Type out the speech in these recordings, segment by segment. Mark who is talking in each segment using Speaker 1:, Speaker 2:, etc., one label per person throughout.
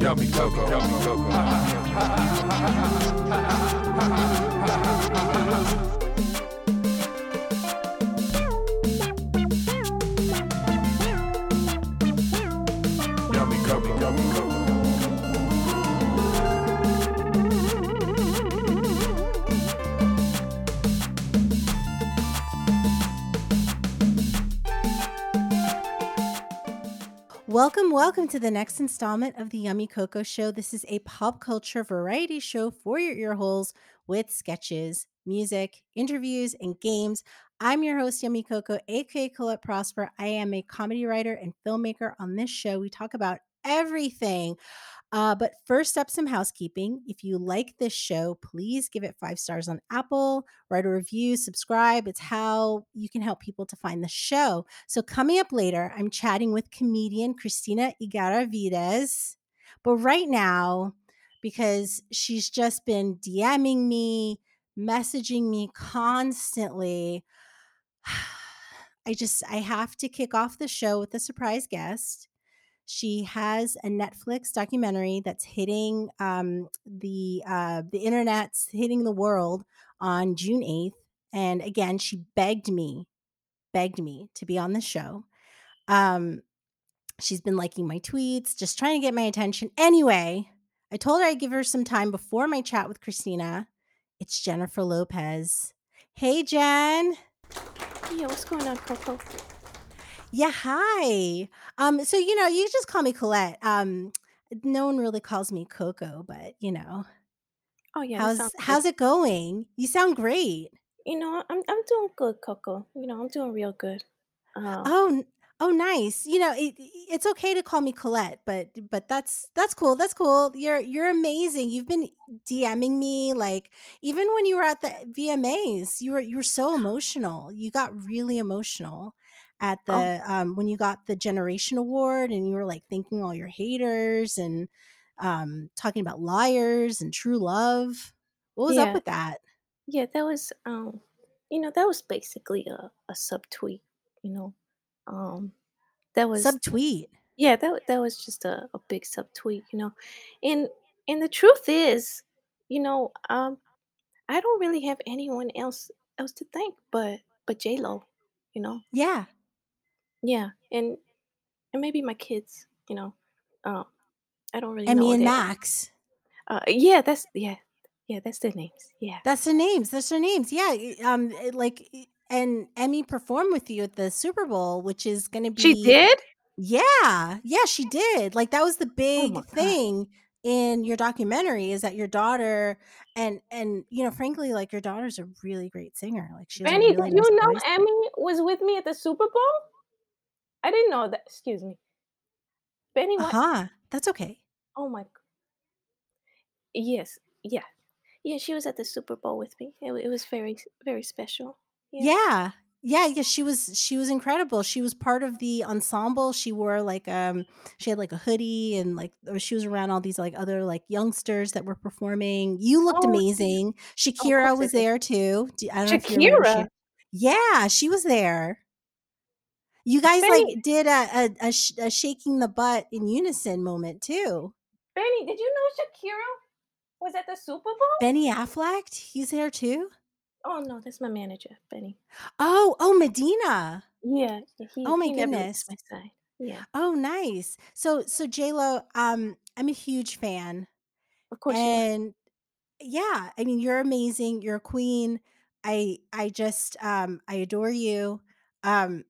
Speaker 1: Yummy cocoa, yummy cocoa. Yummy cocoa, yummy cocoa.
Speaker 2: Welcome, welcome to the next installment of the Yummy Coco Show. This is a pop culture variety show for your ear holes with sketches, music, interviews, and games. I'm your host, Yummy Coco, aka Colette Prosper. I am a comedy writer and filmmaker. On this show, we talk about everything. Uh, but first up, some housekeeping. If you like this show, please give it five stars on Apple, write a review, subscribe. It's how you can help people to find the show. So coming up later, I'm chatting with comedian Christina Igaravides. But right now, because she's just been DMing me, messaging me constantly, I just I have to kick off the show with a surprise guest. She has a Netflix documentary that's hitting um, the uh, the internet's hitting the world on June 8th. And again, she begged me begged me to be on the show. Um, she's been liking my tweets, just trying to get my attention. Anyway, I told her I'd give her some time before my chat with Christina. It's Jennifer Lopez. Hey, Jen.
Speaker 3: Yeah, what's going on, Coco?
Speaker 2: Yeah, hi. Um, so you know, you just call me Colette. Um, no one really calls me Coco, but you know,
Speaker 3: Oh yeah, that
Speaker 2: how's
Speaker 3: sounds good.
Speaker 2: how's it going? You sound great.
Speaker 3: you know I'm I'm doing good, Coco. You know I'm doing real good. Um,
Speaker 2: Oh, n- oh, nice. You know, it, it's okay to call me Colette, but but that's that's cool. That's cool. You're you're amazing. You've been DMing me like even when you were at the VMAs, you were you were so emotional. You got really emotional at
Speaker 3: Oh.
Speaker 2: the um when you got the generation award and you were like thanking all your haters and um talking about liars and true love. What was up
Speaker 3: Yeah.
Speaker 2: with that?
Speaker 3: yeah, that was um, you know that was basically a a subtweet. You know, um, that was
Speaker 2: Subtweet.
Speaker 3: yeah that wa- that was just a, a big subtweet. You know, and and the truth is, you know, um, I don't really have anyone else else to thank but but J Lo. You know,
Speaker 2: Yeah.
Speaker 3: yeah, and and maybe my kids. You know, um, I don't really
Speaker 2: And
Speaker 3: know
Speaker 2: me
Speaker 3: what
Speaker 2: and
Speaker 3: they
Speaker 2: Max.
Speaker 3: Uh, yeah, that's yeah, yeah, that's their names. Yeah,
Speaker 2: That's their names. That's their names. Yeah. y- Um. it- Like, y- and Emmy performed with you at the Super Bowl, which is going to be.
Speaker 3: she did.
Speaker 2: Yeah. Yeah, she did. Like that was the
Speaker 3: Oh my
Speaker 2: big
Speaker 3: god.
Speaker 2: thing in your documentary is that your daughter and and you know frankly like your daughter's a really great singer like she has a
Speaker 3: Benny,
Speaker 2: really
Speaker 3: did
Speaker 2: nice
Speaker 3: you know
Speaker 2: voice
Speaker 3: Emmy was with me at the Super Bowl? I didn't know that. Excuse me, Benny. What?
Speaker 2: uh-huh that's okay
Speaker 3: Oh my. g- Yes, yeah, yeah. She was at the Super Bowl with me. It, wa- it was very, s- very special. Yeah.
Speaker 2: Yeah. Yeah, yeah, she was she was incredible. She was part of the ensemble. She wore like um she had like a hoodie and like or she was around all these like other like youngsters that were performing. You looked
Speaker 3: Oh, yeah.
Speaker 2: amazing.
Speaker 3: Oh, of
Speaker 2: Shakira
Speaker 3: course I
Speaker 2: was
Speaker 3: did.
Speaker 2: there too. Do- I don't know if you remember
Speaker 3: Shakira,
Speaker 2: Shakira. Yeah, she was there. You guys like
Speaker 3: Benny,
Speaker 2: did a a, a, sh- a shaking the butt in unison moment too.
Speaker 3: Benny. Did you know Shakira was at the Super Bowl?
Speaker 2: Benny Affleck, he's there too.
Speaker 3: Oh no, that's my manager, Benny.
Speaker 2: Oh, oh Medina.
Speaker 3: Yeah, yeah, he
Speaker 2: Oh my
Speaker 3: he never
Speaker 2: goodness.
Speaker 3: leaves my side. Yeah,
Speaker 2: Oh, nice. So, so J Lo, um, I'm a huge fan,
Speaker 3: of course you are.
Speaker 2: and yeah, I mean, you're amazing. You're a queen. I, I just, um, I adore you. Um,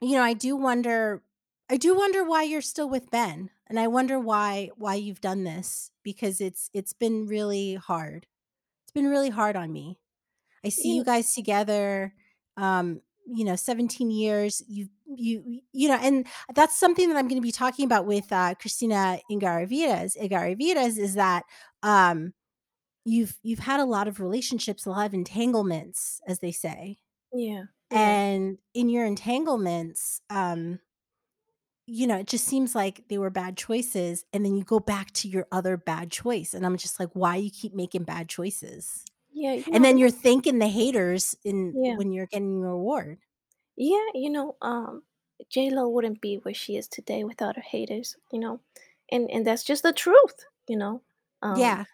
Speaker 2: you know, I do wonder, I do wonder why you're still with Ben, and I wonder why, why you've done this because it's, it's been really hard. It's been really hard on me. I see
Speaker 3: You
Speaker 2: you guys together. Um, you know, 17 years. You, you, you know, and that's something that I'm going to be talking about with uh, Christina Ingaravidas. Ingaravidas is that um, you've you've had a lot of relationships, a lot of entanglements, as they say,
Speaker 3: Yeah, yeah,
Speaker 2: and in your entanglements, um, you know, it just seems like they were bad choices, and then you go back to your other bad choice, and I'm just like, why you keep making bad choices?
Speaker 3: Yeah, you
Speaker 2: and
Speaker 3: know,
Speaker 2: then you're thanking the haters in
Speaker 3: yeah,
Speaker 2: when you're getting your award.
Speaker 3: yeah. You know, um, J Lo wouldn't be where she is today without her haters. You know, and and that's just the truth. You know, um,
Speaker 2: Yeah,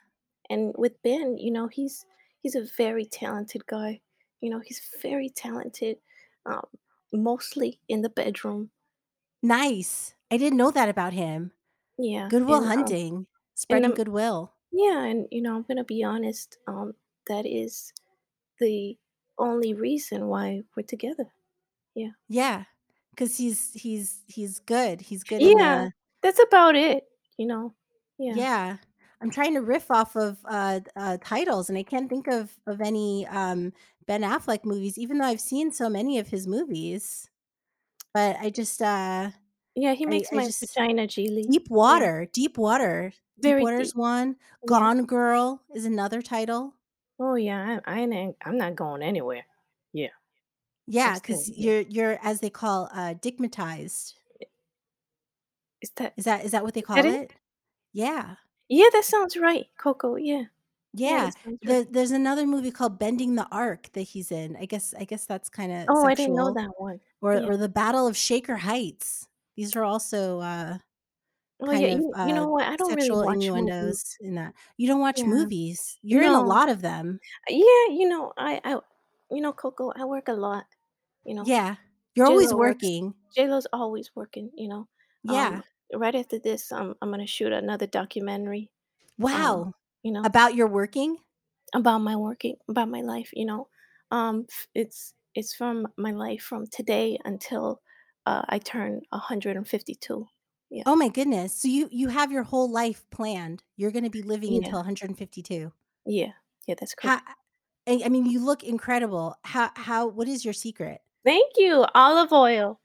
Speaker 3: and with Ben, you know, he's he's a very talented guy. You know, he's very talented, um, mostly in the bedroom.
Speaker 2: nice. I didn't know that about him.
Speaker 3: Yeah,
Speaker 2: Goodwill
Speaker 3: and um,
Speaker 2: hunting,
Speaker 3: and
Speaker 2: spreading
Speaker 3: um,
Speaker 2: goodwill.
Speaker 3: yeah, and you know, I'm gonna be honest. Um, that is the only reason why we're together. Yeah.
Speaker 2: Yeah, because he's he's he's good. He's good in
Speaker 3: Yeah,
Speaker 2: the
Speaker 3: that's about it, you know. Yeah.
Speaker 2: yeah. I'm trying to riff off of uh, uh, titles, and I can't think of of any um, Ben Affleck movies, even though I've seen so many of his movies. But I just uh,
Speaker 3: Yeah, he
Speaker 2: I
Speaker 3: makes
Speaker 2: I
Speaker 3: my
Speaker 2: just
Speaker 3: vagina Geely.
Speaker 2: Deep
Speaker 3: Yeah.
Speaker 2: Water, Deep Water, Deep
Speaker 3: Very
Speaker 2: Water's
Speaker 3: deep.
Speaker 2: one.
Speaker 3: Oh, Yeah.
Speaker 2: Gone Girl is another title.
Speaker 3: Oh yeah, I, I ain't I'm not going anywhere. Yeah. I'm
Speaker 2: Yeah, because
Speaker 3: staying here.
Speaker 2: you're you're as they call uh digmatized.
Speaker 3: Is that
Speaker 2: Is that is that what they
Speaker 3: is that
Speaker 2: call
Speaker 3: it?
Speaker 2: it? Yeah.
Speaker 3: Yeah, that sounds right, Coco. Yeah. Yeah,
Speaker 2: Yeah.
Speaker 3: that sounds right.
Speaker 2: The, there's another movie called Bending the Arc that he's in. I guess I guess that's kind of
Speaker 3: Oh, I didn't know
Speaker 2: sexual.
Speaker 3: that one.
Speaker 2: Or
Speaker 3: Yeah.
Speaker 2: or the Battle of Shaker Heights. These are also uh
Speaker 3: Oh
Speaker 2: kind
Speaker 3: yeah,
Speaker 2: of
Speaker 3: you you
Speaker 2: uh
Speaker 3: know what? I don't really
Speaker 2: sexual
Speaker 3: watch movies.
Speaker 2: innuendos in that. You don't watch
Speaker 3: Yeah.
Speaker 2: movies. You're in a
Speaker 3: No.
Speaker 2: lot of them.
Speaker 3: Uh, Yeah, you know, I I you know, Coco, I work a lot, you know.
Speaker 2: Yeah. You're always
Speaker 3: J-Lo works.
Speaker 2: working.
Speaker 3: J-Lo's always working, you know. Um,
Speaker 2: Yeah.
Speaker 3: right after this, um, I'm gonna shoot another documentary, um,
Speaker 2: Wow.
Speaker 3: you know,
Speaker 2: About your working?
Speaker 3: about my working, about my life, you know. Um, f- it's it's from my life from today until uh, I turn 152. Yeah,
Speaker 2: Oh my goodness. So you you have your whole life planned. You're going to be living
Speaker 3: yeah,
Speaker 2: until 152.
Speaker 3: yeah, yeah. That's
Speaker 2: How
Speaker 3: correct.
Speaker 2: I I mean, you look incredible. How how what is your secret?
Speaker 3: Thank you, olive oil.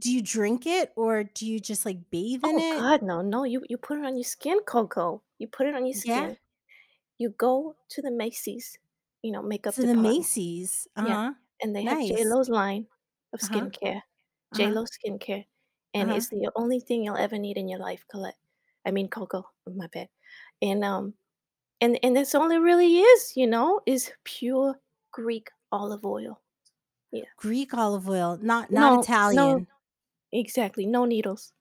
Speaker 2: Do you drink it or do you just like bathe in
Speaker 3: Oh
Speaker 2: it?
Speaker 3: God, no, no. You you put it on your skin, Coco. You put it on your
Speaker 2: Yeah.
Speaker 3: skin. You go to the Macy's, you know, makeup
Speaker 2: To the
Speaker 3: department.
Speaker 2: Macy's.
Speaker 3: Yeah.
Speaker 2: Uh-huh.
Speaker 3: And they have J
Speaker 2: Nice.
Speaker 3: Lo's line of
Speaker 2: Uh-huh.
Speaker 3: skincare, J
Speaker 2: Uh-huh.
Speaker 3: Lo skincare, and
Speaker 2: Uh-huh.
Speaker 3: it's the only thing you'll ever need in your life, Colette. I mean, Coco. My bad. And um, and and that's all it really is, you know, is pure Greek olive oil. Yeah.
Speaker 2: Greek olive oil, not not
Speaker 3: No, no,
Speaker 2: Italian.
Speaker 3: exactly. No needles.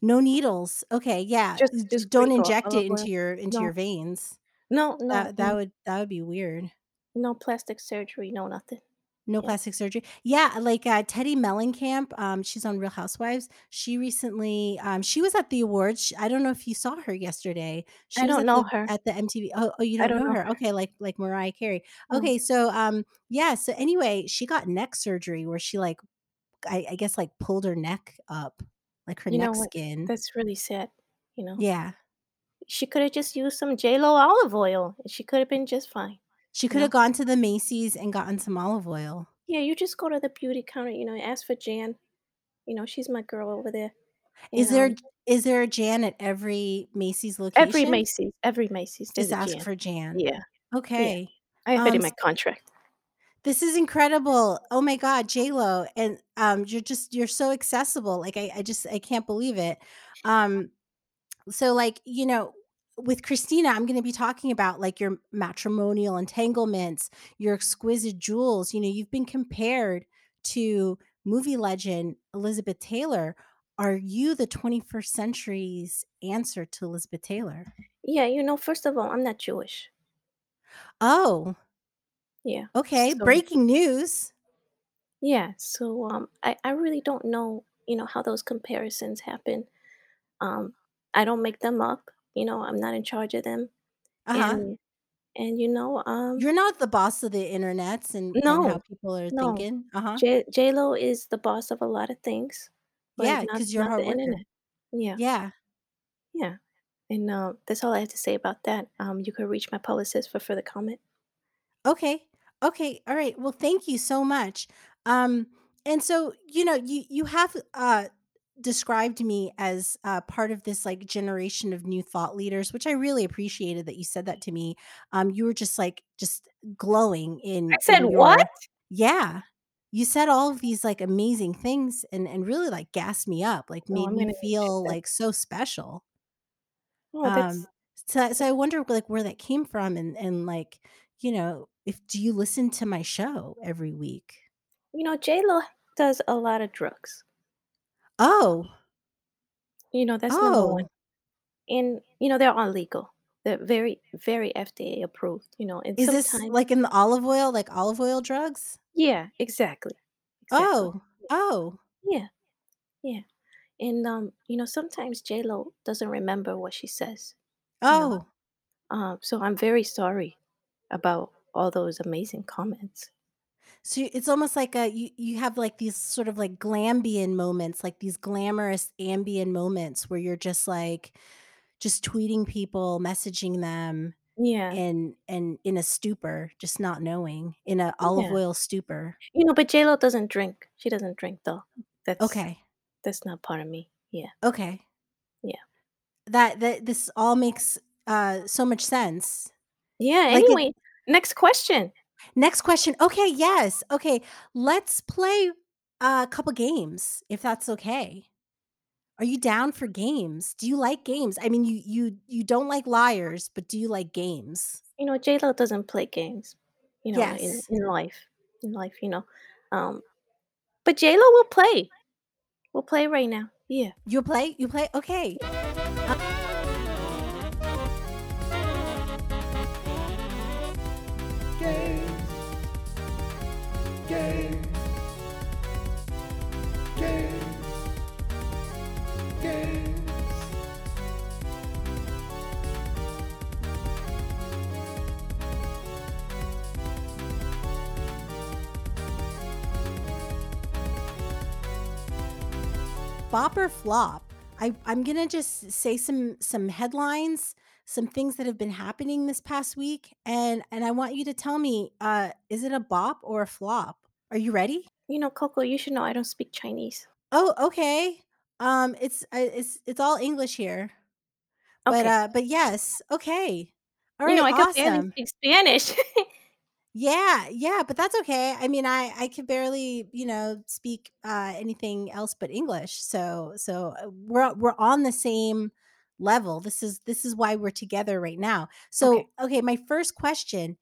Speaker 2: No needles. Okay, yeah.
Speaker 3: Just
Speaker 2: You you
Speaker 3: just
Speaker 2: Uh, don't
Speaker 3: Greek o-
Speaker 2: inject it
Speaker 3: olive
Speaker 2: into
Speaker 3: oil.
Speaker 2: your into your
Speaker 3: No,
Speaker 2: veins.
Speaker 3: no, no,
Speaker 2: That that
Speaker 3: no,
Speaker 2: would that would be weird.
Speaker 3: no plastic surgery. No nothing.
Speaker 2: No
Speaker 3: Yeah.
Speaker 2: plastic surgery. Yeah, like uh, Teddy Mellencamp. Um, she's on Real Housewives. She recently, um, she was at the awards. Sh- I don't know if you saw her yesterday.
Speaker 3: I
Speaker 2: She was
Speaker 3: don't
Speaker 2: at
Speaker 3: know
Speaker 2: the
Speaker 3: her.
Speaker 2: at the MTV. Oh, oh, you
Speaker 3: I
Speaker 2: don't
Speaker 3: don't
Speaker 2: know
Speaker 3: know
Speaker 2: her.
Speaker 3: her.
Speaker 2: Okay, like like Mariah Carey.
Speaker 3: Mm.
Speaker 2: Okay, so um, yeah. So anyway, she got neck surgery where she like, I, I guess like pulled her neck up, like her
Speaker 3: You know
Speaker 2: neck
Speaker 3: what?
Speaker 2: skin.
Speaker 3: That's really sad. You know.
Speaker 2: Mm. Yeah,
Speaker 3: she could have just used some J Lo olive oil and she could have been just fine.
Speaker 2: she
Speaker 3: You
Speaker 2: could have
Speaker 3: know?
Speaker 2: gone to the Macy's and gotten some olive oil.
Speaker 3: Yeah, you just go to the beauty counter, you know, ask for Jan. You know, she's my girl over there.
Speaker 2: Is
Speaker 3: And
Speaker 2: there
Speaker 3: um
Speaker 2: is there a Jan at every Macy's
Speaker 3: every
Speaker 2: location?
Speaker 3: Macy's, every Macy's, there's
Speaker 2: just
Speaker 3: a
Speaker 2: ask
Speaker 3: Jan.
Speaker 2: for Jan.
Speaker 3: Yeah. Yeah.
Speaker 2: Okay.
Speaker 3: I have
Speaker 2: Um,
Speaker 3: it in
Speaker 2: s-
Speaker 3: my contract.
Speaker 2: this is incredible. Oh my God, J Lo, and um, you're just you're so accessible. Like I, I just I can't believe it. Um, so like you know with christina i'm going to be talking about like your matrimonial entanglements your exquisite jewels you know you've been compared to movie legend elizabeth taylor are you the 21st century's answer to elizabeth taylor
Speaker 3: Yeah, you know, first of all, I'm not Jewish.
Speaker 2: oh
Speaker 3: Yeah.
Speaker 2: okay
Speaker 3: So
Speaker 2: breaking news
Speaker 3: yeah, so um I, I really don't know, you know, how those comparisons happen. Um I don't make them up, you know, I'm not in charge of them.
Speaker 2: uh-huh
Speaker 3: And and you know, um
Speaker 2: you're not the boss of the internets and and how
Speaker 3: No,
Speaker 2: people are
Speaker 3: no.
Speaker 2: thinking uh-huh
Speaker 3: J Lo is the boss of a lot of things, but
Speaker 2: yeah
Speaker 3: not
Speaker 2: because you're a
Speaker 3: not
Speaker 2: hard
Speaker 3: the
Speaker 2: worker
Speaker 3: internet. Yeah,
Speaker 2: yeah
Speaker 3: yeah. And uh, that's all I have to say about that. Um, you can reach my publicist for further comment.
Speaker 2: Okay. Okay. All right. Well, thank you so much. Um, and so you know, you you have uh described me as uh part of this like generation of new thought leaders, which I really appreciated that you said that to me. Um, you were just like just glowing in
Speaker 3: I said
Speaker 2: in
Speaker 3: what?
Speaker 2: your yeah. You said all of these like amazing things and and really like gassed me up, like
Speaker 3: No,
Speaker 2: made
Speaker 3: Oh, I'm
Speaker 2: me
Speaker 3: gonna go check
Speaker 2: feel
Speaker 3: that.
Speaker 2: like so special.
Speaker 3: Oh,
Speaker 2: Um,
Speaker 3: that's
Speaker 2: so, so I wonder like where that came from and and like, you know, if do you listen to my show every week?
Speaker 3: You know, J Lo does a lot of drugs.
Speaker 2: Oh,
Speaker 3: You know, that's number
Speaker 2: oh,
Speaker 3: one. And you know, they're illegal. They're very, very FDA approved. You know, and
Speaker 2: is this
Speaker 3: Oh, sometimes,
Speaker 2: like in the olive oil, like olive oil drugs?
Speaker 3: yeah, exactly, exactly,
Speaker 2: Oh, oh,
Speaker 3: yeah, yeah. And um, you know, sometimes J Lo doesn't remember what she says. You know,
Speaker 2: oh.
Speaker 3: um, so I'm very sorry about all those amazing comments.
Speaker 2: So you- it's almost like a you, you have like these sort of like glambian moments, like these glamorous ambient moments where you're just like just tweeting people, messaging them
Speaker 3: Yeah,
Speaker 2: and and in a stupor, just not knowing, in a olive
Speaker 3: yeah.
Speaker 2: oil stupor.
Speaker 3: You know, but J Lo doesn't drink. She doesn't drink though. That's
Speaker 2: Okay.
Speaker 3: that's not part of me. Yeah,
Speaker 2: Okay.
Speaker 3: yeah,
Speaker 2: That that this all makes uh so much sense.
Speaker 3: yeah.
Speaker 2: Like it
Speaker 3: Anyway, next question.
Speaker 2: next question. Okay, yes. Okay. Let's play uh, a couple games if that's okay. Are you down for games? Do you like games? I mean, you you you don't like liars, but do you like games?
Speaker 3: you know J Lo doesn't play games, you know, in
Speaker 2: Yes.
Speaker 3: in life, in life, you know, um, but J Lo will play. We'll play right now. Yeah.
Speaker 2: You play? You play? Okay. Uh,
Speaker 1: Games, games, games, games.
Speaker 2: bop or flop. I I'm going to just say some some headlines, some things that have been happening this past week and and I want you to tell me uh is it a bop or a flop? Are you ready?
Speaker 3: You know, Coco, you should know I don't speak Chinese.
Speaker 2: Oh, okay. Um it's I- it's it's all English here. But
Speaker 3: Okay.
Speaker 2: uh but yes. Okay. All
Speaker 3: You know,
Speaker 2: right,
Speaker 3: I could barely
Speaker 2: awesome.
Speaker 3: speak Spanish.
Speaker 2: Yeah, yeah, but that's okay. I mean, I I could barely, you know, speak uh anything else but English. So so uh, we're we're on the same level. This is this is why we're together right now.
Speaker 3: okay.
Speaker 2: So, okay, my first question,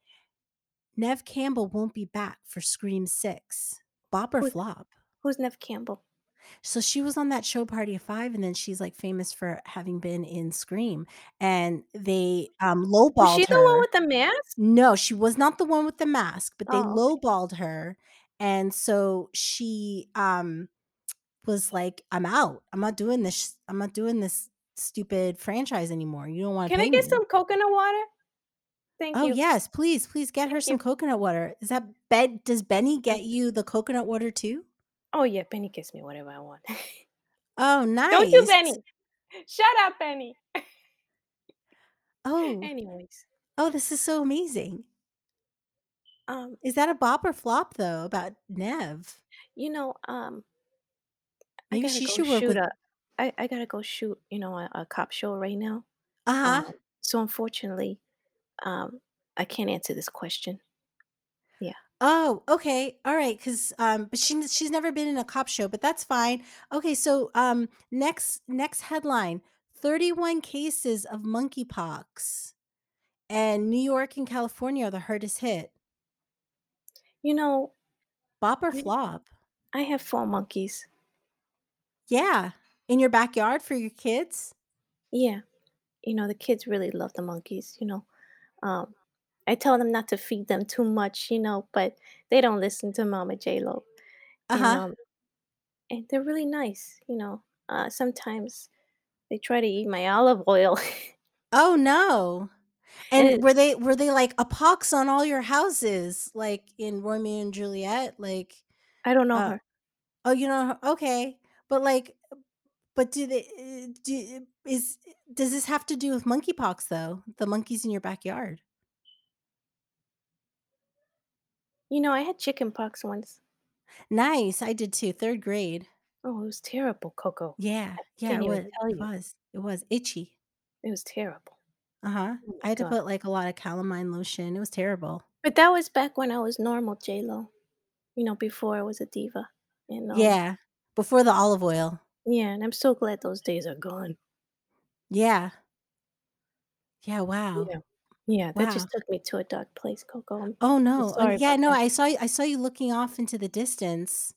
Speaker 2: Nev Campbell won't be back for Scream 6. Bop or
Speaker 3: Who,
Speaker 2: flop?
Speaker 3: who's Nev Campbell?
Speaker 2: So she was on that show Party of Five, and then she's like famous for having been in Scream. And they um,
Speaker 3: Was she
Speaker 2: lowballed
Speaker 3: the one
Speaker 2: her.
Speaker 3: with the mask?
Speaker 2: No, she was not the one with the mask, but they
Speaker 3: Oh, okay.
Speaker 2: lowballed her. And so she um, was like, I'm out. I'm not doing this. sh- I'm not doing this stupid franchise anymore. You don't want to
Speaker 3: Can I
Speaker 2: pay
Speaker 3: get
Speaker 2: me.
Speaker 3: some coconut water? Thank
Speaker 2: Oh,
Speaker 3: you.
Speaker 2: yes. Please, please get her
Speaker 3: Thank
Speaker 2: some
Speaker 3: you.
Speaker 2: coconut water. Is that bed? Does Benny
Speaker 3: Thank
Speaker 2: get
Speaker 3: you.
Speaker 2: you the coconut water too?
Speaker 3: Oh yeah, Penny gets me whatever I want.
Speaker 2: Oh,
Speaker 3: don't you,
Speaker 2: nice.
Speaker 3: Penny? Shut up, Penny.
Speaker 2: Oh,
Speaker 3: Anyways.
Speaker 2: oh, this is so amazing.
Speaker 3: Um,
Speaker 2: Is that a bop or flop though about Nev?
Speaker 3: you know, um, I
Speaker 2: Maybe
Speaker 3: gotta
Speaker 2: she
Speaker 3: go
Speaker 2: should work
Speaker 3: shoot
Speaker 2: with
Speaker 3: a. I, I gotta go shoot, you know, a, a cop show right now.
Speaker 2: uh-huh.
Speaker 3: Um, so unfortunately, um, I can't answer this question. Yeah.
Speaker 2: Oh, okay. All right, cuz um but she she's never been in a cop show, but that's fine. Okay, so um next next headline, 31 cases of monkeypox and New York and California are the hardest hit.
Speaker 3: You know,
Speaker 2: Bop or
Speaker 3: I
Speaker 2: flop?
Speaker 3: I have four monkeys.
Speaker 2: Yeah. In your backyard for your kids?
Speaker 3: Yeah. You know, the kids really love the monkeys. You know, um, I tell them not to feed them too much. You know, but they don't listen to Mama J Lo, and
Speaker 2: Uh-huh.
Speaker 3: um, and they're really nice. You know, uh, sometimes they try to eat my olive oil,
Speaker 2: Oh no. And
Speaker 3: and
Speaker 2: were they were they like a pox on all your houses like in Romeo and Juliet like
Speaker 3: I don't know
Speaker 2: uh
Speaker 3: her.
Speaker 2: Oh, you know, okay, but like, but do they uh, do is does this have to do with monkeypox though? The monkeys in your backyard.
Speaker 3: You know, I had chicken pox once.
Speaker 2: Nice, I did too. Third grade.
Speaker 3: Oh, it was terrible, Coco.
Speaker 2: Yeah,
Speaker 3: I
Speaker 2: yeah,
Speaker 3: can't
Speaker 2: it
Speaker 3: even
Speaker 2: was.
Speaker 3: tell
Speaker 2: It
Speaker 3: you.
Speaker 2: was. It was itchy.
Speaker 3: It was terrible.
Speaker 2: Uh huh.
Speaker 3: Oh my
Speaker 2: I had to
Speaker 3: god.
Speaker 2: put like a lot of calamine lotion. It was terrible.
Speaker 3: But that was back when I was normal J Lo. You know, before I was a diva. And um
Speaker 2: Yeah, before the olive oil.
Speaker 3: yeah, and I'm so glad those days are gone.
Speaker 2: Yeah. Yeah. Wow.
Speaker 3: Yeah. Yeah, that
Speaker 2: Wow.
Speaker 3: just took me to a dark place, Coco. I'm
Speaker 2: Oh
Speaker 3: so
Speaker 2: no. Um,
Speaker 3: sorry
Speaker 2: yeah.
Speaker 3: about
Speaker 2: No.
Speaker 3: that.
Speaker 2: I saw. I saw you looking off into the distance.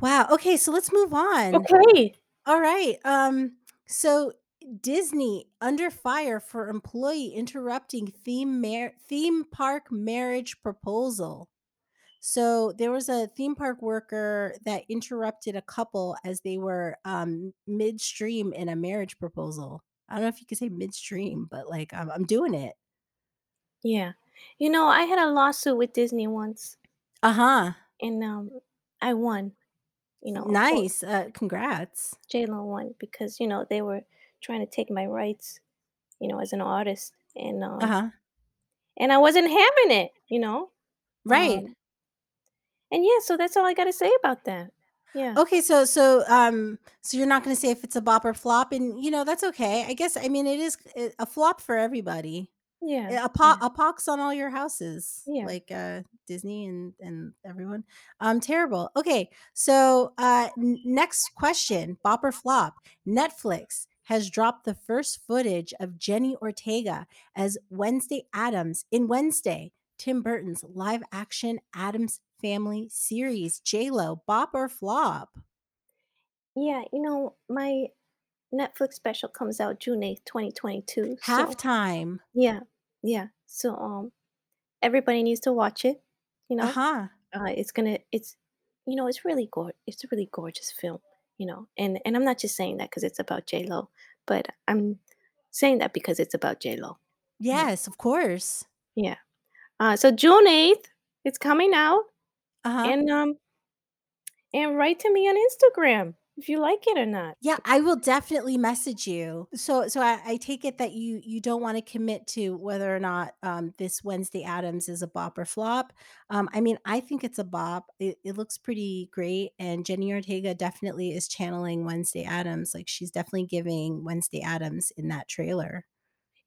Speaker 2: Wow. Okay. So let's move on.
Speaker 3: Okay.
Speaker 2: All right. Um. So Disney under fire for employee interrupting theme mar- theme park marriage proposal. So there was a theme park worker that interrupted a couple as they were um, midstream in a marriage proposal. I don't know if you could say midstream, but like I'm, I'm doing it.
Speaker 3: Yeah. You know, I had a lawsuit with Disney once
Speaker 2: Uh huh.
Speaker 3: and um I won. You know, of course,
Speaker 2: Nice. Uh, congrats.
Speaker 3: J Lo won because, you know, they were trying to take my rights, you know, as an artist and
Speaker 2: Uh
Speaker 3: um
Speaker 2: huh.
Speaker 3: and I wasn't having it, you know.
Speaker 2: Right.
Speaker 3: Um and yeah, so that's all I gotta say about that. Yeah.
Speaker 2: Okay. So so um so you're not going to say if it's a bop or flop, and you know that's okay. I guess I mean it is uh, a flop for everybody. Eh,
Speaker 3: Yeah.
Speaker 2: a, po-
Speaker 3: Yeah.
Speaker 2: a pox on all your houses
Speaker 3: Yeah.
Speaker 2: like uh disney and and everyone um terrible okay so uh n- next question bop or flop netflix has dropped the first footage of jenny ortega as wednesday adams in wednesday tim burton's live action adams family series j-lo bop or flop
Speaker 3: Yeah, you know, my Netflix special comes out June 8th, 2022. So,
Speaker 2: halftime
Speaker 3: yeah. Yeah. So, um everybody needs to watch it, you know.
Speaker 2: uh-huh
Speaker 3: Uh it's going to it's you know, it's really gorgeous. It's a really gorgeous film, you know. And and I'm not just saying that cuz it's about J-Lo, but I'm saying that because it's about J-Lo. Yeah.
Speaker 2: yes of course
Speaker 3: Yeah. Uh so June 8th, it's coming out
Speaker 2: uh-huh
Speaker 3: and um and write to me on Instagram if you like it or not.
Speaker 2: Yeah, I will definitely message you. So, so I, I take it that you you don't want to commit to whether or not um, this Wednesday Adams is a bop or flop. Um, I mean, I think it's a bop. It, it looks pretty great, and Jenny Ortega definitely is channeling Wednesday Adams. Like she's definitely giving Wednesday Adams in that trailer.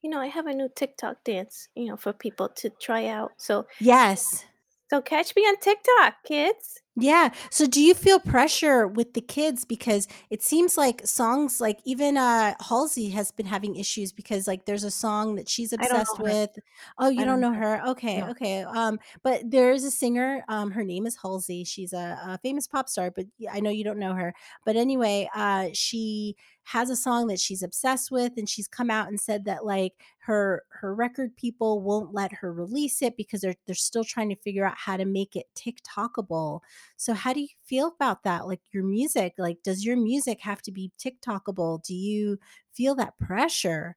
Speaker 3: you know, I have a new TikTok dance, you know, for people to try out. So,
Speaker 2: Yes.
Speaker 3: so catch me on TikTok, kids.
Speaker 2: Yeah. So do you feel pressure with the kids because it seems like songs like even uh Halsey has been having issues because like there's a song that she's
Speaker 3: I don't know
Speaker 2: obsessed
Speaker 3: her.
Speaker 2: with. Oh, you
Speaker 3: I
Speaker 2: don't
Speaker 3: don't know
Speaker 2: know
Speaker 3: her.
Speaker 2: her. Okay.
Speaker 3: No.
Speaker 2: Okay. Um but there is a singer um her name is Halsey. She's a, a famous pop star, but y- I know you don't know her. But anyway, uh she has a song that she's obsessed with and she's come out and said that like her her record people won't let her release it because they're they're still trying to figure out how to make it TikTokable. So how do you feel about that? Like your music, like does your music have to be TikTokable? Do you feel that pressure?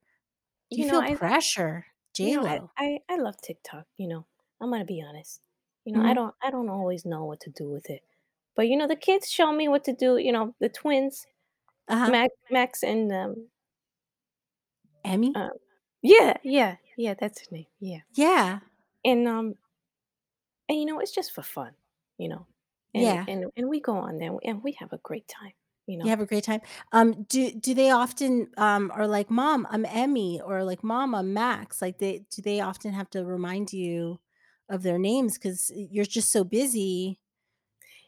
Speaker 2: Do you
Speaker 3: You know,
Speaker 2: feel
Speaker 3: I,
Speaker 2: pressure,
Speaker 3: you
Speaker 2: J
Speaker 3: know, I,
Speaker 2: Lo?
Speaker 3: I, I love TikTok. You know, I'm gonna be honest. You know, I
Speaker 2: hmm
Speaker 3: don't, I don't always know what to do with it. But you know, the kids show me what to do. You know, the twins,
Speaker 2: Uh huh.
Speaker 3: Max, Max and um,
Speaker 2: Emmy.
Speaker 3: um, yeah, yeah, yeah, that's her name. Yeah,
Speaker 2: Yeah.
Speaker 3: and um, and you know, it's just for fun. You know, and
Speaker 2: Yeah.
Speaker 3: and and we go on there and we have a great time. You
Speaker 2: You
Speaker 3: know,
Speaker 2: have a great time. Um, do do they often um are like, Mom, I'm Emmy, or like, Mom, I'm Max? Like, they do they often have to remind you of their names because you're just so busy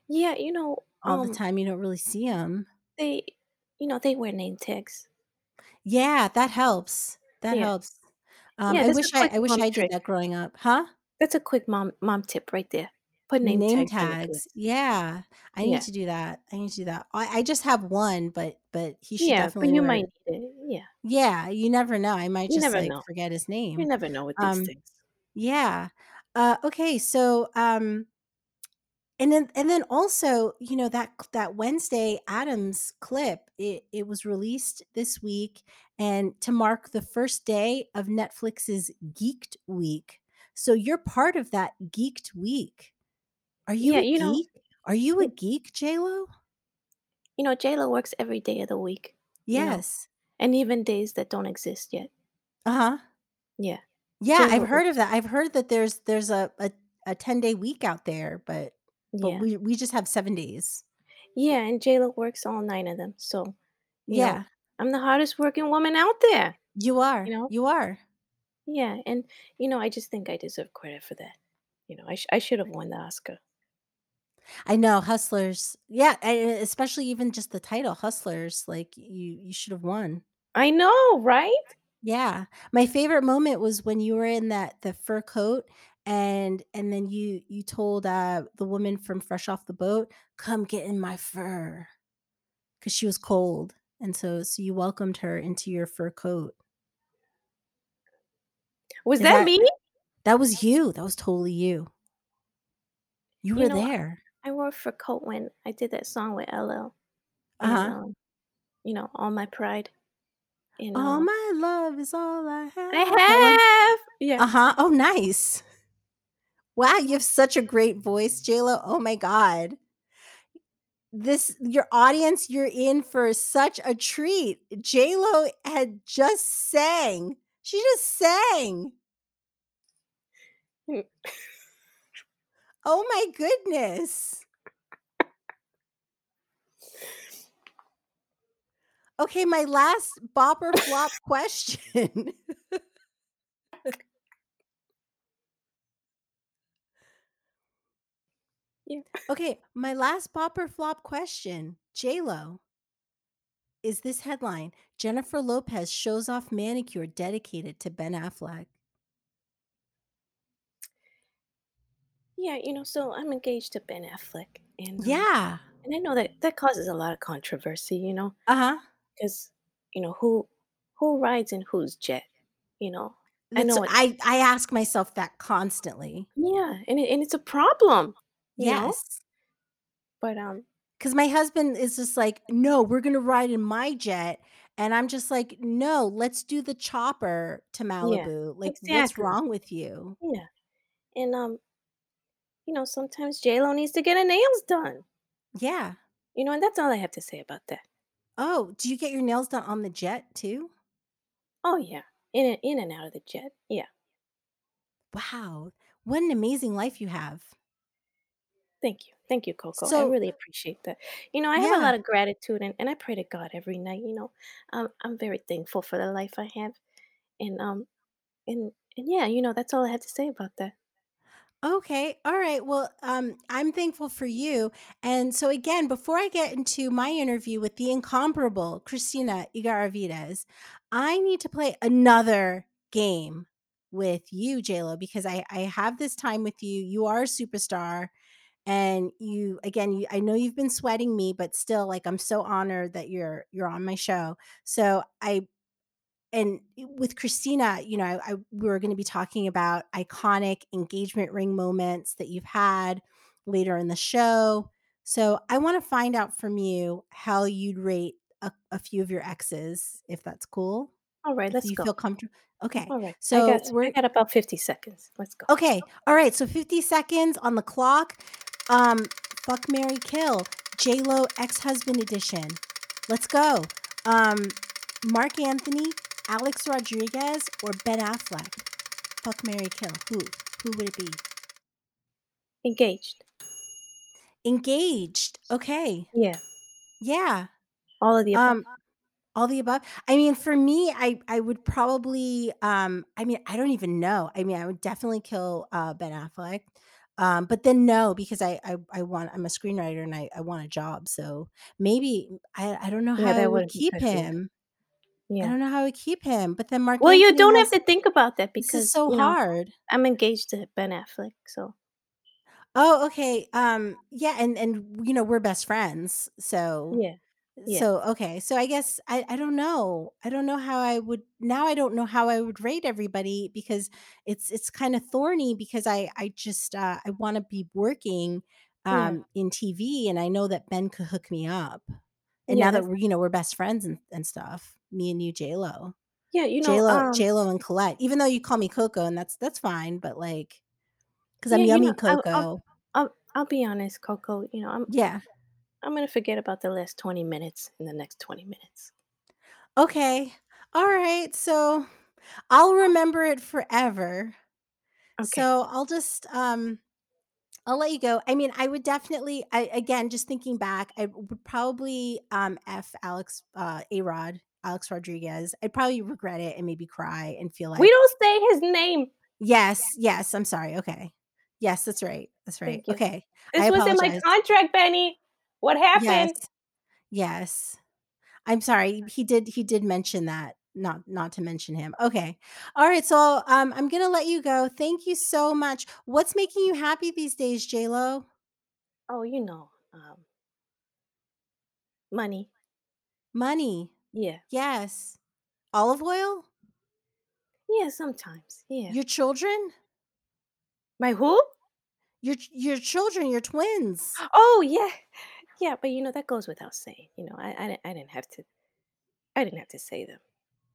Speaker 3: yeah, you know,
Speaker 2: all the
Speaker 3: um,
Speaker 2: time, you don't really see them.
Speaker 3: they you know they wear name tags
Speaker 2: Yeah, that helps. That
Speaker 3: yeah
Speaker 2: helps. Um,
Speaker 3: yeah
Speaker 2: I
Speaker 3: that's a
Speaker 2: wish I,
Speaker 3: quick
Speaker 2: I wish
Speaker 3: mom
Speaker 2: I did
Speaker 3: trick
Speaker 2: that growing up, huh?
Speaker 3: that's a quick mom mom tip right there put name
Speaker 2: Name
Speaker 3: tags on the
Speaker 2: tags.
Speaker 3: kids
Speaker 2: Yeah, I need
Speaker 3: yeah
Speaker 2: to do that. I need to do that. I, I just have one, but but he should
Speaker 3: yeah but
Speaker 2: definitely
Speaker 3: you
Speaker 2: wear.
Speaker 3: might need it yeah
Speaker 2: Yeah, you never know. I might
Speaker 3: you
Speaker 2: just
Speaker 3: never
Speaker 2: like
Speaker 3: know
Speaker 2: forget his
Speaker 3: you
Speaker 2: name.
Speaker 3: never know with these
Speaker 2: Um,
Speaker 3: things
Speaker 2: yeah. Uh, okay, so um, and then and then also you know that c- that wednesday adams clip it, it was released this week and to mark the first day of netflix's geeked week so you're part of that geeked week are you
Speaker 3: yeah
Speaker 2: a
Speaker 3: you know
Speaker 2: geek are you a
Speaker 3: y-
Speaker 2: geek j-lo
Speaker 3: you know jayla works every day of the week you know
Speaker 2: yes
Speaker 3: and even days that don't exist yet
Speaker 2: uh-huh
Speaker 3: yeah
Speaker 2: yeah i've
Speaker 3: jayla
Speaker 2: heard of that i've heard that there's there's a a, a 10 day week out there but but
Speaker 3: yeah
Speaker 2: we we just have seven days
Speaker 3: yeah and jayla works all nine of them so you know
Speaker 2: yeah
Speaker 3: i'm the hardest working woman out there
Speaker 2: you
Speaker 3: you
Speaker 2: are
Speaker 3: know
Speaker 2: you are
Speaker 3: yeah and you know i just think i deserve credit for that you know i, sh- I should have won the oscar
Speaker 2: I know hustlers. Yeah, and especially even just the title hustlers. Like you, you should have won.
Speaker 3: I know, right?
Speaker 2: Yeah. My favorite moment was when you were in that the fur coat and and then you you told uh the woman from Fresh Off the Boat, "Come get in my fur." Cuz she was cold. And so so you welcomed her into your fur coat.
Speaker 3: Was
Speaker 2: Is
Speaker 3: that
Speaker 2: that
Speaker 3: me?
Speaker 2: that was you. That was totally you. You
Speaker 3: You
Speaker 2: were
Speaker 3: know,
Speaker 2: there.
Speaker 3: I wore a fur coat when I did that song with LL, and
Speaker 2: Uh-huh.
Speaker 3: um, you know, all my pride, and
Speaker 2: All
Speaker 3: um,
Speaker 2: my love is all I
Speaker 3: I
Speaker 2: have. That one.
Speaker 3: have, yeah,
Speaker 2: Uh-huh. Oh, nice. Wow, you have such a great voice, JLo. Oh my God. This your audience, you're in for such a treat. JLo had just sang. She just sang.
Speaker 3: Mm,
Speaker 2: Oh my goodness. Okay, my last bop or flop question.
Speaker 3: yeah.
Speaker 2: okay, my last bop or flop question. JLo is this headline Jennifer Lopez shows off manicure dedicated to Ben Affleck.
Speaker 3: Yeah, you know, so I'm engaged to Ben Affleck, and um,
Speaker 2: Yeah.
Speaker 3: and I know that that causes a lot of controversy, you know,
Speaker 2: Uh-huh.
Speaker 3: because you know who who rides in whose jet, you know. I
Speaker 2: That's
Speaker 3: know it.
Speaker 2: I I ask myself that constantly.
Speaker 3: Yeah, and it, and it's a problem, you know.
Speaker 2: Yes.
Speaker 3: But um,
Speaker 2: Cuz my husband is just like, "No, we're going to ride in my jet." And I'm just like, "No, let's do the chopper to
Speaker 3: yeah,
Speaker 2: Malibu. Like, what's
Speaker 3: exactly.
Speaker 2: wrong with you?"
Speaker 3: Yeah, and um, you know, sometimes J Lo needs to get her nails done,
Speaker 2: Yeah.
Speaker 3: you know, and that's all I have to say about that.
Speaker 2: Oh, do you get your nails done on the jet too?
Speaker 3: Oh yeah, in and in and out of the jet. Yeah,
Speaker 2: Wow. What an amazing life you have.
Speaker 3: thank you, thank you, Coco. I
Speaker 2: So,
Speaker 3: really appreciate that. You know, I have a
Speaker 2: yeah.
Speaker 3: lot of gratitude, and, and I pray to God every night. You know, um, I'm very thankful for the life I have, and um, and and yeah, you know, that's all I had to say about that.
Speaker 2: Okay. All right. Well, um, I'm thankful for you. And so, again, before I get into my interview with the incomparable Christina Igaravides, I need to play another game with you, JLo, because I, I have this time with you. You are a superstar. And you, again, you, I know you've been sweating me, but still, like, I'm so honored that you're you're on my show. So I and with Christina, you know, I, I- we were going to be talking about iconic engagement ring moments that you've had later in the show. So I want to find out from you how you'd rate a, a few of your exes, if that's cool,
Speaker 3: All right,
Speaker 2: if
Speaker 3: let's
Speaker 2: you
Speaker 3: go.
Speaker 2: feel comfortable. Okay,
Speaker 3: All right, I
Speaker 2: so
Speaker 3: got I
Speaker 2: we're
Speaker 3: got about fifty seconds. Let's go.
Speaker 2: okay. All right, so fifty seconds on the clock. Um, fuck Mary Kill, J Lo ex husband edition. Let's go. Um, Mark Anthony, Alex Rodriguez, or Ben Affleck. Fuck Mary Kill. Who? Who would it be?
Speaker 3: Engaged.
Speaker 2: Engaged. Okay.
Speaker 3: Yeah,
Speaker 2: Yeah.
Speaker 3: all of the above.
Speaker 2: Um, all the above. I mean, for me, I I would probably um I mean, I don't even know. I mean, I would definitely kill uh Ben Affleck. Um, but then no, because I I, I want I'm a screenwriter and I, I want a job. So maybe mm, I, I don't know
Speaker 3: Yeah,
Speaker 2: how I
Speaker 3: that
Speaker 2: would
Speaker 3: wouldn't be
Speaker 2: keep
Speaker 3: good for you.
Speaker 2: him. I
Speaker 3: Yeah.
Speaker 2: don't know how I would keep him. But then Mark
Speaker 3: Well, you
Speaker 2: Anthony
Speaker 3: don't have
Speaker 2: has
Speaker 3: to think about that
Speaker 2: this is
Speaker 3: because
Speaker 2: so
Speaker 3: you know
Speaker 2: hard.
Speaker 3: I'm engaged to Ben Affleck, so
Speaker 2: Oh, okay. Um, yeah, and and you know, we're best friends. So
Speaker 3: yeah, yeah.
Speaker 2: so okay so i guess I, I don't know i don't know how i would now i don't know how i would rate everybody because it's it's kind of thorny because i i just uh, i want to be working
Speaker 3: Yeah,
Speaker 2: um in tv and i know that ben could hook me up and
Speaker 3: yeah,
Speaker 2: now that
Speaker 3: that's
Speaker 2: we're you know we're best friends and, and stuff me and you j-lo
Speaker 3: yeah. You know,
Speaker 2: j-lo
Speaker 3: um,
Speaker 2: j-lo and colette even though you call me coco and that's that's fine but like because i'm
Speaker 3: yeah, you
Speaker 2: yummy
Speaker 3: know, I'll, I'll,
Speaker 2: coco
Speaker 3: I'll, I'll be honest, Coco. You know, I'm,
Speaker 2: yeah
Speaker 3: I'm gonna forget about the last twenty minutes in the next twenty minutes.
Speaker 2: okay all right so i'll remember it forever
Speaker 3: Okay.
Speaker 2: So I'll just um I'll let you go. I mean, I would definitely I again just thinking back, I would probably um F Alex uh Arod, Alex Rodriguez. I'd probably regret it and maybe cry and feel
Speaker 3: We
Speaker 2: like,
Speaker 3: don't say his name.
Speaker 2: yes, yes, I'm sorry. Okay. Yes, that's right. That's right.
Speaker 3: Thank you.
Speaker 2: Okay. I
Speaker 3: This was in my
Speaker 2: apologize.
Speaker 3: contract, Benny. What
Speaker 2: Yes.
Speaker 3: happened?
Speaker 2: Yes. I'm sorry. He did he did mention that. not not to mention him. Okay. All right. So um, I'm gonna let you go. Thank you so much. What's making you happy these days, J Lo?
Speaker 4: Oh, you know, um, money.
Speaker 2: Money.
Speaker 4: Yeah.
Speaker 2: Yes. Olive oil?
Speaker 4: Yeah, sometimes. Yeah.
Speaker 2: Your children?
Speaker 4: My who?
Speaker 2: Your ch- your children, your twins.
Speaker 4: Oh, yeah. Yeah, but you know, that goes without saying. You know, I, I, didn't- I didn't have to. I didn't have to say them.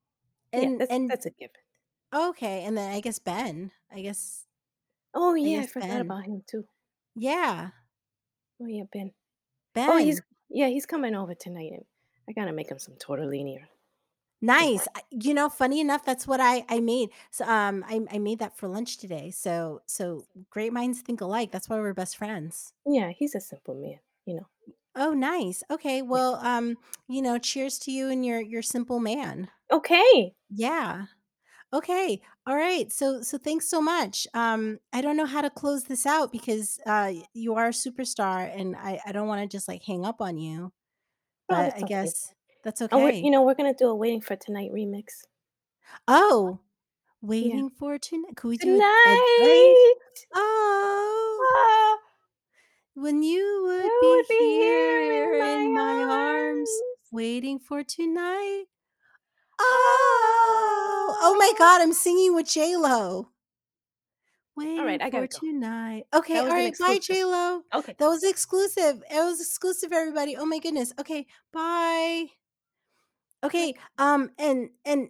Speaker 4: yeah,
Speaker 2: And
Speaker 4: that's,
Speaker 2: and
Speaker 4: that's a given.
Speaker 2: okay, and then I guess Ben. I guess
Speaker 4: Oh, yeah, I
Speaker 2: guess
Speaker 4: forgot
Speaker 2: Ben.
Speaker 4: about him too.
Speaker 2: yeah.
Speaker 4: Oh, yeah, Ben.
Speaker 2: Ben.
Speaker 4: Oh, he's yeah, he's coming over tonight, and I gotta make him some tortellini. or-
Speaker 2: Nice. I- You know, funny enough, that's what I I made. So um I, I made that for lunch today. So so great minds think alike. That's why we're best friends.
Speaker 4: Yeah, he's a simple man. You know.
Speaker 2: Oh, nice. Okay.
Speaker 4: Yeah.
Speaker 2: Well, um, you know, cheers to you and your your simple man.
Speaker 4: Okay.
Speaker 2: Yeah. Okay. All right. So so thanks so much. Um I don't know how to close this out because uh y- you are a superstar and I I don't want to just like hang up on
Speaker 4: Oh,
Speaker 2: you, but
Speaker 4: that's
Speaker 2: I
Speaker 4: okay.
Speaker 2: guess that's
Speaker 4: And Oh, we're,
Speaker 2: okay.
Speaker 4: you know, we're gonna do a waiting for tonight remix.
Speaker 2: Oh,
Speaker 4: Yeah.
Speaker 2: waiting for tonight. Could we do a, a drink?
Speaker 4: Tonight,
Speaker 2: Oh,
Speaker 4: ah,
Speaker 2: when you would
Speaker 4: you
Speaker 2: be
Speaker 4: would be here in
Speaker 2: here in
Speaker 4: my
Speaker 2: my arms,
Speaker 4: arms.
Speaker 2: waiting for tonight. Oh, oh my
Speaker 4: Oh.
Speaker 2: God, I'm singing with J Lo.
Speaker 4: All
Speaker 2: Waiting
Speaker 4: right, I
Speaker 2: for
Speaker 4: gotta go.
Speaker 2: tonight. Okay,
Speaker 4: That
Speaker 2: all
Speaker 4: was an
Speaker 2: right, bye,
Speaker 4: exclusive.
Speaker 2: J Lo.
Speaker 4: Okay.
Speaker 2: That was exclusive. It was exclusive, everybody. Oh my goodness. Okay, bye. Okay, um, and and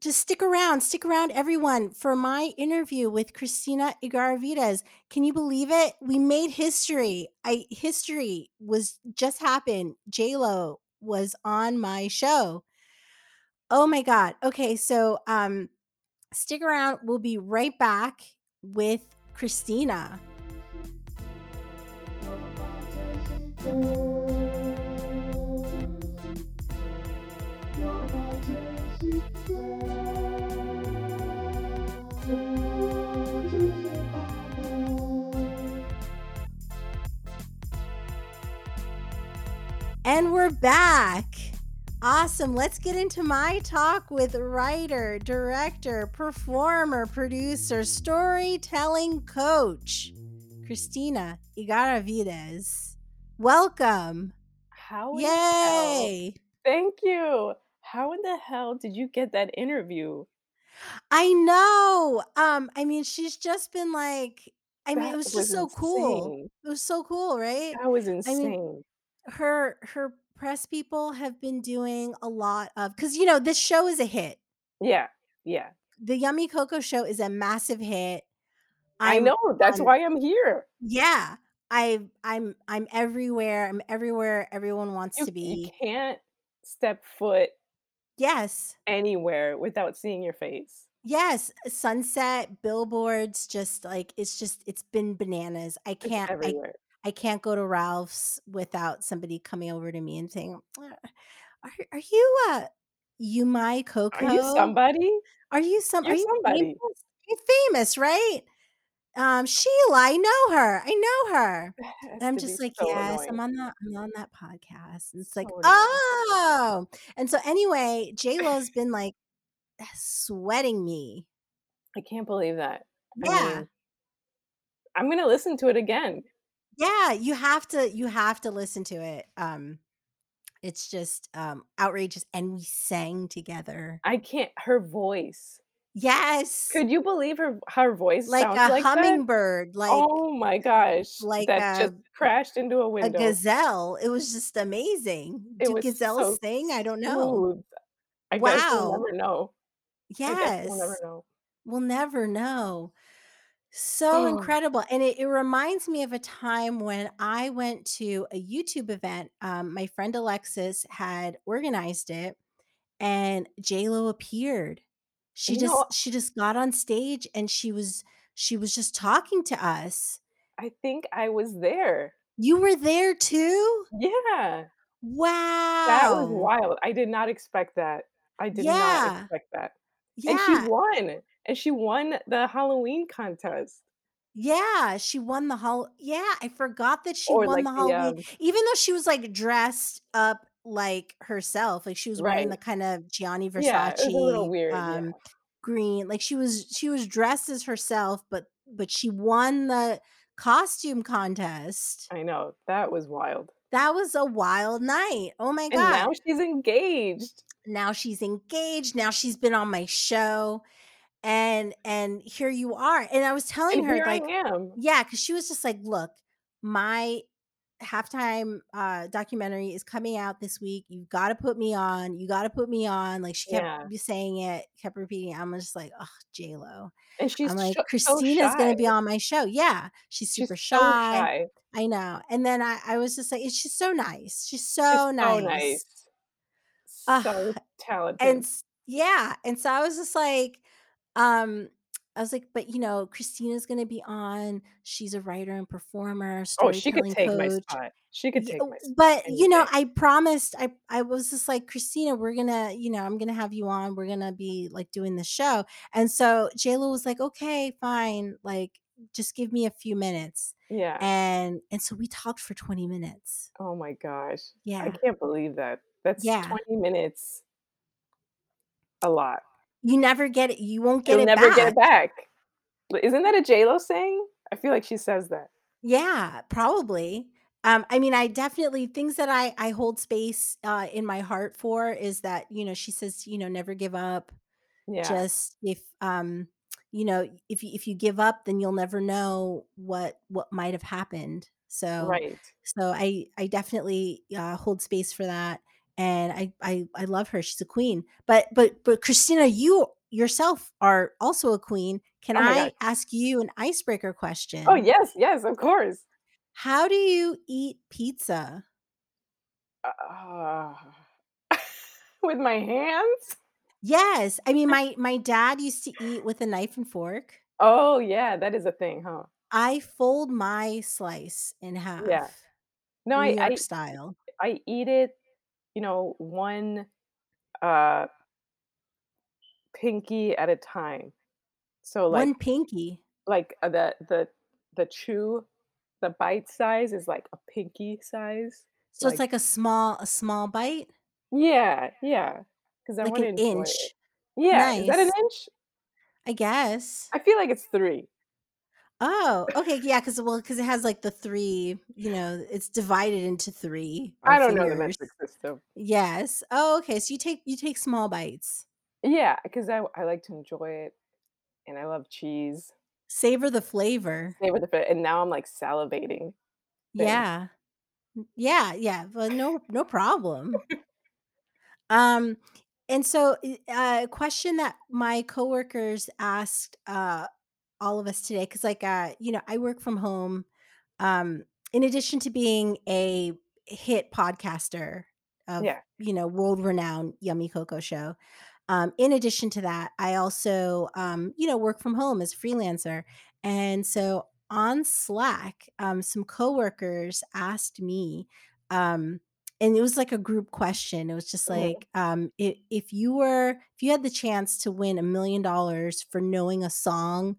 Speaker 2: just stick around, stick around, everyone, for my interview with Christina Igarvides. Can you believe it? We made history. I history was just happened. J Lo was on my show. Oh my god. Okay, so um, stick around. We'll be right back with Christina. And we're back. Awesome. Let's get into my talk with writer, director, performer, producer, storytelling coach, Christina Igaravides. Welcome.
Speaker 3: How in the hell?
Speaker 2: Yay.
Speaker 3: Thank you. How in the hell did you get that interview?
Speaker 2: I know. Um, I mean, she's just been like, I mean, it
Speaker 3: That
Speaker 2: was just
Speaker 3: was
Speaker 2: so cool.
Speaker 3: insane.
Speaker 2: It was so cool, right?
Speaker 3: That was
Speaker 2: I mean,
Speaker 3: insane.
Speaker 2: her her press people have been doing a lot of because you know this show is a hit.
Speaker 3: Yeah. Yeah.
Speaker 2: the Yummy Coco show is a massive hit.
Speaker 3: I
Speaker 2: I'm
Speaker 3: know. That's
Speaker 2: on
Speaker 3: why I'm here.
Speaker 2: yeah. I I'm I'm everywhere. I'm everywhere everyone wants
Speaker 3: You
Speaker 2: to
Speaker 3: you
Speaker 2: be.
Speaker 3: can't step foot
Speaker 2: Yes.
Speaker 3: anywhere without seeing your face.
Speaker 2: Yes, sunset billboards just like it's just it's been bananas. I
Speaker 3: It's
Speaker 2: can't I
Speaker 3: everywhere.
Speaker 2: I can't go to Ralph's without somebody coming over to me and saying, "Uh, "Are are you uh you my
Speaker 3: Are you
Speaker 2: Coco?
Speaker 3: somebody?
Speaker 2: Are you some are
Speaker 3: You're
Speaker 2: you famous?
Speaker 3: somebody.
Speaker 2: You're famous, right?" um sheila i know her i know her
Speaker 3: That has
Speaker 2: and i'm
Speaker 3: to be
Speaker 2: just like
Speaker 3: so
Speaker 2: yes i'm
Speaker 3: annoying.
Speaker 2: on that i'm on that podcast and it's like
Speaker 3: So annoying.
Speaker 2: oh and so anyway j lo's been like sweating me
Speaker 3: I can't believe that. I
Speaker 2: yeah
Speaker 3: mean, I'm gonna listen to it again.
Speaker 2: yeah you have to you have to listen to it um it's just um outrageous and we sang together
Speaker 3: I can't her voice.
Speaker 2: yes
Speaker 3: Could you believe her her voice
Speaker 2: like
Speaker 3: sounds
Speaker 2: a
Speaker 3: like that?
Speaker 2: hummingbird like
Speaker 3: Oh my gosh,
Speaker 2: like
Speaker 3: that
Speaker 2: a
Speaker 3: just crashed into a
Speaker 2: a
Speaker 3: window.
Speaker 2: gazelle it was just amazing
Speaker 3: It
Speaker 2: do
Speaker 3: was
Speaker 2: gazelles
Speaker 3: so
Speaker 2: sing i don't know
Speaker 3: smooth. I guess we'll
Speaker 2: Wow.
Speaker 3: never know. I guess we'll never
Speaker 2: Yes.
Speaker 3: know.
Speaker 2: We'll never know. So
Speaker 3: Oh,
Speaker 2: incredible. And it, it reminds me of a time when I went to a YouTube event. Um, my friend Alexis had organized it and JLo appeared. She
Speaker 3: you know,
Speaker 2: just she just got on stage and she was she was just talking to us.
Speaker 3: I think I was there.
Speaker 2: You were there too?
Speaker 3: Yeah, that
Speaker 2: Wow.
Speaker 3: was wild. I did not expect that. I did not
Speaker 2: Yeah.
Speaker 3: expect that. And she
Speaker 2: Yeah.
Speaker 3: won. And she won the Halloween contest
Speaker 2: Yeah, she won the hall. Yeah, I forgot that she won
Speaker 3: or like
Speaker 2: the
Speaker 3: the
Speaker 2: Halloween,
Speaker 3: um
Speaker 2: even though she was like dressed up like herself. Like she was wearing
Speaker 3: Right.
Speaker 2: the kind of Gianni
Speaker 3: Yeah, it was a little
Speaker 2: Versace
Speaker 3: weird. Yeah.
Speaker 2: um green. Like she was she was dressed as herself, but but she won the costume contest.
Speaker 3: I know. That was wild.
Speaker 2: That was a wild night. Oh my
Speaker 3: And
Speaker 2: god.
Speaker 3: now she's engaged.
Speaker 2: Now she's engaged. Now she's been on my show and and here you are. And I was telling
Speaker 3: And
Speaker 2: her
Speaker 3: here I
Speaker 2: like
Speaker 3: am.
Speaker 2: yeah, because she was just like, look, my halftime uh documentary is coming out this week. You've got to put me on. You got to put me on. Like she kept
Speaker 3: Yeah.
Speaker 2: be saying it, kept repeating. it. I'm just like, oh, J Lo.
Speaker 3: And she's
Speaker 2: I'm like,
Speaker 3: sho- so
Speaker 2: Christina's
Speaker 3: shy.
Speaker 2: gonna be on my show. Yeah, she's
Speaker 3: She's
Speaker 2: super
Speaker 3: so
Speaker 2: shy.
Speaker 3: shy.
Speaker 2: I know. And then I, I was just like, and she's so nice. She's
Speaker 3: She's
Speaker 2: so
Speaker 3: so
Speaker 2: nice.
Speaker 3: nice.
Speaker 2: Ah,
Speaker 3: So talented.
Speaker 2: and s- yeah and so i was just like um i was like but you know christina's gonna be on she's a writer and performer
Speaker 3: oh, she could
Speaker 2: storytelling
Speaker 3: take my
Speaker 2: coach
Speaker 3: spot. She could
Speaker 2: Y-
Speaker 3: take
Speaker 2: oh,
Speaker 3: my spot.
Speaker 2: but
Speaker 3: any
Speaker 2: you know
Speaker 3: day.
Speaker 2: i promised i i was just like christina we're gonna you know i'm gonna have you on we're gonna be like doing the show and so jayla was like okay fine like just give me a few minutes
Speaker 3: Yeah.
Speaker 2: and and so we talked for 20 minutes
Speaker 3: Oh my gosh. I
Speaker 2: yeah
Speaker 3: can't believe that. That's
Speaker 2: yeah
Speaker 3: 20 minutes a lot.
Speaker 2: you never get it you won't get
Speaker 3: You'll
Speaker 2: it
Speaker 3: never get
Speaker 2: back
Speaker 3: it back. But Isn't that a JLo saying? I feel like she says that.
Speaker 2: Yeah, probably. Um, I mean, I definitely things that I I hold space uh, in my heart for is that you know she says you know never give up.
Speaker 3: Yeah.
Speaker 2: Just if um you know if you, if you give up, then you'll never know what what might have happened. So
Speaker 3: Right.
Speaker 2: so I I definitely uh, hold space for that, and I I I love her. She's a queen. But but but Christina, you yourself are also a queen. Can
Speaker 3: Oh my gosh.
Speaker 2: I ask you an icebreaker
Speaker 3: Oh,
Speaker 2: question?
Speaker 3: yes. Yes, of course.
Speaker 2: How do you eat pizza?
Speaker 3: Uh, with my hands?
Speaker 2: Yes, I mean my my dad used to eat with a knife and fork.
Speaker 3: Oh, yeah. That is a thing, huh?
Speaker 2: I fold my slice in
Speaker 3: Yeah.
Speaker 2: half,
Speaker 3: No,
Speaker 2: New
Speaker 3: I,
Speaker 2: York
Speaker 3: I,
Speaker 2: style.
Speaker 3: I eat it, you know, one uh, pinky at a time. So, like,
Speaker 2: One pinky.
Speaker 3: like uh, the the the chew the bite size is like a pinky size
Speaker 2: So it's like
Speaker 3: like
Speaker 2: a small a small bite,
Speaker 3: yeah yeah because i
Speaker 2: like
Speaker 3: want
Speaker 2: an
Speaker 3: to enjoy it
Speaker 2: inch.
Speaker 3: yeah is that an
Speaker 2: Nice,
Speaker 3: inch
Speaker 2: I guess.
Speaker 3: i feel like it's three
Speaker 2: Oh, okay, yeah, because well, because it has like the three, you know, it's divided into three. Our
Speaker 3: i don't know the
Speaker 2: fingers.
Speaker 3: metric system
Speaker 2: Yes. Oh, okay. So you take you take small bites.
Speaker 3: yeah because I, I like to enjoy it and i love cheese
Speaker 2: Savor the flavor.
Speaker 3: flavor the fit and now i'm like salivating thanks
Speaker 2: Yeah. Yeah, yeah, but no, no problem. Um, and so uh, a question that my coworkers asked uh, all of us today, because like uh, you know, I work from home. Um, in addition to being a hit podcaster of
Speaker 3: yeah
Speaker 2: you know world renowned Yummy Coco Show, um, in addition to that, I also um, you know work from home as a freelancer, and so on Slack, um, some coworkers asked me. Um, and it was like a group question. It was just
Speaker 3: hmm
Speaker 2: like, um, if, if you were, if you had the chance to win a million dollars for knowing a song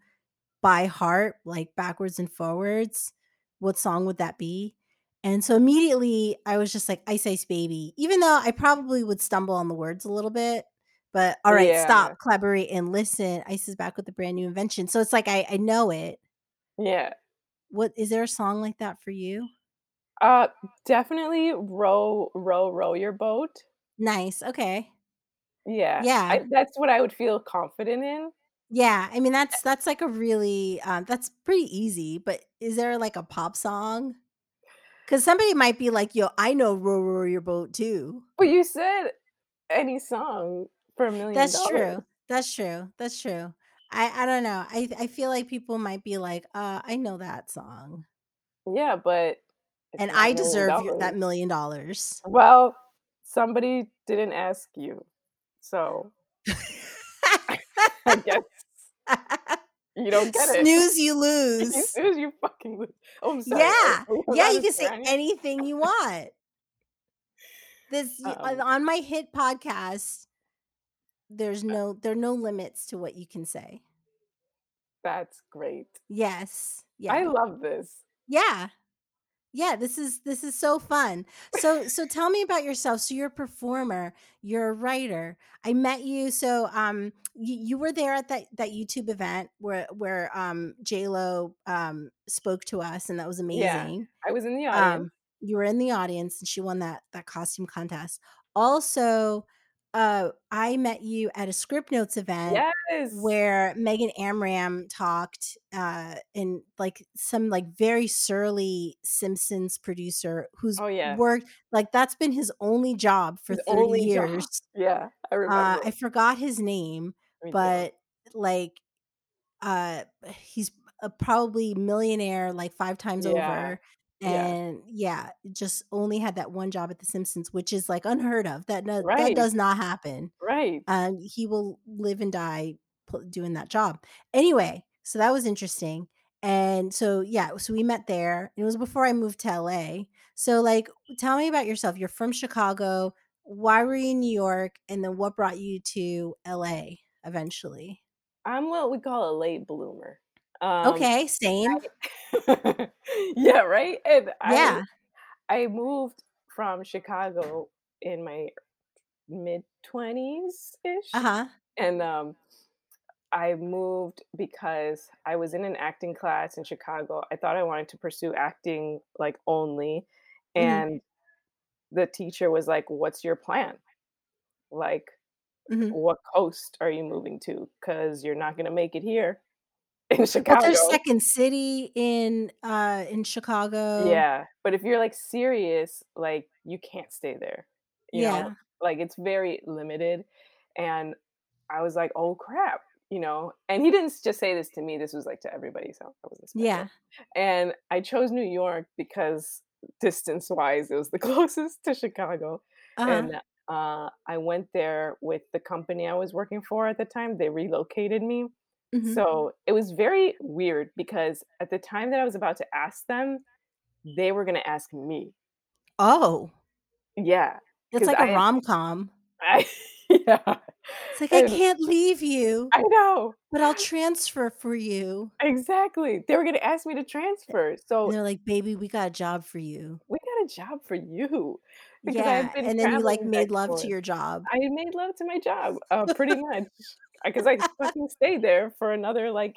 Speaker 2: by heart, like backwards and forwards, what song would that be? And so immediately I was just like, Ice Ice Baby, even though I probably would stumble on the words a little bit. But all right,
Speaker 3: yeah
Speaker 2: stop, collaborate, and listen. Ice is back with a brand new invention. So it's like I, I know it.
Speaker 3: yeah
Speaker 2: What is there a song like that for you?
Speaker 3: uh definitely row row row your boat
Speaker 2: Nice. Okay.
Speaker 3: yeah I,
Speaker 2: Yeah.
Speaker 3: that's what i would feel confident in
Speaker 2: Yeah, I mean that's that's like a really um, that's pretty easy. But is there like a pop song? Because somebody might be like, "Yo, I know row row your boat too."
Speaker 3: But you said any song for a million
Speaker 2: That's
Speaker 3: dollars.
Speaker 2: true. That's true. That's true. I I don't know. I I feel like people might be like, "Uh, I know that song,
Speaker 3: Yeah, but it's
Speaker 2: and
Speaker 3: not a
Speaker 2: I
Speaker 3: million
Speaker 2: deserve your, that
Speaker 3: dollars.
Speaker 2: million dollars."
Speaker 3: Well, somebody didn't ask you. So I guess you don't get it.
Speaker 2: Snooze, you
Speaker 3: You
Speaker 2: lose.
Speaker 3: snooze, you fucking lose. Oh, I'm sorry.
Speaker 2: Yeah,
Speaker 3: Are, are you
Speaker 2: yeah.
Speaker 3: allowed
Speaker 2: You
Speaker 3: to
Speaker 2: can say
Speaker 3: swear on here?
Speaker 2: anything you want. This y- on
Speaker 3: Um,
Speaker 2: on my hit podcast. there's
Speaker 3: Uh
Speaker 2: no there are no limits to what you can say.
Speaker 3: that's great.
Speaker 2: Yes.
Speaker 3: I
Speaker 2: Yeah.
Speaker 3: love this.
Speaker 2: Yeah. yeah this is this is so fun so so tell me about yourself so you're a performer you're a writer i met you so um you, you were there at that that youtube event where where um j lo um spoke to us and that was
Speaker 3: Yeah.
Speaker 2: amazing
Speaker 3: I was in the audience.
Speaker 2: um you were in the audience and she won that that costume contest also uh i met you at a script notes event
Speaker 3: yes.
Speaker 2: where Megan Amram talked uh and like some like very surly Simpsons producer who's
Speaker 3: Oh yeah.
Speaker 2: worked like that's been his only job for
Speaker 3: His
Speaker 2: 30
Speaker 3: only job.
Speaker 2: years.
Speaker 3: Yeah, I
Speaker 2: Uh
Speaker 3: remember.
Speaker 2: I forgot his name,
Speaker 3: Me too.
Speaker 2: but like uh he's a probably millionaire like five times
Speaker 3: Yeah.
Speaker 2: over.
Speaker 3: Yeah.
Speaker 2: And yeah, just only had that one job at The Simpsons, which is like unheard of. That no, that
Speaker 3: Right.
Speaker 2: does not happen
Speaker 3: Right.
Speaker 2: um, he will live and die pl- doing that job. Anyway, so that was interesting. And so, yeah, so we met there. It was before I moved to LA. So, like, tell me about yourself. You're from Chicago. Why were you in New York? And then what brought you to LA eventually?
Speaker 3: I'm what we call a late bloomer. Um,
Speaker 2: Okay, same.
Speaker 3: yeah, right. And I
Speaker 2: Yeah.
Speaker 3: I moved from Chicago in my mid twenties
Speaker 2: Uh
Speaker 3: ish,
Speaker 2: huh.
Speaker 3: and um, I moved because I was in an acting class in Chicago. I thought I wanted to pursue acting like only,
Speaker 2: hmm
Speaker 3: and the teacher was like, "What's your plan? Like,
Speaker 2: hmm
Speaker 3: what coast are you moving to? Because you're not gonna make it here
Speaker 2: Well,
Speaker 3: in
Speaker 2: there's
Speaker 3: Chicago."
Speaker 2: Second City in uh in Chicago.
Speaker 3: Yeah, but if you're like serious, like you can't stay there. You know,
Speaker 2: Yeah.
Speaker 3: like it's very limited. And I was like, "Oh crap," you know. And he didn't s- just say this to me. This was like to everybody, so I wasn't special.
Speaker 2: Yeah.
Speaker 3: And I chose New York because distance-wise, it was the closest to Chicago.
Speaker 2: Uh huh.
Speaker 3: And uh, I went there with the company I was working for at the time. They relocated me.
Speaker 2: hmm
Speaker 3: So it was very weird because at the time that I was about to ask them, they were going to ask me.
Speaker 2: Oh,
Speaker 3: Yeah.
Speaker 2: it's
Speaker 3: Cause
Speaker 2: like a
Speaker 3: I, had-
Speaker 2: rom com.
Speaker 3: I, yeah.
Speaker 2: It's like I
Speaker 3: And
Speaker 2: can't leave you,
Speaker 3: I know
Speaker 2: but I'll transfer for you.
Speaker 3: exactly. They were going to ask me to transfer.
Speaker 2: And
Speaker 3: So
Speaker 2: they're like, "Baby, we got a job for you."
Speaker 3: we got a job for you because I had
Speaker 2: Yeah,
Speaker 3: been
Speaker 2: and then you like
Speaker 3: traveling back
Speaker 2: made
Speaker 3: and
Speaker 2: love to
Speaker 3: forth.
Speaker 2: your job.
Speaker 3: I made love to my job, uh, pretty much, because I fucking stayed there for another like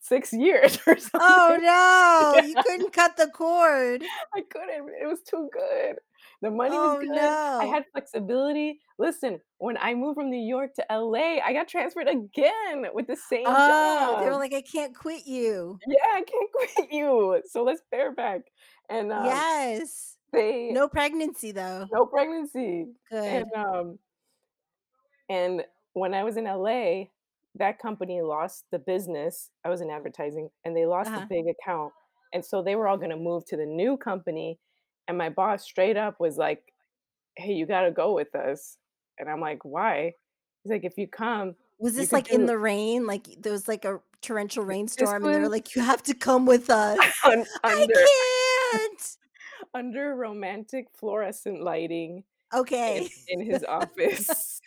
Speaker 3: six years or something.
Speaker 2: oh no,
Speaker 3: Yeah,
Speaker 2: you couldn't cut the cord.
Speaker 3: I couldn't. It was too good. The money was
Speaker 2: Oh
Speaker 3: good. I
Speaker 2: no.
Speaker 3: had flexibility. Listen, when I moved from New York to LA, I got transferred again with the same
Speaker 2: Oh, they were
Speaker 3: job.
Speaker 2: like, "I can't quit you."
Speaker 3: Yeah, I can't quit you. So let's bear back. And um,
Speaker 2: Yes.
Speaker 3: they
Speaker 2: No pregnancy though.
Speaker 3: no pregnancy. And
Speaker 2: Good.
Speaker 3: um, And when I was in LA, that company lost the business. I was in advertising and they lost the
Speaker 2: Uh-huh.
Speaker 3: big account. And so they were all going to move to the new company. And my boss straight up was like, Hey, you got to go with us. And I'm like, Why? He's like, If you come,
Speaker 2: Was
Speaker 3: you
Speaker 2: this
Speaker 3: could
Speaker 2: like in
Speaker 3: do
Speaker 2: the rain? Like there was like a torrential
Speaker 3: this
Speaker 2: rainstorm and they were
Speaker 3: was
Speaker 2: like, "You have to come with us."
Speaker 3: un-
Speaker 2: I
Speaker 3: under
Speaker 2: can't.
Speaker 3: under romantic fluorescent lighting in,
Speaker 2: Okay.
Speaker 3: in his office.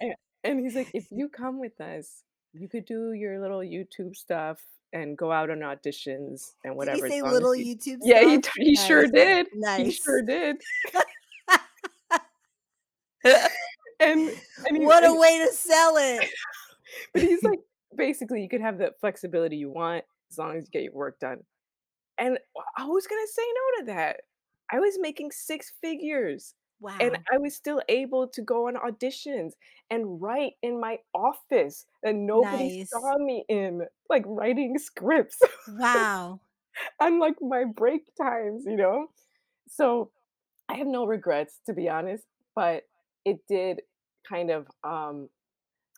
Speaker 3: and, and he's like, if you come with us, you could do your little YouTube stuff and go out on auditions
Speaker 2: Did he
Speaker 3: and whatever, as
Speaker 2: say
Speaker 3: long as
Speaker 2: little
Speaker 3: you.
Speaker 2: YouTube
Speaker 3: Yeah, he,
Speaker 2: stuff?
Speaker 3: t- he sure
Speaker 2: Nice.
Speaker 3: did. He sure
Speaker 2: Nice.
Speaker 3: did. And and he
Speaker 2: what a
Speaker 3: and
Speaker 2: way to sell it.
Speaker 3: but he's like, basically, you could have the flexibility you want as long as you get your work done. And I was gonna say no to that. I was making six figures, and
Speaker 2: Wow.
Speaker 3: I was still able to go on auditions and write in my office that nobody
Speaker 2: Nice.
Speaker 3: saw me in, like writing scripts
Speaker 2: Wow.
Speaker 3: on like my break times, you know. So I have no regrets, to be honest, but it did kind of um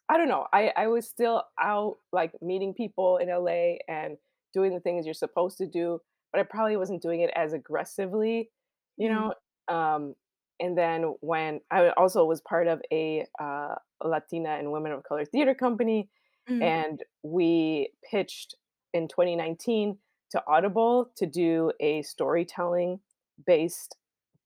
Speaker 3: I don't know. I I was still out like meeting people in LA and doing the things you're supposed to do, but I probably wasn't doing it as aggressively, you
Speaker 2: Mm.
Speaker 3: know. Um, and then when I also was part of a uh, Latina and women of color theater company,
Speaker 2: Mm.
Speaker 3: and we pitched in 2019 to Audible to do a storytelling based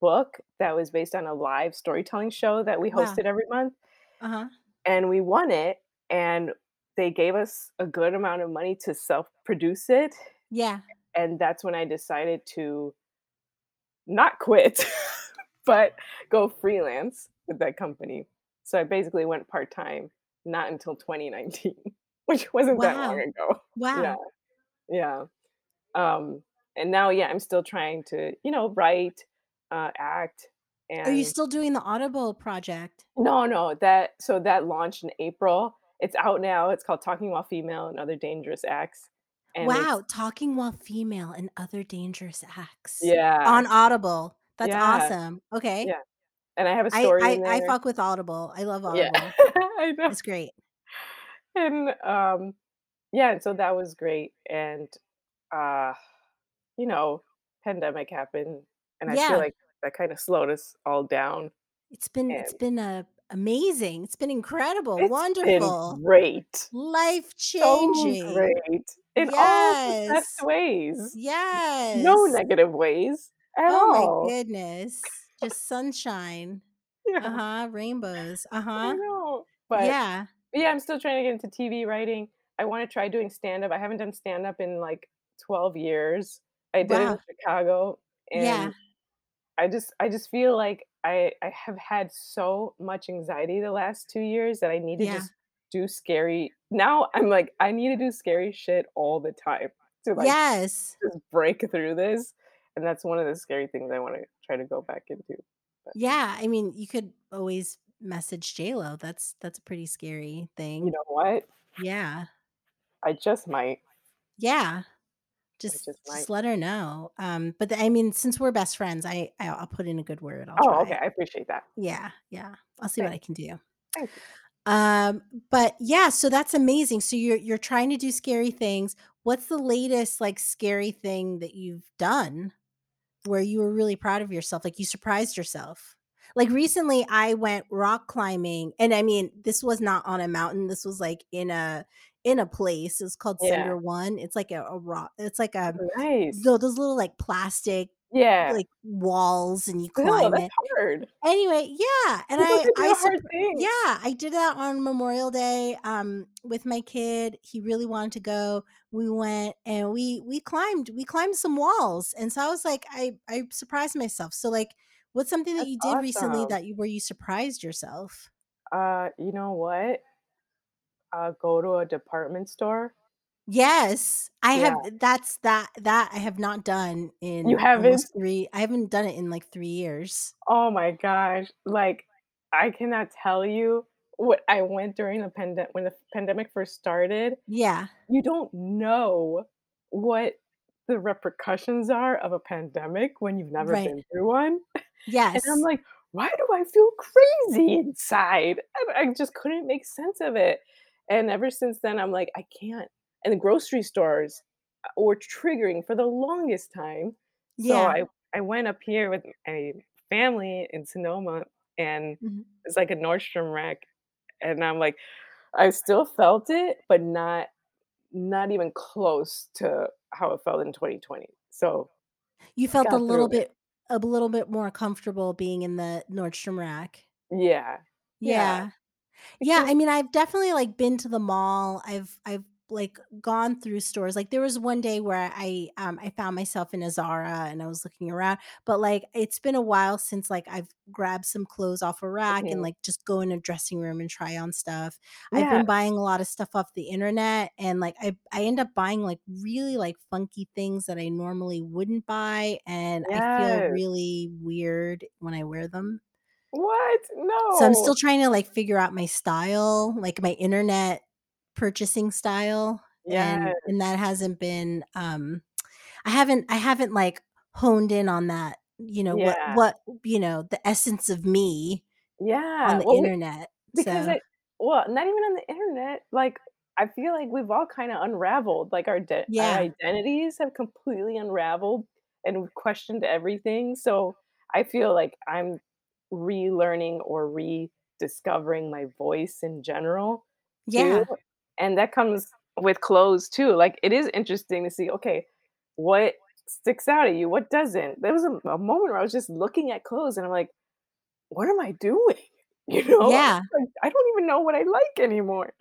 Speaker 3: book that was based on a live storytelling show that we
Speaker 2: Wow.
Speaker 3: hosted every month
Speaker 2: Uh huh.
Speaker 3: and we won it and they gave us a good amount of money to self produce it
Speaker 2: Yeah.
Speaker 3: and that's when I decided to not quit, but go freelance with that company. So I basically went part time, not until 2019, which wasn't that long
Speaker 2: Wow.
Speaker 3: ago.
Speaker 2: Wow.
Speaker 3: Yeah, yeah. Um, and now, yeah, I'm still trying to, you know, write, uh, act,
Speaker 2: Are you
Speaker 3: and
Speaker 2: still doing the Audible project?
Speaker 3: no, no, that so that launched in April. It's out now. It's called Talking While Female and Other Dangerous Acts, and it's
Speaker 2: Wow, talking while female and other dangerous acts
Speaker 3: yeah,
Speaker 2: on Audible. That's
Speaker 3: yeah,
Speaker 2: awesome. Okay.
Speaker 3: yeah. And I have a
Speaker 2: I
Speaker 3: story in
Speaker 2: I I
Speaker 3: there.
Speaker 2: fuck with Audible. I love
Speaker 3: Yeah,
Speaker 2: Audible.
Speaker 3: I know.
Speaker 2: It's great.
Speaker 3: And um, yeah, and so that was great. And uh, you know, pandemic happened, and I feel
Speaker 2: Yeah.
Speaker 3: like that kind of slowed us all down.
Speaker 2: It's been
Speaker 3: And
Speaker 2: it's been uh, amazing. It's been incredible.
Speaker 3: it's been
Speaker 2: Wonderful.
Speaker 3: great, so
Speaker 2: Life-changing.
Speaker 3: great in all the best
Speaker 2: Yes.
Speaker 3: ways. no
Speaker 2: Yes.
Speaker 3: negative ways at
Speaker 2: Oh my
Speaker 3: all.
Speaker 2: goodness. Just sunshine.
Speaker 3: Yeah,
Speaker 2: Uh-huh. Rainbows.
Speaker 3: I
Speaker 2: Uh-huh.
Speaker 3: know. But
Speaker 2: Yeah.
Speaker 3: yeah, I'm still trying to get into TV writing. I want to try doing stand up. I haven't done stand up in like 12 years. I did it in
Speaker 2: Wow.
Speaker 3: Chicago and
Speaker 2: Yeah.
Speaker 3: I just I just feel like I I have had so much anxiety the last 2 years that I need to
Speaker 2: Yeah.
Speaker 3: just do scary. Now I'm like I need to do scary shit all the time to like
Speaker 2: Yes.
Speaker 3: just break through this. And that's one of the scary things I want to try to go back into. But
Speaker 2: Yeah, I mean, you could always message JLo. That's that's a pretty scary
Speaker 3: you
Speaker 2: thing.
Speaker 3: know what?
Speaker 2: Yeah.
Speaker 3: I just might.
Speaker 2: Yeah.
Speaker 3: I
Speaker 2: Just
Speaker 3: just might.
Speaker 2: just let her know. Um but I mean, since we're best friends, I I'll, I'll put in a good word. I'll
Speaker 3: Oh, okay.
Speaker 2: try.
Speaker 3: I appreciate that.
Speaker 2: Yeah. Yeah. I'll see what
Speaker 3: Thank
Speaker 2: I can do.
Speaker 3: thank you.
Speaker 2: Um but yeah, so that's amazing. So you're you're trying to do scary things. What's the latest like scary thing that you've done? where you were really proud of yourself like you surprised yourself like recently i went rock climbing and i mean this was not on a mountain this was like in a in a place it was called
Speaker 3: Yeah.
Speaker 2: cinder one it's like a, a rock it's like a
Speaker 3: Nice.
Speaker 2: tho- those little like plastic
Speaker 3: Yeah.
Speaker 2: like walls and you
Speaker 3: No,
Speaker 2: climb
Speaker 3: that's
Speaker 2: it
Speaker 3: hard.
Speaker 2: anyway yeah and
Speaker 3: People
Speaker 2: i
Speaker 3: can
Speaker 2: i
Speaker 3: do hard
Speaker 2: surp- yeah
Speaker 3: things.
Speaker 2: i did that on memorial day um with my kid he really wanted to go we went and we we climbed we climbed some walls and so i was like i i surprised myself so like what's something that
Speaker 3: That's
Speaker 2: you did recently
Speaker 3: awesome.
Speaker 2: that you where you surprised yourself
Speaker 3: Uh, you know what? Uh, go to a department store.
Speaker 2: yes i
Speaker 3: Yeah.
Speaker 2: have that's that that i have not done
Speaker 3: You
Speaker 2: in
Speaker 3: haven't?
Speaker 2: almost three i haven't done it in like three years
Speaker 3: Oh my gosh. Like, I cannot tell you what I went during the pandemic when the pandemic first started.
Speaker 2: yeah
Speaker 3: You don't know what the repercussions are of a pandemic when you've never
Speaker 2: right
Speaker 3: been through one. And I'm
Speaker 2: yes
Speaker 3: like, why do I feel crazy inside? And I just couldn't make sense of it. And ever since then, I'm like, I can't. And the grocery stores uh, were triggering for the longest time. So
Speaker 2: yeah
Speaker 3: I, I went up here with a family in Sonoma and
Speaker 2: Mhm.
Speaker 3: it's like a Nordstrom rack. And I'm like, I still felt it, but not not even close to how it felt in 2020. So
Speaker 2: you
Speaker 3: I
Speaker 2: felt a
Speaker 3: got
Speaker 2: little
Speaker 3: through it.
Speaker 2: bit a little bit more comfortable being in the Nordstrom rack.
Speaker 3: Yeah. Yeah.
Speaker 2: Yeah. Yeah,
Speaker 3: Because
Speaker 2: I mean I've definitely like been to the mall. I've I've like gone through stores. Like there was one day where I um I found myself in a Zara and I was looking around, but like it's been a while since like I've grabbed some clothes off a rack and
Speaker 3: Mhm.
Speaker 2: like just go in a dressing room and try on stuff. I've
Speaker 3: yeah.
Speaker 2: been buying a lot of stuff off the internet and like I I end up buying like really like funky things that I normally wouldn't buy and I feel
Speaker 3: Yes.
Speaker 2: really weird when I wear them.
Speaker 3: What?
Speaker 2: So I'm
Speaker 3: No.
Speaker 2: still trying to like figure out my style, like my internet purchasing style and
Speaker 3: Yes.
Speaker 2: and that hasn't been um I haven't I haven't like honed in on that, you know, what
Speaker 3: Yeah.
Speaker 2: what you know, the essence of me on
Speaker 3: Yeah.
Speaker 2: the
Speaker 3: Well, we,
Speaker 2: internet.
Speaker 3: because
Speaker 2: So,
Speaker 3: I, well, not even on the internet. Like, I feel like we've all kind of unraveled. Like our de- our
Speaker 2: yeah.
Speaker 3: identities have completely unraveled, and we've questioned everything. So I feel like I'm relearning or rediscovering my voice in general too,
Speaker 2: Yeah.
Speaker 3: and that comes with clothes too. Like it is interesting to see. Okay, what sticks out at you? What doesn't? There was a, a moment where I was just looking at clothes, and I'm like. what am I doing? You know, I'm
Speaker 2: Yeah.
Speaker 3: like, I don't even know what I like anymore.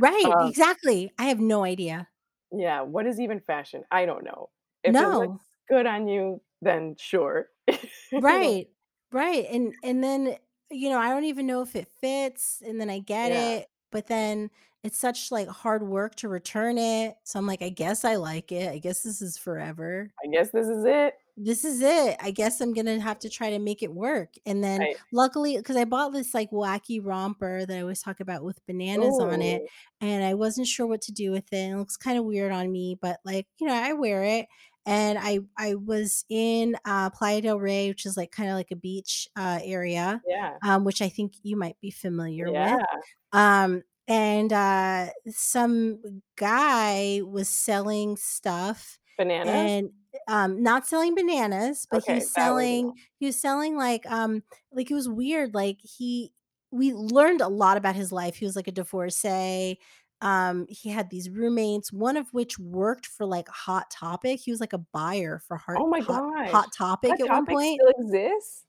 Speaker 2: Right.
Speaker 3: Um,
Speaker 2: Exactly. I have no idea.
Speaker 3: yeah, what is even fashion? I don't know. If it
Speaker 2: No,
Speaker 3: looks good on you, then sure.
Speaker 2: Right. Right. And and then you know, I don't even know if it fits and then I get
Speaker 3: yeah.
Speaker 2: it, but then it's such like hard work to return it. So I'm like, I guess I like it. I guess this is forever.
Speaker 3: I guess this is it.
Speaker 2: This is it. I guess I'm going to have to try to make it work. And then
Speaker 3: Right.
Speaker 2: luckily cuz I bought this like wacky romper that I always talk about with bananas on it
Speaker 3: Ooh.
Speaker 2: and I wasn't sure what to do with it. And it looks kind of weird on me, but like, you know, I wear it. And I I was in uh, Playa del Rey, which is like kind of like a beach uh, area,
Speaker 3: Yeah.
Speaker 2: um, which I think you might be familiar
Speaker 3: Yeah.
Speaker 2: with. Um, and uh, some guy was selling stuff
Speaker 3: Bananas?
Speaker 2: and um not selling bananas but he
Speaker 3: Okay,
Speaker 2: was
Speaker 3: that was
Speaker 2: selling he was selling like um like it was weird like he we learned a lot about his life he was like a divorcee um he had these roommates one of which worked for like hot topic he was like a buyer for hot
Speaker 3: Oh my
Speaker 2: hot
Speaker 3: gosh.
Speaker 2: hot topic
Speaker 3: That
Speaker 2: at one
Speaker 3: topic
Speaker 2: point
Speaker 3: still exists?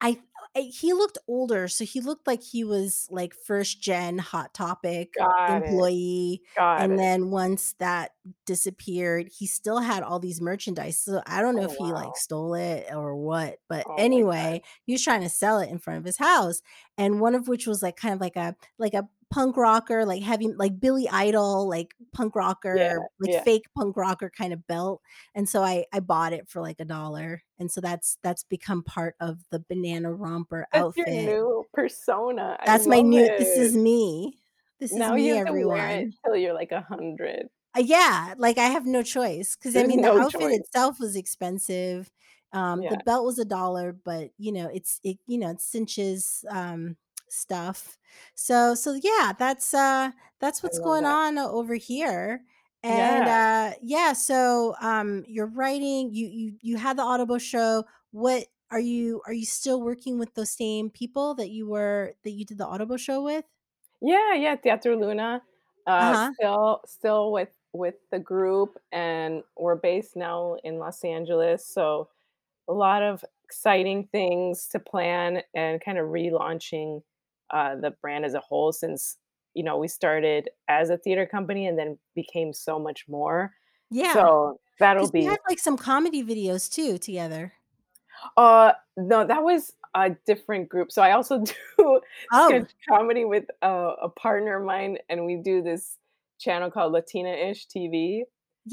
Speaker 2: I, I he looked older, so he looked like he was like first gen Hot Topic
Speaker 3: Got it.
Speaker 2: employee.
Speaker 3: Got
Speaker 2: And
Speaker 3: it.
Speaker 2: then once that disappeared, he still had all these merchandise. So I don't know
Speaker 3: Oh
Speaker 2: if he like
Speaker 3: wow.
Speaker 2: stole it or what, but
Speaker 3: Oh my god.
Speaker 2: anyway, he was trying to sell it in front of his house. And one of which was like kind of like a like a punk rocker, like heavy like Billy Idol, like punk
Speaker 3: Yeah.
Speaker 2: rocker, like
Speaker 3: Yeah.
Speaker 2: fake punk rocker kind of belt and so I I bought it for like a dollar, and so that's that's become part of the banana romper
Speaker 3: That's your
Speaker 2: outfit.
Speaker 3: new persona. I
Speaker 2: That's my
Speaker 3: love
Speaker 2: new. This is
Speaker 3: it.
Speaker 2: me. This is
Speaker 3: Now you
Speaker 2: me,
Speaker 3: have to wear it
Speaker 2: everyone.
Speaker 3: till you're like a hundred.
Speaker 2: Uh, yeah, like I have no choice because I
Speaker 3: There's
Speaker 2: mean the
Speaker 3: no
Speaker 2: outfit
Speaker 3: choice.
Speaker 2: itself was expensive. Um, the
Speaker 3: Yeah.
Speaker 2: belt was a dollar, but you know it's it you know it cinches um, stuff. So so yeah, that's uh that's
Speaker 3: I
Speaker 2: what's
Speaker 3: love
Speaker 2: going
Speaker 3: that.
Speaker 2: on o- over here. And
Speaker 3: Yeah.
Speaker 2: uh yeah, so um you're writing. You you you had the Audible show. What are you are you still working with those same people that you were that you did the Audible show with?
Speaker 3: Yeah, yeah, Teatro Luna.
Speaker 2: Uh
Speaker 3: Uh
Speaker 2: huh.
Speaker 3: still still with with the group and we're based now in Los Angeles. So a lot of exciting things to plan and kind of relaunching uh, the brand as a whole since you know we started as a theater company and then became so much more
Speaker 2: Yeah,
Speaker 3: so that'll
Speaker 2: because you
Speaker 3: be
Speaker 2: had like some comedy videos too together.
Speaker 3: uh no that was a different group so i also do sketch
Speaker 2: Oh,
Speaker 3: comedy with a, a partner of mine and we do this channel called latina-ish tv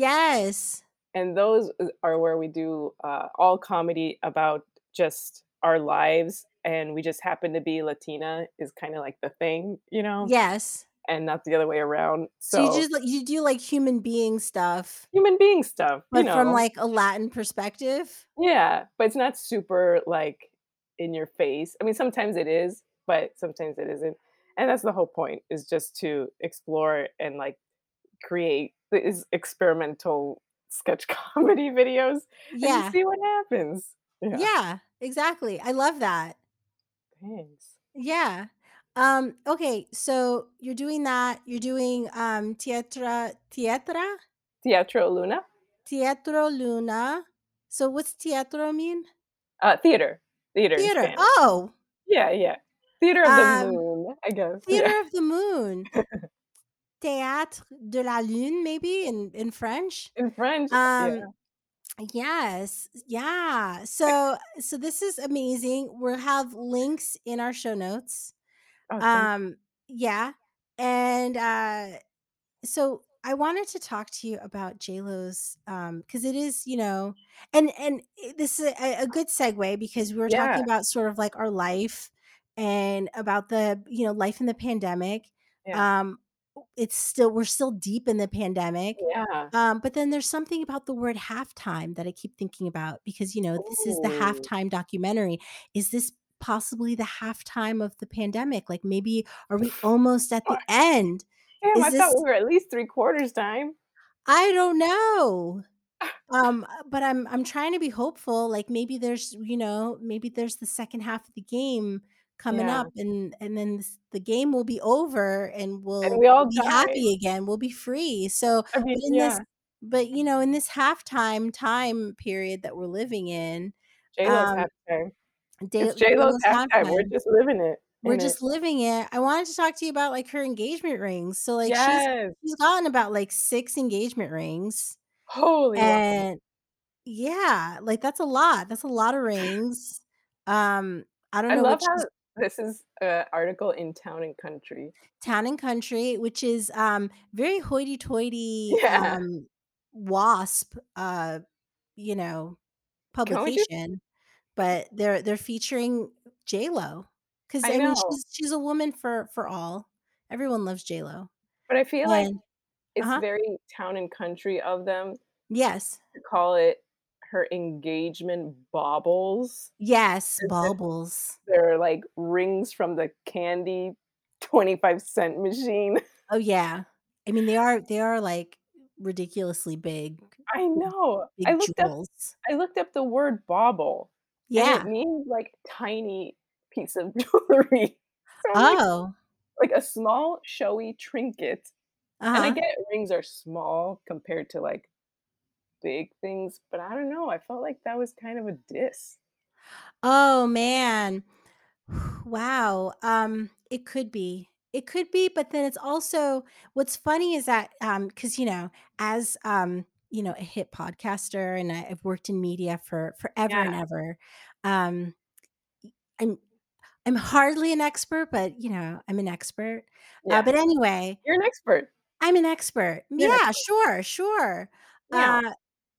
Speaker 2: yes.
Speaker 3: and those is- are where we do uh, all comedy about just our lives and we just happen to be latina is kind of like the thing you know
Speaker 2: Yes.
Speaker 3: and not the other way around
Speaker 2: So you
Speaker 3: Oh, so
Speaker 2: just like you do like human being stuff,
Speaker 3: human being stuff you
Speaker 2: but from
Speaker 3: know
Speaker 2: like a Latin perspective.
Speaker 3: yeah but it's not super like in your face i mean sometimes it is but sometimes it isn't and that's the whole point is just to explore and like create these experimental sketch comedy videos and just
Speaker 2: Yeah.
Speaker 3: see what happens yeah
Speaker 2: Yeah, exactly. I love that.
Speaker 3: Thanks.
Speaker 2: Yeah. Um, okay, so you're doing that, you're doing um Teatra Teatra?
Speaker 3: Teatro Luna?
Speaker 2: Teatro Luna. So what's teatro mean?
Speaker 3: Uh, theater. Theater in
Speaker 2: Theater.
Speaker 3: Spanish.
Speaker 2: Oh.
Speaker 3: Yeah, yeah. Theater of the
Speaker 2: Um
Speaker 3: moon, I guess. Yeah.
Speaker 2: Theater of the Moon. Théâtre de la Lune, maybe in, in French.
Speaker 3: In French. Yeah.
Speaker 2: Um, Yes. Yeah. So so this is amazing. We'll have links in our show notes.
Speaker 3: Oh, thank
Speaker 2: Um yeah. And uh so I wanted to talk to you about JLo's um because it is, you know, and and i- this is a, a good segue because we were
Speaker 3: Yeah.
Speaker 2: talking about sort of like our life and about the, you know, life in the pandemic.
Speaker 3: Yeah.
Speaker 2: Um it's still we're still deep in the pandemic.
Speaker 3: Yeah.
Speaker 2: Um, but then there's something about the word halftime that I keep thinking about because you know this is the
Speaker 3: Ooh.
Speaker 2: halftime documentary. Is this possibly the halftime of the pandemic? Like maybe are we almost at the end?
Speaker 3: Damn,
Speaker 2: Is
Speaker 3: I thought
Speaker 2: this
Speaker 3: we were at least three quarters time.
Speaker 2: I don't know. Um, but I'm I'm trying to be hopeful. Like maybe there's you know maybe there's the second half of the game coming
Speaker 3: Yeah.
Speaker 2: up, and and then this, the game will be over, and
Speaker 3: And
Speaker 2: we'll
Speaker 3: we all
Speaker 2: be
Speaker 3: died.
Speaker 2: happy again. We'll be free. So,
Speaker 3: I
Speaker 2: but
Speaker 3: mean,
Speaker 2: in this,
Speaker 3: yeah.
Speaker 2: but you know, in this halftime time period that we're living in,
Speaker 3: J Lo's
Speaker 2: um,
Speaker 3: halftime.
Speaker 2: J-
Speaker 3: It's J Lo's
Speaker 2: JLo's
Speaker 3: halftime. We're
Speaker 2: halftime.
Speaker 3: just living it.
Speaker 2: We're
Speaker 3: in it.
Speaker 2: just living it. I wanted to talk to you about like her engagement rings. So like she's
Speaker 3: Yes.
Speaker 2: she's gotten about like six engagement rings.
Speaker 3: Holy wow.
Speaker 2: And yeah, like that's a lot. That's a lot of rings. Um, I don't
Speaker 3: I
Speaker 2: know what
Speaker 3: love how
Speaker 2: she's
Speaker 3: this is an article in Town and Country.
Speaker 2: town and country, which is um very hoity toity
Speaker 3: Yeah.
Speaker 2: um wasp uh, you know,
Speaker 3: Can we just?
Speaker 2: publication, but they're they're featuring J Lo. Cause
Speaker 3: I
Speaker 2: I mean
Speaker 3: know,
Speaker 2: she's she's a woman for for all. Everyone loves J Lo.
Speaker 3: but I feel like
Speaker 2: And
Speaker 3: it's
Speaker 2: uh-huh.
Speaker 3: very Town and Country of them
Speaker 2: Yes.
Speaker 3: to call it her engagement baubles
Speaker 2: Yes,
Speaker 3: as if
Speaker 2: baubles.
Speaker 3: they're like rings from the candy 25 cent machine.
Speaker 2: Oh yeah. I mean they are they are like ridiculously big
Speaker 3: I know. I
Speaker 2: big
Speaker 3: looked up
Speaker 2: jewels.
Speaker 3: I looked up the word bauble and it
Speaker 2: Yeah.
Speaker 3: means like tiny piece of jewelry. So I'm like
Speaker 2: Oh.
Speaker 3: like a small showy trinket. And I
Speaker 2: Uh-huh.
Speaker 3: get rings are small compared to like big things, but I don't know. I felt like that was kind of a diss.
Speaker 2: Oh man. Wow. Um it could be. It could be, but then it's also what's funny is that um cuz you know, as um you know, a hit podcaster and I- I've worked in media for forever and
Speaker 3: Yeah.
Speaker 2: ever. Um I'm I'm hardly an expert, but you know, I'm an expert. Uh,
Speaker 3: Yeah.
Speaker 2: but anyway,
Speaker 3: You're an expert.
Speaker 2: I'm an expert.
Speaker 3: You're an
Speaker 2: Yeah,
Speaker 3: expert.
Speaker 2: sure, sure.
Speaker 3: Yeah.
Speaker 2: Uh,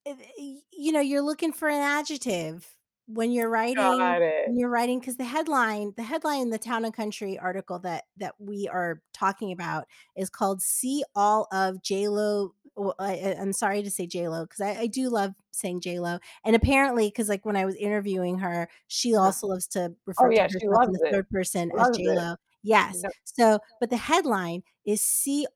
Speaker 2: i- y- you know, you're looking for an adjective when you're writing.
Speaker 3: Got it.
Speaker 2: When you're writing, because the headline, the headline in the Town and Country article that that we are talking about is called "See All of J Lo." I, I- I'm sorry to say J Lo because I, I do love saying J Lo, and apparently, because like when I was interviewing her, she
Speaker 3: Uh-huh.
Speaker 2: also loves to
Speaker 3: Oh
Speaker 2: refer to
Speaker 3: yeah, she
Speaker 2: herself in
Speaker 3: loves
Speaker 2: the
Speaker 3: it.
Speaker 2: third person as
Speaker 3: Loves
Speaker 2: J
Speaker 3: it.
Speaker 2: Lo. Yes.
Speaker 3: No,
Speaker 2: So, but the headline is "See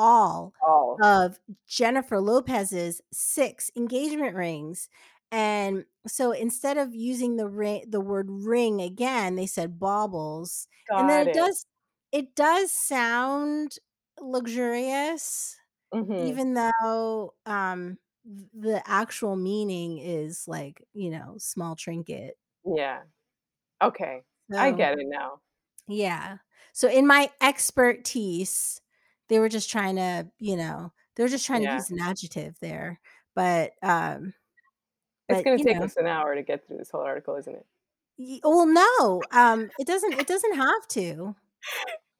Speaker 2: all
Speaker 3: all.
Speaker 2: of Jennifer Lopez's six engagement rings. And so instead of using the ring, the word ring again, they said baubles. And then
Speaker 3: Got
Speaker 2: it
Speaker 3: it.
Speaker 2: does it does sound luxurious,
Speaker 3: hmm
Speaker 2: even though um th- the actual meaning is like, you know, small trinket.
Speaker 3: Yeah. Okay. I
Speaker 2: So
Speaker 3: get it now.
Speaker 2: yeah. So in my expertise, they were just trying to, you know, they were just trying to
Speaker 3: Yeah.
Speaker 2: use an adjective there. But um,
Speaker 3: It's
Speaker 2: but
Speaker 3: going to
Speaker 2: you
Speaker 3: take
Speaker 2: know,
Speaker 3: us an hour to get through this whole article, isn't it?
Speaker 2: y- well, no, um, it doesn't it doesn't have to.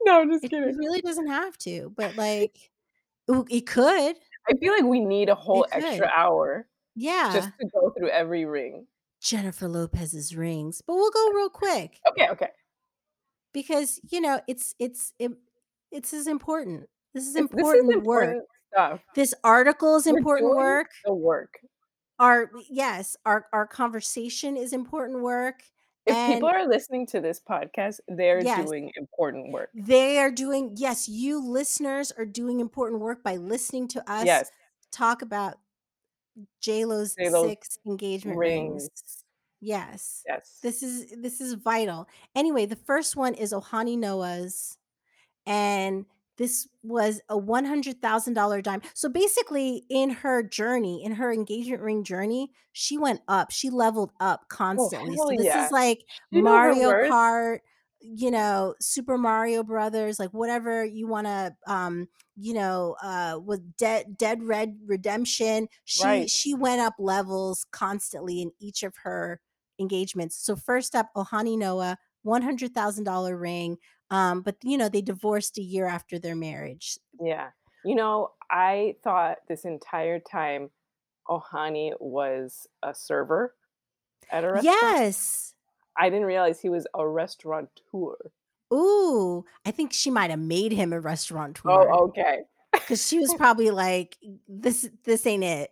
Speaker 3: No, I'm just
Speaker 2: It,
Speaker 3: kidding.
Speaker 2: it really doesn't have to, but like ooh, it could.
Speaker 3: I feel like we need a
Speaker 2: It
Speaker 3: whole extra
Speaker 2: could.
Speaker 3: hour just
Speaker 2: Yeah.
Speaker 3: to go through every ring.
Speaker 2: Jennifer Lopez's rings. But we'll go real quick
Speaker 3: Okay, okay.
Speaker 2: because you know it's it's it, it's as important. This is
Speaker 3: It's, this is
Speaker 2: important work.
Speaker 3: important stuff.
Speaker 2: This article is
Speaker 3: We're
Speaker 2: important
Speaker 3: doing
Speaker 2: work.
Speaker 3: the work.
Speaker 2: our yes our our conversation is important work
Speaker 3: If people
Speaker 2: and
Speaker 3: are listening to this podcast, they're
Speaker 2: yes
Speaker 3: doing important work.
Speaker 2: they are doing yes you listeners are doing important work by listening to us
Speaker 3: Yes,
Speaker 2: talk about JLo's
Speaker 3: say those
Speaker 2: six engagement rings
Speaker 3: rings.
Speaker 2: yes
Speaker 3: Yes.
Speaker 2: this is this is vital anyway the first one is Ohani Noah's and this was a $100,000 dime. So basically, in her journey, in her engagement ring journey, she went up. She leveled up
Speaker 3: Oh,
Speaker 2: constantly.
Speaker 3: hell
Speaker 2: So this is
Speaker 3: yeah.
Speaker 2: like
Speaker 3: She knew her
Speaker 2: Mario
Speaker 3: worth.
Speaker 2: Kart, you know, Super Mario Brothers, like whatever you want to um, you know, uh with Dead Dead Red Redemption. She
Speaker 3: Right.
Speaker 2: she went up levels constantly in each of her engagements. So first up, Ohani Noah, $100,000 ring um but you know they divorced a year after their marriage
Speaker 3: Yeah. You know, I thought this entire time Ohani was a server at a restaurant.
Speaker 2: yes
Speaker 3: I didn't realize he was a restaurateur.
Speaker 2: ooh i think she might have made him a restaurateur
Speaker 3: Oh, okay.
Speaker 2: because she was probably like this this ain't it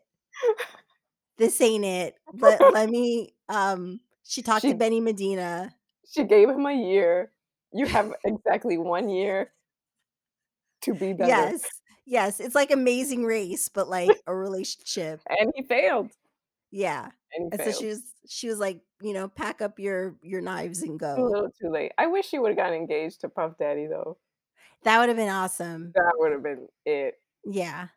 Speaker 2: this ain't it let let me um she talked to
Speaker 3: she
Speaker 2: benny medina
Speaker 3: she gave him a year. You have exactly one year to be better.
Speaker 2: yes yes it's like amazing race but like a relationship
Speaker 3: And he failed.
Speaker 2: yeah
Speaker 3: And he
Speaker 2: and so
Speaker 3: failed.
Speaker 2: she was she was like you know pack up your your knives and
Speaker 3: Too
Speaker 2: go
Speaker 3: little, too late. I wish he would have gotten engaged to Puff Daddy though.
Speaker 2: that would have been awesome
Speaker 3: That would have been it.
Speaker 2: yeah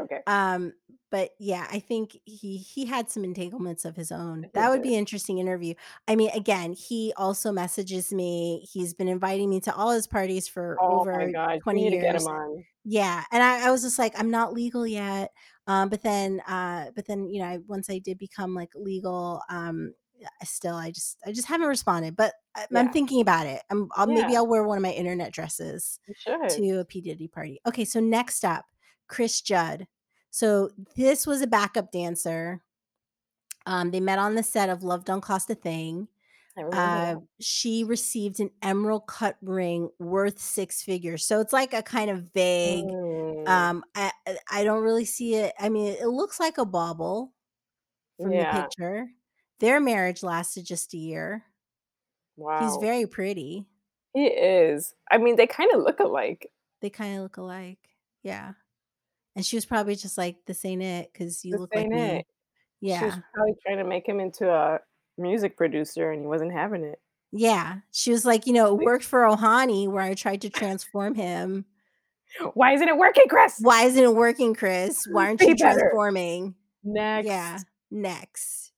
Speaker 3: Okay.
Speaker 2: Um, but yeah, I think he he had some entanglements of his own. That would be an interesting interview. I mean, again, he also messages me. He's been inviting me to all his parties for
Speaker 3: Oh my
Speaker 2: over
Speaker 3: God, you
Speaker 2: 20
Speaker 3: need to get him
Speaker 2: years.
Speaker 3: on.
Speaker 2: Yeah, and I, I was just like, I'm not legal yet. Um, but then, uh, but then, you know, I, once I did become like legal, um, yeah, I still, I just, I just haven't responded. But I, I'm
Speaker 3: Yeah,
Speaker 2: thinking about it. I'm, I'll, maybe
Speaker 3: yeah,
Speaker 2: I'll wear one of my internet dresses
Speaker 3: you should.
Speaker 2: to a P Diddy party. Okay, so next up, Chris Judd. So this was a backup dancer. Um, they met on the set of Love Don't Cost a Thing.
Speaker 3: I remember
Speaker 2: Uh,
Speaker 3: that.
Speaker 2: she received an emerald cut ring worth six figures. So it's like a kind of vague
Speaker 3: Mm,
Speaker 2: um, I I I don't really see it. I mean, it looks like a bauble from the
Speaker 3: yeah.
Speaker 2: picture. Their marriage lasted just a year. He's
Speaker 3: Wow.
Speaker 2: very pretty.
Speaker 3: He is. I mean, they kind of look alike.
Speaker 2: They kind of look alike. Yeah. And she was probably just like, "This ain't it," because you
Speaker 3: This
Speaker 2: look like
Speaker 3: ain't it.
Speaker 2: me.
Speaker 3: She was
Speaker 2: Yeah.
Speaker 3: probably trying to make him into a music producer, and he wasn't having it.
Speaker 2: Yeah. She was like, you know, it worked for Ohani where I tried to transform him.
Speaker 3: Why isn't it working, Chris?
Speaker 2: Why isn't it working, Chris? Why aren't
Speaker 3: Be
Speaker 2: you
Speaker 3: better.
Speaker 2: transforming? Yeah.
Speaker 3: Next.
Speaker 2: Next.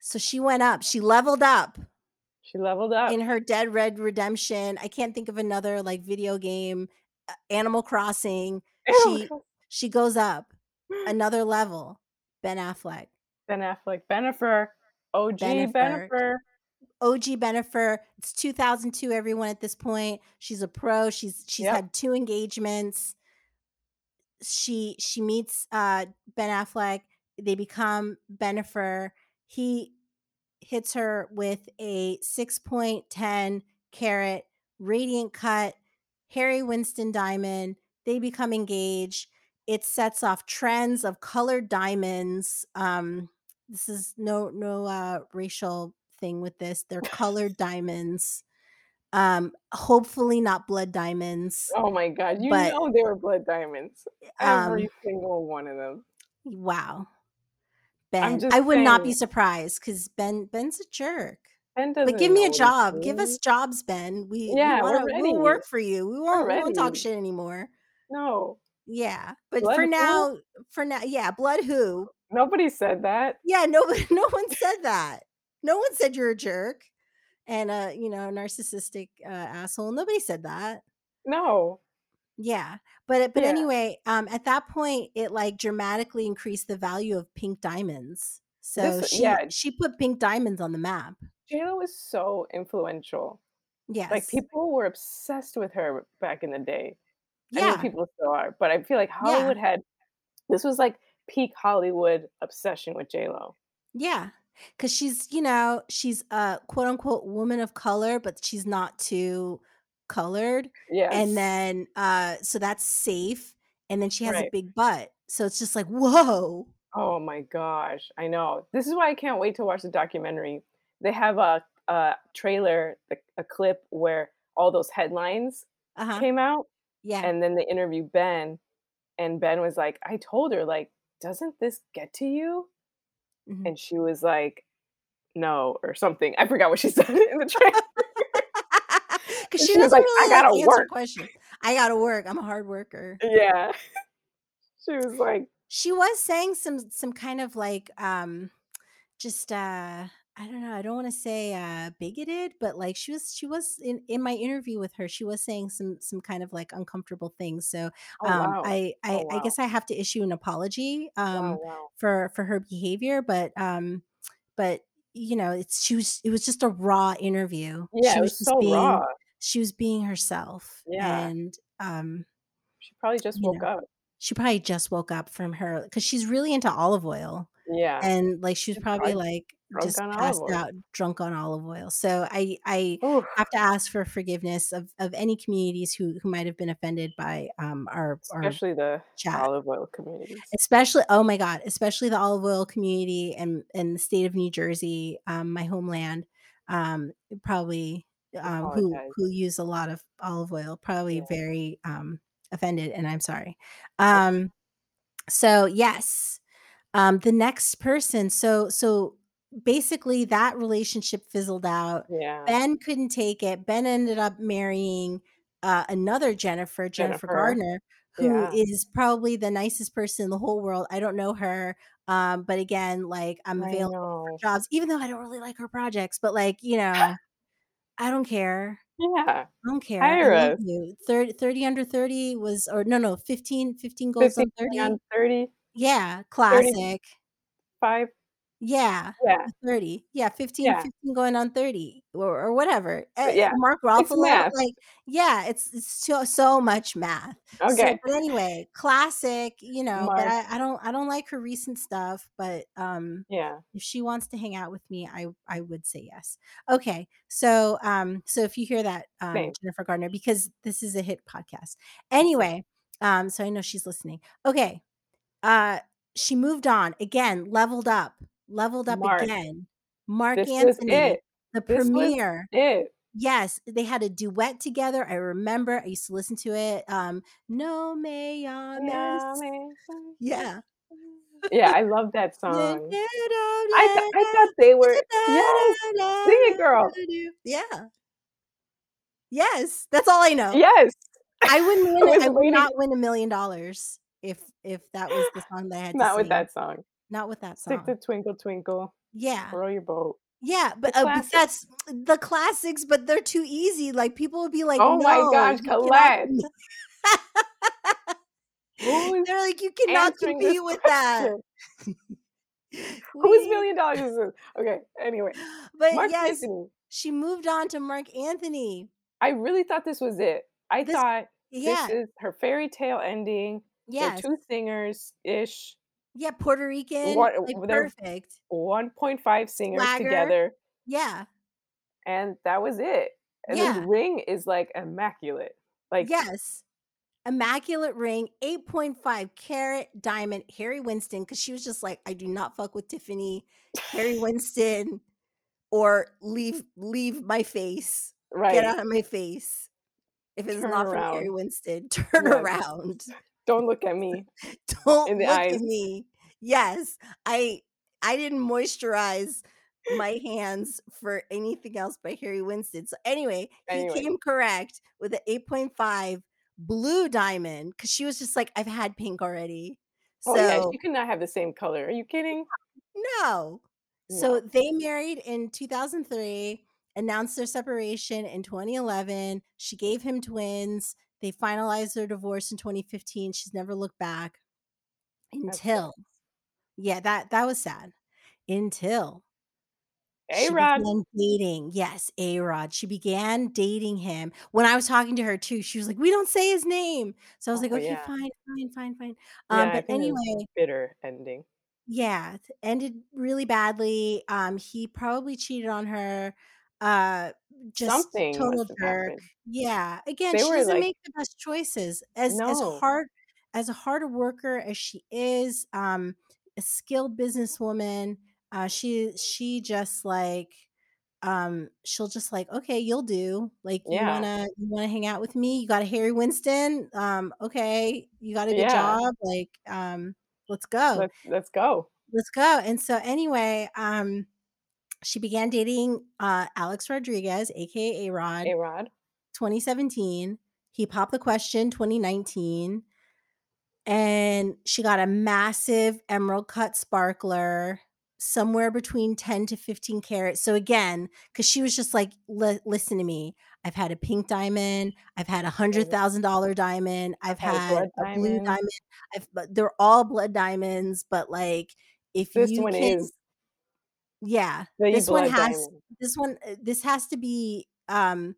Speaker 2: So she went up. She leveled up.
Speaker 3: She leveled
Speaker 2: in
Speaker 3: up.
Speaker 2: her Dead Red Redemption. I can't think of another like video game, uh, Animal Crossing.
Speaker 3: Animal
Speaker 2: She she goes up
Speaker 3: Crossing.
Speaker 2: another level. Ben Affleck,
Speaker 3: Ben Affleck. Benifer. OG
Speaker 2: Benifer,
Speaker 3: Benifer.
Speaker 2: OG Benifer. It's 2002. Everyone at this point, she's a pro. She's she's
Speaker 3: Yep.
Speaker 2: had two engagements. She she meets uh Ben Affleck. They become Benifer. He hits her with a 6.10 carat radiant cut Harry Winston diamond. They become engaged. It sets off trends of colored diamonds. Um, this is no no uh, racial thing with this. They're colored diamonds. Um, hopefully not blood diamonds,
Speaker 3: Oh my God. You
Speaker 2: but
Speaker 3: know they were blood diamonds. Every
Speaker 2: um,
Speaker 3: single one of them.
Speaker 2: wow,
Speaker 3: I'm
Speaker 2: Ben.
Speaker 3: just
Speaker 2: I would not
Speaker 3: saying.
Speaker 2: be surprised because Ben Ben's a jerk.
Speaker 3: Ben
Speaker 2: But
Speaker 3: doesn't
Speaker 2: give me a
Speaker 3: know what he's
Speaker 2: job. Give us
Speaker 3: doing.
Speaker 2: jobs, Ben. We we
Speaker 3: Yeah, we're
Speaker 2: want to. We'll
Speaker 3: ready.
Speaker 2: work for you. We
Speaker 3: We're
Speaker 2: won't. We won't talk
Speaker 3: ready.
Speaker 2: shit anymore.
Speaker 3: No.
Speaker 2: Yeah, but for
Speaker 3: Blood who? Oh.
Speaker 2: now, for now, yeah, blood who?
Speaker 3: Nobody said that.
Speaker 2: Yeah, no, no one said that. No one said you're a jerk and uh, you know, narcissistic uh, asshole. Nobody said that.
Speaker 3: No.
Speaker 2: Yeah, but but
Speaker 3: Yeah.
Speaker 2: anyway, um, at that point, it like dramatically increased the value of pink diamonds. So
Speaker 3: This,
Speaker 2: she
Speaker 3: yeah,
Speaker 2: she put pink diamonds on the map.
Speaker 3: JLo is so influential. Like
Speaker 2: Yes.
Speaker 3: people were obsessed with her back in the day. I mean,
Speaker 2: Yeah.
Speaker 3: people still are, but I feel like
Speaker 2: Yeah.
Speaker 3: Hollywood had this was like peak Hollywood obsession with JLo.
Speaker 2: Yeah. Cause she's, you know, she's a quote unquote woman of color, but she's not too colored. And
Speaker 3: Yes,
Speaker 2: then uh so that's safe. And then she has a
Speaker 3: right.
Speaker 2: big butt. So it's just like, whoa.
Speaker 3: Oh my gosh, I know. This is why I can't wait to watch the documentary. They have a, a trailer, like, a clip where all those headlines
Speaker 2: Uh-huh.
Speaker 3: came out,
Speaker 2: Yeah.
Speaker 3: and then they interview Ben, and Ben was like, "I told her, like, doesn't this get to you?"
Speaker 2: Mhm.
Speaker 3: And she was like, "No," or something. I forgot what she said in the trailer.
Speaker 2: Cause
Speaker 3: And
Speaker 2: she
Speaker 3: she was
Speaker 2: doesn't
Speaker 3: like, "I
Speaker 2: really like
Speaker 3: gotta
Speaker 2: answer
Speaker 3: work." Eh
Speaker 2: questions. I gotta work. I'm a hard worker.
Speaker 3: Yeah, she was like,
Speaker 2: She was saying some some kind of like um just uh I don't know, I don't want to say uh bigoted, but like she was she was in in my interview with her, she was saying some some kind of like uncomfortable things. So
Speaker 3: "Oh
Speaker 2: um
Speaker 3: wow,
Speaker 2: I
Speaker 3: oh
Speaker 2: I I
Speaker 3: wow,
Speaker 2: guess I have to issue an apology
Speaker 3: wow,
Speaker 2: um
Speaker 3: wow."
Speaker 2: for for her behavior, but um but you know, it's she was it was just a raw interview.
Speaker 3: Yeah,
Speaker 2: She
Speaker 3: it
Speaker 2: was
Speaker 3: was
Speaker 2: just
Speaker 3: so
Speaker 2: being
Speaker 3: raw.
Speaker 2: she was being herself
Speaker 3: Yeah,
Speaker 2: and um
Speaker 3: she probably just
Speaker 2: you
Speaker 3: woke
Speaker 2: know,
Speaker 3: up.
Speaker 2: she probably just woke up from her because she's really into olive oil
Speaker 3: Yeah,
Speaker 2: and like she was
Speaker 3: Uh, she's
Speaker 2: probably
Speaker 3: probably
Speaker 2: like
Speaker 3: drunk
Speaker 2: just
Speaker 3: on olive
Speaker 2: passed
Speaker 3: oil.
Speaker 2: out drunk on olive oil so i i
Speaker 3: Oh,
Speaker 2: have to ask for forgiveness of of any communities who who might have been offended by um our our
Speaker 3: especially the
Speaker 2: chat
Speaker 3: olive oil communities.
Speaker 2: especially oh my god especially the olive oil community and and the state of new jersey um my homeland um probably um who
Speaker 3: Apologize.
Speaker 2: who use a lot of olive oil probably
Speaker 3: Yeah.
Speaker 2: very um offended and i'm sorry
Speaker 3: Okay.
Speaker 2: um so yes um the next person so so basically that relationship fizzled out
Speaker 3: Yeah.
Speaker 2: ben couldn't take it ben ended up marrying uh, another jennifer jennifer
Speaker 3: Jennifer.
Speaker 2: gardner who
Speaker 3: Yeah.
Speaker 2: is probably the nicest person in the whole world. I don't know her. Um, but again, like I'm
Speaker 3: I
Speaker 2: available
Speaker 3: know.
Speaker 2: for jobs, even though I don't really like her projects, but like, you know, I don't care.
Speaker 3: Yeah.
Speaker 2: I don't care. I
Speaker 3: Hire
Speaker 2: love
Speaker 3: us.
Speaker 2: you. 30, 30 under 30 was, or no, no, 15, 15 goals
Speaker 3: 15
Speaker 2: on 30.
Speaker 3: on 30,
Speaker 2: Yeah. Classic.
Speaker 3: 35.
Speaker 2: Yeah.
Speaker 3: Yeah.
Speaker 2: 30. Yeah. 15,
Speaker 3: Yeah.
Speaker 2: 15 going on 30 or, or whatever.
Speaker 3: but
Speaker 2: Eh,
Speaker 3: Yeah.
Speaker 2: Mark
Speaker 3: It's
Speaker 2: Ruffalo.
Speaker 3: math.
Speaker 2: Like, yeah, it's, it's so, so much math. So,
Speaker 3: Okay.
Speaker 2: but anyway, classic, you know, but
Speaker 3: Mark.
Speaker 2: I, I don't, I don't like her recent stuff, but, um,
Speaker 3: Yeah.
Speaker 2: if she wants to hang out with me, I I would say yes. Okay. So um so if you hear that um
Speaker 3: Same.
Speaker 2: Jennifer Gardner because this is a hit podcast. Anyway, um so I know she's listening. Okay. Uh she moved on again, leveled up, leveled up
Speaker 3: Mark.
Speaker 2: again. Mark
Speaker 3: This was
Speaker 2: Anthony,
Speaker 3: it.
Speaker 2: the
Speaker 3: This was
Speaker 2: premiere.
Speaker 3: it.
Speaker 2: Yes, they had a duet together. I remember. I used to listen to it. Um no me llames. Yeah.
Speaker 3: Yeah, I love that
Speaker 2: Yeah.
Speaker 3: song. I th- I thought they were yes. Sing it, girl.
Speaker 2: Yes, that's all I know.
Speaker 3: Yes.
Speaker 2: I wouldn't
Speaker 3: I
Speaker 2: win.
Speaker 3: was
Speaker 2: I would
Speaker 3: waiting.
Speaker 2: not win a million dollars if if that was the song that I had to
Speaker 3: Not with
Speaker 2: sing.
Speaker 3: that song.
Speaker 2: Not with that
Speaker 3: Stick
Speaker 2: song. Uh,
Speaker 3: to Twinkle Twinkle,
Speaker 2: Yeah,
Speaker 3: Row Your Boat.
Speaker 2: yeah,
Speaker 3: The
Speaker 2: but uh, but
Speaker 3: classic.
Speaker 2: that's the classics. But they're too easy. Like people would be like,
Speaker 3: Oh my
Speaker 2: "No,
Speaker 3: gosh,
Speaker 2: you cannot."
Speaker 3: Colette.
Speaker 2: com-
Speaker 3: Who's
Speaker 2: they're like, "You cannot
Speaker 3: answering this
Speaker 2: compete with that."
Speaker 3: question? Whose
Speaker 2: we,
Speaker 3: million dollars is this? Okay, anyway.
Speaker 2: but
Speaker 3: Mark
Speaker 2: yes,
Speaker 3: Anthony.
Speaker 2: she moved on to Mark Anthony.
Speaker 3: I really thought this was it. I
Speaker 2: This,
Speaker 3: thought this
Speaker 2: yeah,
Speaker 3: is her fairy tale ending. They're
Speaker 2: yes.
Speaker 3: two singers ish.
Speaker 2: Yeah, Puerto Rican, like
Speaker 3: One, they're
Speaker 2: perfect.
Speaker 3: 1.5 singers
Speaker 2: Swagger.
Speaker 3: together,
Speaker 2: Yeah.
Speaker 3: and that was it. And this
Speaker 2: Yeah.
Speaker 3: ring is like immaculate. Like,
Speaker 2: Yes. Immaculate ring, 8.5 carat diamond, Harry Winston, because she was just like, I do not fuck with Tiffany, Harry Winston, or leave leave my face. Get
Speaker 3: right,
Speaker 2: out of my face. If it's
Speaker 3: turn
Speaker 2: not from Harry
Speaker 3: around.
Speaker 2: Winston, turn
Speaker 3: Yes.
Speaker 2: around.
Speaker 3: Don't look at me
Speaker 2: Don't
Speaker 3: in the
Speaker 2: look at
Speaker 3: eyes.
Speaker 2: me. Yes. I I didn't moisturize my hands for anything else by Harry Winston. So anyway, he
Speaker 3: Anyway,
Speaker 2: came correct with an 8.5 blue diamond because she was just like, I've had pink already.
Speaker 3: oh yeah,
Speaker 2: So
Speaker 3: you cannot have the same color. Are you kidding?
Speaker 2: no. So
Speaker 3: No.
Speaker 2: they married in 2003, announced their separation in 2011. She gave him twins. They finalized their divorce in 2015. She's never looked back
Speaker 3: That sucks.
Speaker 2: until, yeah, that that was sad. Until
Speaker 3: A
Speaker 2: she
Speaker 3: Rod.
Speaker 2: began dating. Yes, A Rod. She began dating him. When I was talking to her too, she was like, "We don't say his name." So I was like,
Speaker 3: Oh
Speaker 2: "Okay,
Speaker 3: yeah.
Speaker 2: fine, fine, fine, fine." Um,
Speaker 3: Yeah, I
Speaker 2: but
Speaker 3: think it was
Speaker 2: anyway,
Speaker 3: bitter ending.
Speaker 2: yeah, it ended really badly. Um, he probably cheated on her. Uh, just
Speaker 3: Something must
Speaker 2: total
Speaker 3: have
Speaker 2: jerk.
Speaker 3: happened.
Speaker 2: Yeah. Again,
Speaker 3: They
Speaker 2: she
Speaker 3: were
Speaker 2: doesn't
Speaker 3: like,
Speaker 2: make the best choices. As as
Speaker 3: no.
Speaker 2: hard as a hard worker as she is, um, a skilled businesswoman, uh, she she just like um she'll just like okay you'll do like you want
Speaker 3: Yeah.
Speaker 2: to you want to hang out with me you got a harry winston um okay you got a good
Speaker 3: Yeah.
Speaker 2: job like um let's go
Speaker 3: Let's let's go.
Speaker 2: let's go and so anyway um she began dating uh alex rodriguez aka rod
Speaker 3: A Rod.
Speaker 2: 2017 he popped the question 2019 and she got a massive emerald cut sparkler somewhere between 10 to 15 carats so again because she was just like "Li- listen to me i've had a pink diamond i've had a hundred
Speaker 3: I've
Speaker 2: thousand dollar diamond i've
Speaker 3: had a
Speaker 2: had
Speaker 3: blood
Speaker 2: a blue
Speaker 3: diamond.
Speaker 2: diamond i've but they're all blood diamonds but like if
Speaker 3: This
Speaker 2: you
Speaker 3: one
Speaker 2: can
Speaker 3: is
Speaker 2: yeah
Speaker 3: the
Speaker 2: this one
Speaker 3: blood
Speaker 2: has
Speaker 3: diamond.
Speaker 2: this one uh, this has to be um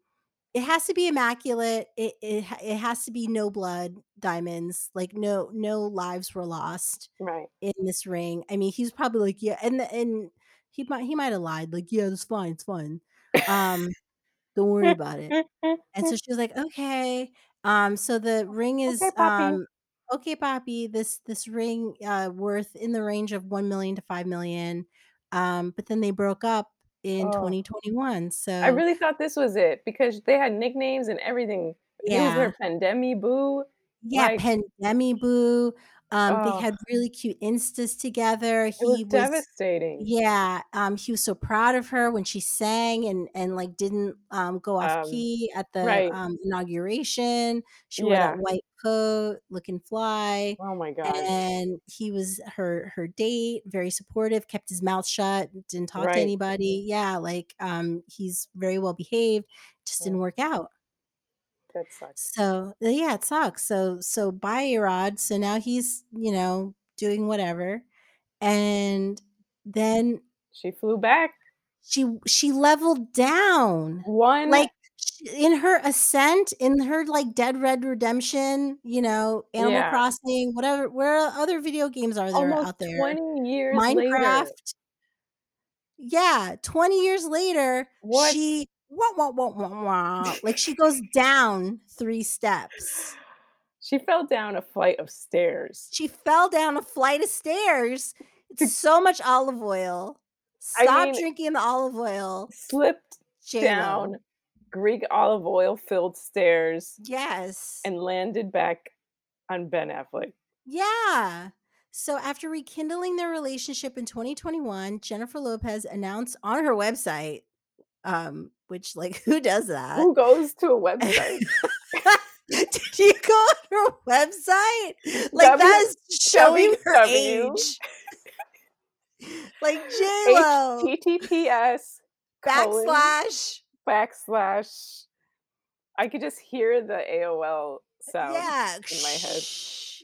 Speaker 2: it has to be immaculate it, it ha- it has to be no blood diamonds like no no lives were lost
Speaker 3: Right.
Speaker 2: in this ring i mean he's probably like yeah and the, and he might he might have lied like yeah it's fine it's fine um don't worry about it and so
Speaker 3: okay,
Speaker 2: she was like, okay. Um, so the ring is
Speaker 3: Poppy.
Speaker 2: um okay, Poppy, this this ring uh worth in the range of one million to five million. Um, but then they broke up in
Speaker 3: Oh.
Speaker 2: 2021.
Speaker 3: I
Speaker 2: So
Speaker 3: really thought this was it because they had nicknames and everything. He was
Speaker 2: yeah,
Speaker 3: her pandemi boo.
Speaker 2: yeah,
Speaker 3: Like,
Speaker 2: Pandemi Boo. Um, they
Speaker 3: Oh,
Speaker 2: had really cute instas together.
Speaker 3: it was
Speaker 2: He was
Speaker 3: devastating.
Speaker 2: yeah, um, he was so proud of her when she sang and and like didn't um, go off
Speaker 3: Um,
Speaker 2: key at the
Speaker 3: right.
Speaker 2: um, inauguration. She wore that
Speaker 3: Yeah.
Speaker 2: white coat, looking fly,
Speaker 3: Oh my God.
Speaker 2: and he was her her date, very supportive, kept his mouth shut, didn't talk to
Speaker 3: Right.
Speaker 2: anybody. Yeah, like um, he's very well behaved. Just
Speaker 3: Mm,
Speaker 2: didn't work out.
Speaker 3: that sucks.
Speaker 2: So uh, yeah, it sucks. So so buy Erod. So now he's you know doing whatever, and then
Speaker 3: She flew back.
Speaker 2: she she leveled down
Speaker 3: One.
Speaker 2: like sh- in her ascent in her like dead red redemption you know animal
Speaker 3: Yeah.
Speaker 2: crossing whatever where other video games are there
Speaker 3: Almost
Speaker 2: out there
Speaker 3: 20 years later.
Speaker 2: minecraft yeah 20 years later
Speaker 3: What?
Speaker 2: she wah, wah, wah, wah, wah, like she goes down three steps
Speaker 3: she fell down a flight of stairs.
Speaker 2: she fell down a flight of stairs it's
Speaker 3: To-
Speaker 2: so much olive oil
Speaker 3: I
Speaker 2: stop
Speaker 3: mean,
Speaker 2: drinking the olive oil
Speaker 3: slipped
Speaker 2: j lo
Speaker 3: down Greek olive oil filled stairs
Speaker 2: yes
Speaker 3: and landed back on Ben Affleck.
Speaker 2: Yeah. So after rekindling their relationship in 2021, Jennifer Lopez announced on her website, um, which like who does that?
Speaker 3: Who goes to a website?
Speaker 2: Did you go on her website? Like that
Speaker 3: W
Speaker 2: is showing her
Speaker 3: www
Speaker 2: age. Like J Lo
Speaker 3: https colon
Speaker 2: backslash.
Speaker 3: backslash. I could just hear the AOL sound
Speaker 2: Yeah.
Speaker 3: in my head.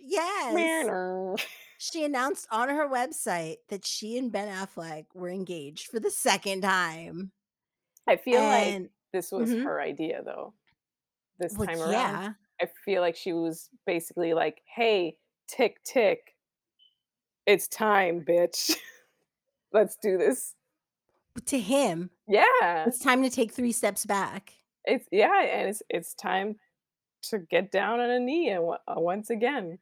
Speaker 2: Yes.
Speaker 3: Meow.
Speaker 2: She announced on her website that she and Ben Affleck were engaged for the second time.
Speaker 3: I feel like
Speaker 2: And
Speaker 3: this was
Speaker 2: mhm.
Speaker 3: her idea though. this
Speaker 2: Well,
Speaker 3: time around.
Speaker 2: yeah.
Speaker 3: I feel like she was basically like, "Hey, tick tick, it's time, bitch. Let's do this."
Speaker 2: But to him,
Speaker 3: Yeah,
Speaker 2: it's time to take three steps back.
Speaker 3: it's yeah, and it's it's time to get down on a knee and wa- uh, once again.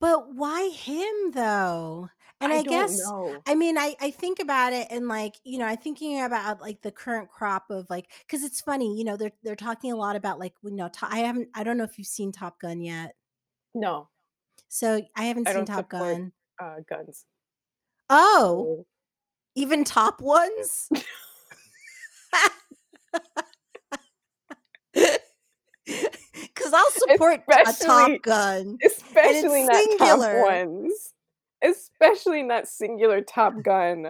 Speaker 2: But why him though? And
Speaker 3: I
Speaker 2: I
Speaker 3: don't
Speaker 2: guess
Speaker 3: know.
Speaker 2: I mean I I think about it and like, you know, I thinking about like the current crop of like cuz it's funny, you know, they're they're talking a lot about like we know to- I haven't I don't know if you've seen Top Gun yet.
Speaker 3: No,
Speaker 2: So I haven't
Speaker 3: I
Speaker 2: seen
Speaker 3: don't
Speaker 2: Top
Speaker 3: support
Speaker 2: Gun.
Speaker 3: uh, guns.
Speaker 2: Oh,
Speaker 3: So
Speaker 2: even top ones? Cuz I'll support a Top
Speaker 3: especially,
Speaker 2: Gun and
Speaker 3: especially
Speaker 2: it's
Speaker 3: not top
Speaker 2: singular.
Speaker 3: ones. Especially not singular Top Gun.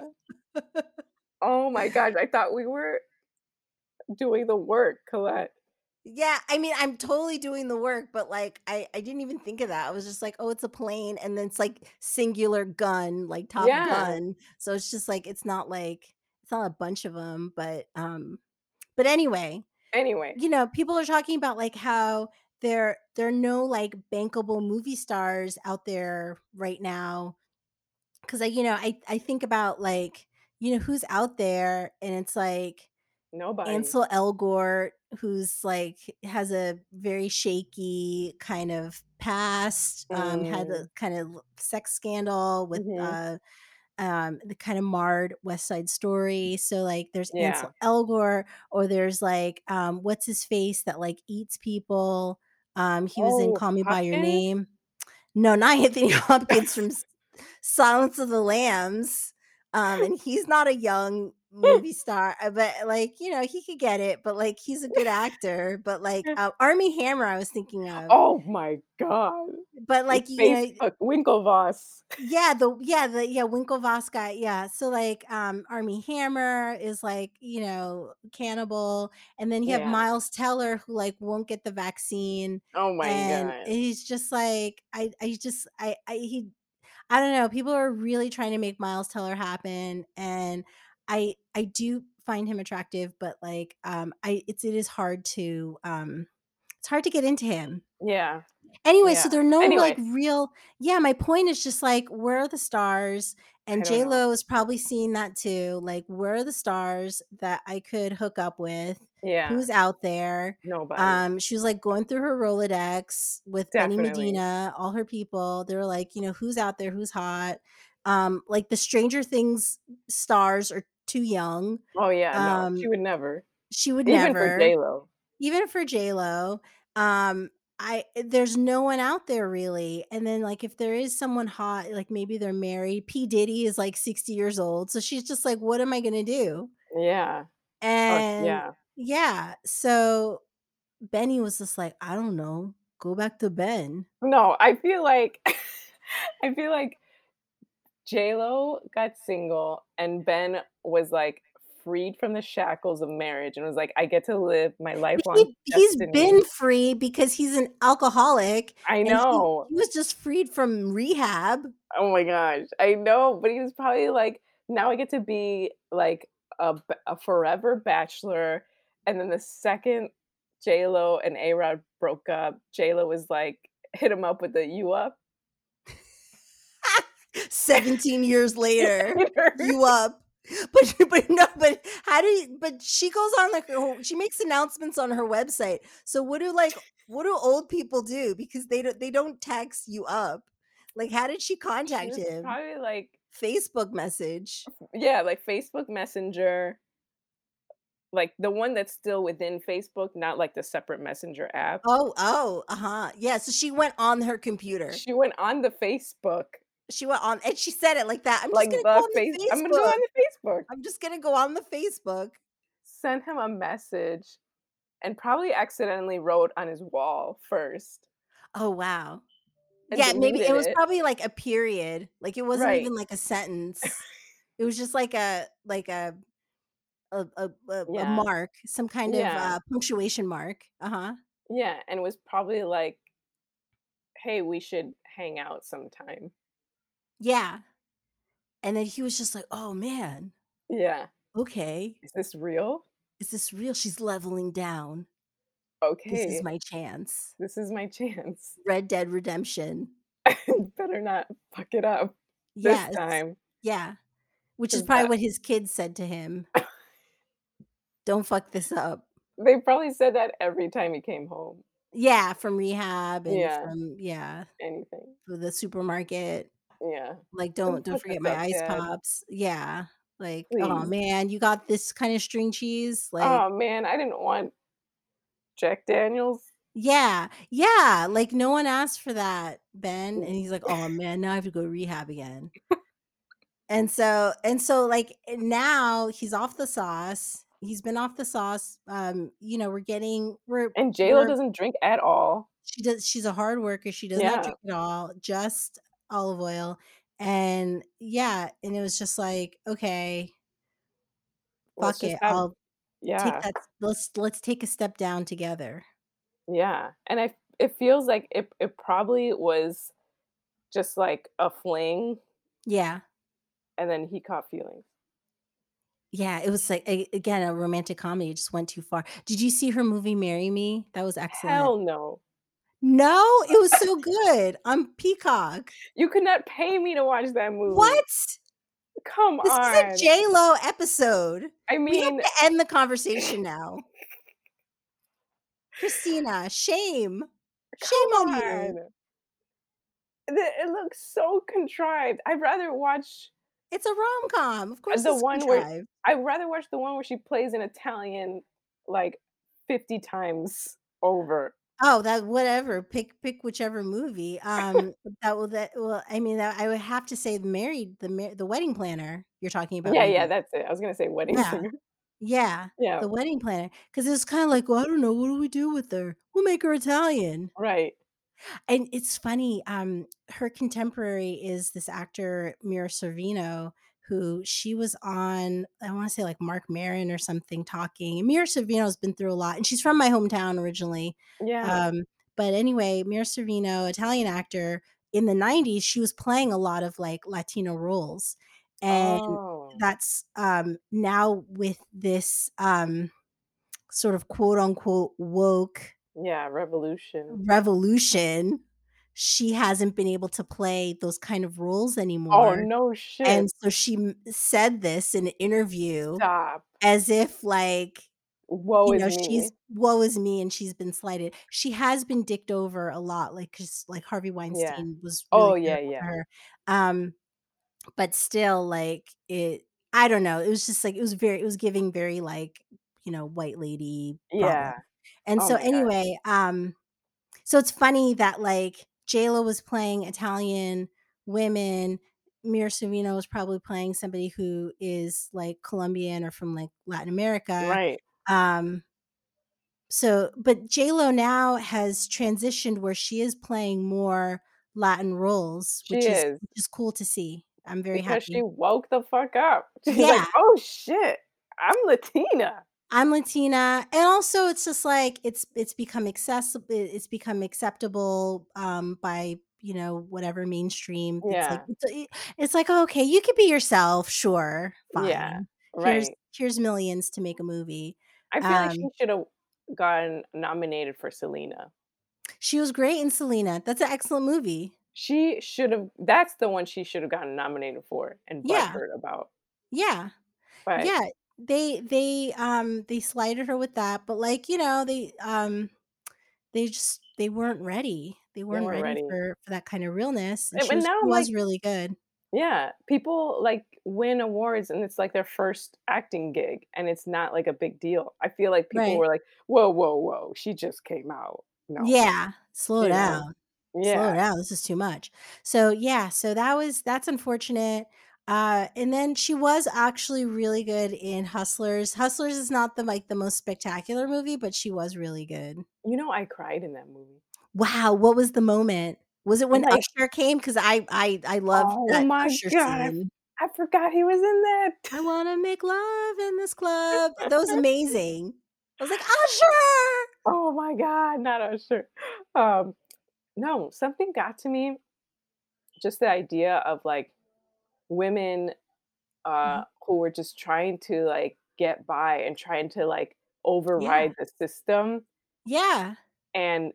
Speaker 3: Oh my gosh, I thought we were doing the work, Colette.
Speaker 2: Yeah, I mean, I'm totally doing the work, but like, I I didn't even think of that. I was just like, oh, it's a plane, and then it's like singular gun, like Top
Speaker 3: Yeah.
Speaker 2: Gun. So it's just like it's not like it's not a bunch of them, but um, but anyway,
Speaker 3: Anyway,
Speaker 2: you know, people are talking about like how there there are no like bankable movie stars out there right now because I you know I I think about like you know who's out there, and it's like
Speaker 3: nobody.
Speaker 2: Ansel Elgort, who's like has a very shaky kind of past, um, had a
Speaker 3: Mm,
Speaker 2: kind of l- sex scandal with
Speaker 3: hmm
Speaker 2: uh, um, the kind of marred West Side Story. So like, there's
Speaker 3: Yeah.
Speaker 2: Ansel Elgort, or there's like, um, what's his face that like eats people. Um, he was in
Speaker 3: Oh,
Speaker 2: Call Me by Your
Speaker 3: Hopkins?
Speaker 2: Name. No, not Anthony Hopkins from S- Silence of the Lambs. Um, and he's not a young movie star, uh, but like, you know, he could get it, but like, he's a good actor. But like, uh, Army Hammer, I was thinking of,
Speaker 3: oh my God.
Speaker 2: but
Speaker 3: The
Speaker 2: like, you know,
Speaker 3: Facebook Winklevoss.
Speaker 2: yeah, the yeah, the yeah, Winklevoss guy. Yeah. So like um Army Hammer is like, you know, cannibal. And then you have
Speaker 3: Yeah.
Speaker 2: Miles Teller who like won't get the vaccine.
Speaker 3: Oh my
Speaker 2: And
Speaker 3: God.
Speaker 2: he's just like, I I just I I he I don't know. People are really trying to make Miles Teller happen, and I I do find him attractive, but like um, I it's it is hard to um, it's hard to get into him.
Speaker 3: Yeah.
Speaker 2: Anyway, so
Speaker 3: Yeah.
Speaker 2: there are no like
Speaker 3: Anyway,
Speaker 2: real. Yeah, my point is just like where are the stars?
Speaker 3: I
Speaker 2: And
Speaker 3: don't
Speaker 2: J
Speaker 3: know.
Speaker 2: Lo is probably seeing that too. Like where are the stars that I could hook up with?
Speaker 3: Yeah.
Speaker 2: Who's out there?
Speaker 3: Nobody.
Speaker 2: Um, she was like going through her Rolodex with Benny
Speaker 3: Definitely.
Speaker 2: Medina, all her people. They were like, you know, who's out there? Who's hot? Um, like the Stranger Things stars are too young.
Speaker 3: Oh yeah. No,
Speaker 2: Um,
Speaker 3: she would never.
Speaker 2: she would
Speaker 3: Even for
Speaker 2: never
Speaker 3: J Lo.
Speaker 2: even for J Lo. Um, I there's no one out there really. And then like if there is someone hot, like maybe they're married. P Diddy is like 60 years old, so she's just like, what am I gonna do?
Speaker 3: Yeah. Oh,
Speaker 2: And
Speaker 3: yeah.
Speaker 2: yeah, so Benny was just like, I don't know, go back to Ben.
Speaker 3: No, I feel like I feel like J Lo got single and Ben was like freed from the shackles of marriage and was like, I get to live my lifelong
Speaker 2: He, he's
Speaker 3: destiny.
Speaker 2: been free because he's an alcoholic
Speaker 3: I
Speaker 2: and he,
Speaker 3: know.
Speaker 2: he was just freed from rehab.
Speaker 3: Oh my gosh. I know. But he was probably like, now I get to be like a, b- a forever bachelor. And then the second J Lo and A Rod broke up, J Lo was like, hit him up with the you up.
Speaker 2: 17 years later.
Speaker 3: later.
Speaker 2: you up. But but no, but how do you but she goes on like her- she makes announcements on her website. So what do like what do old people do? Because they don't they don't text you up. Like how did she
Speaker 3: She
Speaker 2: contact
Speaker 3: was
Speaker 2: him?
Speaker 3: probably like,
Speaker 2: Facebook message.
Speaker 3: yeah, like Facebook Messenger, like the one that's still within Facebook, not like the separate Messenger app.
Speaker 2: Oh, oh, uh-huh. Yeah. So she went on her computer.
Speaker 3: She went on the Facebook,
Speaker 2: She went on and she said it like that. I'm just
Speaker 3: like
Speaker 2: gonna go
Speaker 3: the
Speaker 2: on
Speaker 3: face. I'm
Speaker 2: the
Speaker 3: gonna go
Speaker 2: Facebook.
Speaker 3: on the Facebook.
Speaker 2: I'm just gonna go on the Facebook.
Speaker 3: Sent him a message, and probably accidentally wrote on his wall first
Speaker 2: Oh wow.
Speaker 3: and
Speaker 2: Yeah, maybe it
Speaker 3: deleted
Speaker 2: was
Speaker 3: it.
Speaker 2: probably like a period. Like it wasn't
Speaker 3: Right?
Speaker 2: even like a sentence. It was just like a like a a a, a, a
Speaker 3: Yeah,
Speaker 2: mark, some kind of
Speaker 3: yeah,
Speaker 2: uh, punctuation mark. Uh huh.
Speaker 3: yeah. And was probably like, "Hey, we should hang out sometime."
Speaker 2: Yeah. And then he was just like, "Oh man,
Speaker 3: Yeah.
Speaker 2: okay,
Speaker 3: Is this real?
Speaker 2: is this real? She's leveling down. This is
Speaker 3: Okay,
Speaker 2: my chance.
Speaker 3: this is my chance.
Speaker 2: Red Dead Redemption.
Speaker 3: better not fuck it up this
Speaker 2: Yes,
Speaker 3: time
Speaker 2: yeah. Which is
Speaker 3: because
Speaker 2: probably
Speaker 3: that
Speaker 2: what his kids said to him. Don't fuck this up.
Speaker 3: they probably said that every time he came home
Speaker 2: Yeah, from rehab and
Speaker 3: yeah
Speaker 2: from yeah,
Speaker 3: anything
Speaker 2: from the supermarket.
Speaker 3: yeah
Speaker 2: like don't
Speaker 3: don't
Speaker 2: don't
Speaker 3: fuck
Speaker 2: forget
Speaker 3: this
Speaker 2: my
Speaker 3: up
Speaker 2: ice
Speaker 3: dad
Speaker 2: pops yeah like oh
Speaker 3: please
Speaker 2: man you got this kind of string cheese like
Speaker 3: oh man i didn't want jack daniels
Speaker 2: yeah yeah like no one asked for that ben and he's like oh man now i have to go to rehab again and so and so like and now he's off the sauce he's been off the sauce um you know we're getting we're
Speaker 3: and j-lo
Speaker 2: we're
Speaker 3: doesn't drink at all
Speaker 2: she does she's a hard worker she does not
Speaker 3: yeah
Speaker 2: drink at all just olive oil and yeah and it was just like okay
Speaker 3: let's
Speaker 2: fuck
Speaker 3: just
Speaker 2: it
Speaker 3: have
Speaker 2: i'll take
Speaker 3: yeah
Speaker 2: that s- let's let's take a step down together
Speaker 3: yeah and i it feels like it, it probably was just like a fling
Speaker 2: yeah
Speaker 3: and then he caught feelings
Speaker 2: yeah it was like a, again a romantic comedy it just went too far did you see her movie marry me that was excellent
Speaker 3: hell no
Speaker 2: no it was so good on peacock
Speaker 3: you could not pay me to watch that movie
Speaker 2: what
Speaker 3: come
Speaker 2: this is a
Speaker 3: on
Speaker 2: j lo episode
Speaker 3: i
Speaker 2: we have
Speaker 3: mean
Speaker 2: to end the conversation now christina shame shame on
Speaker 3: come
Speaker 2: you
Speaker 3: on the- it looks so contrived. I'd rather watch
Speaker 2: it's a rom-com of
Speaker 3: uh,
Speaker 2: course
Speaker 3: the
Speaker 2: it's
Speaker 3: one where
Speaker 2: contrived
Speaker 3: I'd rather watch the one where she plays an Italian like 50 times over.
Speaker 2: Oh, that whatever. Pick pick whichever movie. Um, that will that well. I mean, I would have to say the married the mar- the wedding planner you're talking about,
Speaker 3: Yeah, yeah,
Speaker 2: maybe.
Speaker 3: that's it. I was gonna say wedding
Speaker 2: Yeah,
Speaker 3: singer.
Speaker 2: yeah,
Speaker 3: Yeah,
Speaker 2: the wedding planner. Because it's kind of like, well, I don't know, what do we do with her? We'll make her Italian.
Speaker 3: right.
Speaker 2: And it's funny. Um, her contemporary is this actor Mira Sorvino, who she was on. I want to say like Mark Marin or something talking. Mira Sorvino's been through a lot, and she's from my hometown originally.
Speaker 3: Yeah.
Speaker 2: Um, but anyway, Mira Sorvino, Italian actor in the 90s, she was playing a lot of like Latino roles. And
Speaker 3: Oh.
Speaker 2: that's um, now with this um, sort of quote unquote woke
Speaker 3: Yeah, revolution.
Speaker 2: revolution, she hasn't been able to play those kind of roles
Speaker 3: Oh
Speaker 2: anymore.
Speaker 3: no
Speaker 2: And
Speaker 3: shit.
Speaker 2: so she m- said this in an interview
Speaker 3: Stop.
Speaker 2: as if like
Speaker 3: Woe
Speaker 2: you
Speaker 3: is
Speaker 2: know she's
Speaker 3: me.
Speaker 2: woe is me and she's been slighted she has been dicked over a lot like because like harvey
Speaker 3: Yeah.
Speaker 2: weinstein was really
Speaker 3: Oh yeah,
Speaker 2: critical to
Speaker 3: yeah.
Speaker 2: her um but still like it i don't know it was just like it was very it was giving very like you know white lady problem
Speaker 3: Yeah.
Speaker 2: and
Speaker 3: Oh
Speaker 2: so
Speaker 3: my god.
Speaker 2: anyway um So it's funny that like JLo was playing Italian women. Mira Sorvino was probably playing somebody who is like Colombian or from like Latin America.
Speaker 3: right.
Speaker 2: Um, so, but J Lo now has transitioned where she is playing more Latin roles,
Speaker 3: She
Speaker 2: which is,
Speaker 3: is
Speaker 2: which is cool to see. I'm very
Speaker 3: because
Speaker 2: happy.
Speaker 3: she woke the fuck up. She's like,
Speaker 2: Yeah,
Speaker 3: oh shit, I'm Latina.
Speaker 2: I'm Latina, and also it's just like it's it's become accessible. It's become acceptable um, by you know whatever mainstream. It's like
Speaker 3: Yeah.
Speaker 2: it's, it- it's like oh, okay, you could be yourself. Sure,
Speaker 3: Yeah.
Speaker 2: fine. Here's
Speaker 3: Right.
Speaker 2: here's millions to make a movie.
Speaker 3: I feel like she
Speaker 2: Um,
Speaker 3: should have gotten nominated for Selena.
Speaker 2: she was great in Selena. That's an excellent movie.
Speaker 3: She should have. That's the one she should have gotten nominated for and
Speaker 2: Yeah,
Speaker 3: butthurt about.
Speaker 2: yeah.
Speaker 3: But
Speaker 2: yeah they they um they slighted her with that but like you know they um they just they weren't ready they
Speaker 3: they
Speaker 2: weren't
Speaker 3: weren't
Speaker 2: ready
Speaker 3: ready.
Speaker 2: for for that kind of realness and
Speaker 3: And
Speaker 2: she
Speaker 3: and
Speaker 2: was
Speaker 3: now
Speaker 2: she
Speaker 3: I'm like,
Speaker 2: was really good
Speaker 3: yeah, people like win awards and it's like their first acting gig and it's not like a big deal. I feel like people
Speaker 2: right
Speaker 3: were like, whoa, whoa, whoa, she just came out. No,
Speaker 2: yeah slow
Speaker 3: you know,
Speaker 2: down slow
Speaker 3: yeah,
Speaker 2: down this is too much so yeah so that was that's unfortunate uh and then she was actually really good in hustlers hustlers is not the like the most spectacular movie but she was really good
Speaker 3: you know, I cried in that movie.
Speaker 2: Wow, what was the moment? Was it when
Speaker 3: Like,
Speaker 2: Usher came? Because I I I love
Speaker 3: oh
Speaker 2: that
Speaker 3: my
Speaker 2: Usher
Speaker 3: god, I, f-
Speaker 2: scene.
Speaker 3: I forgot he was in that.
Speaker 2: I want to make love in this club. That was amazing. I was like Usher.
Speaker 3: oh my god, not Usher. Um, no, something got to me. Just the idea of like women uh,
Speaker 2: Mhm.
Speaker 3: who were just trying to like get by and trying to like
Speaker 2: Yeah,
Speaker 3: override the system.
Speaker 2: yeah,
Speaker 3: And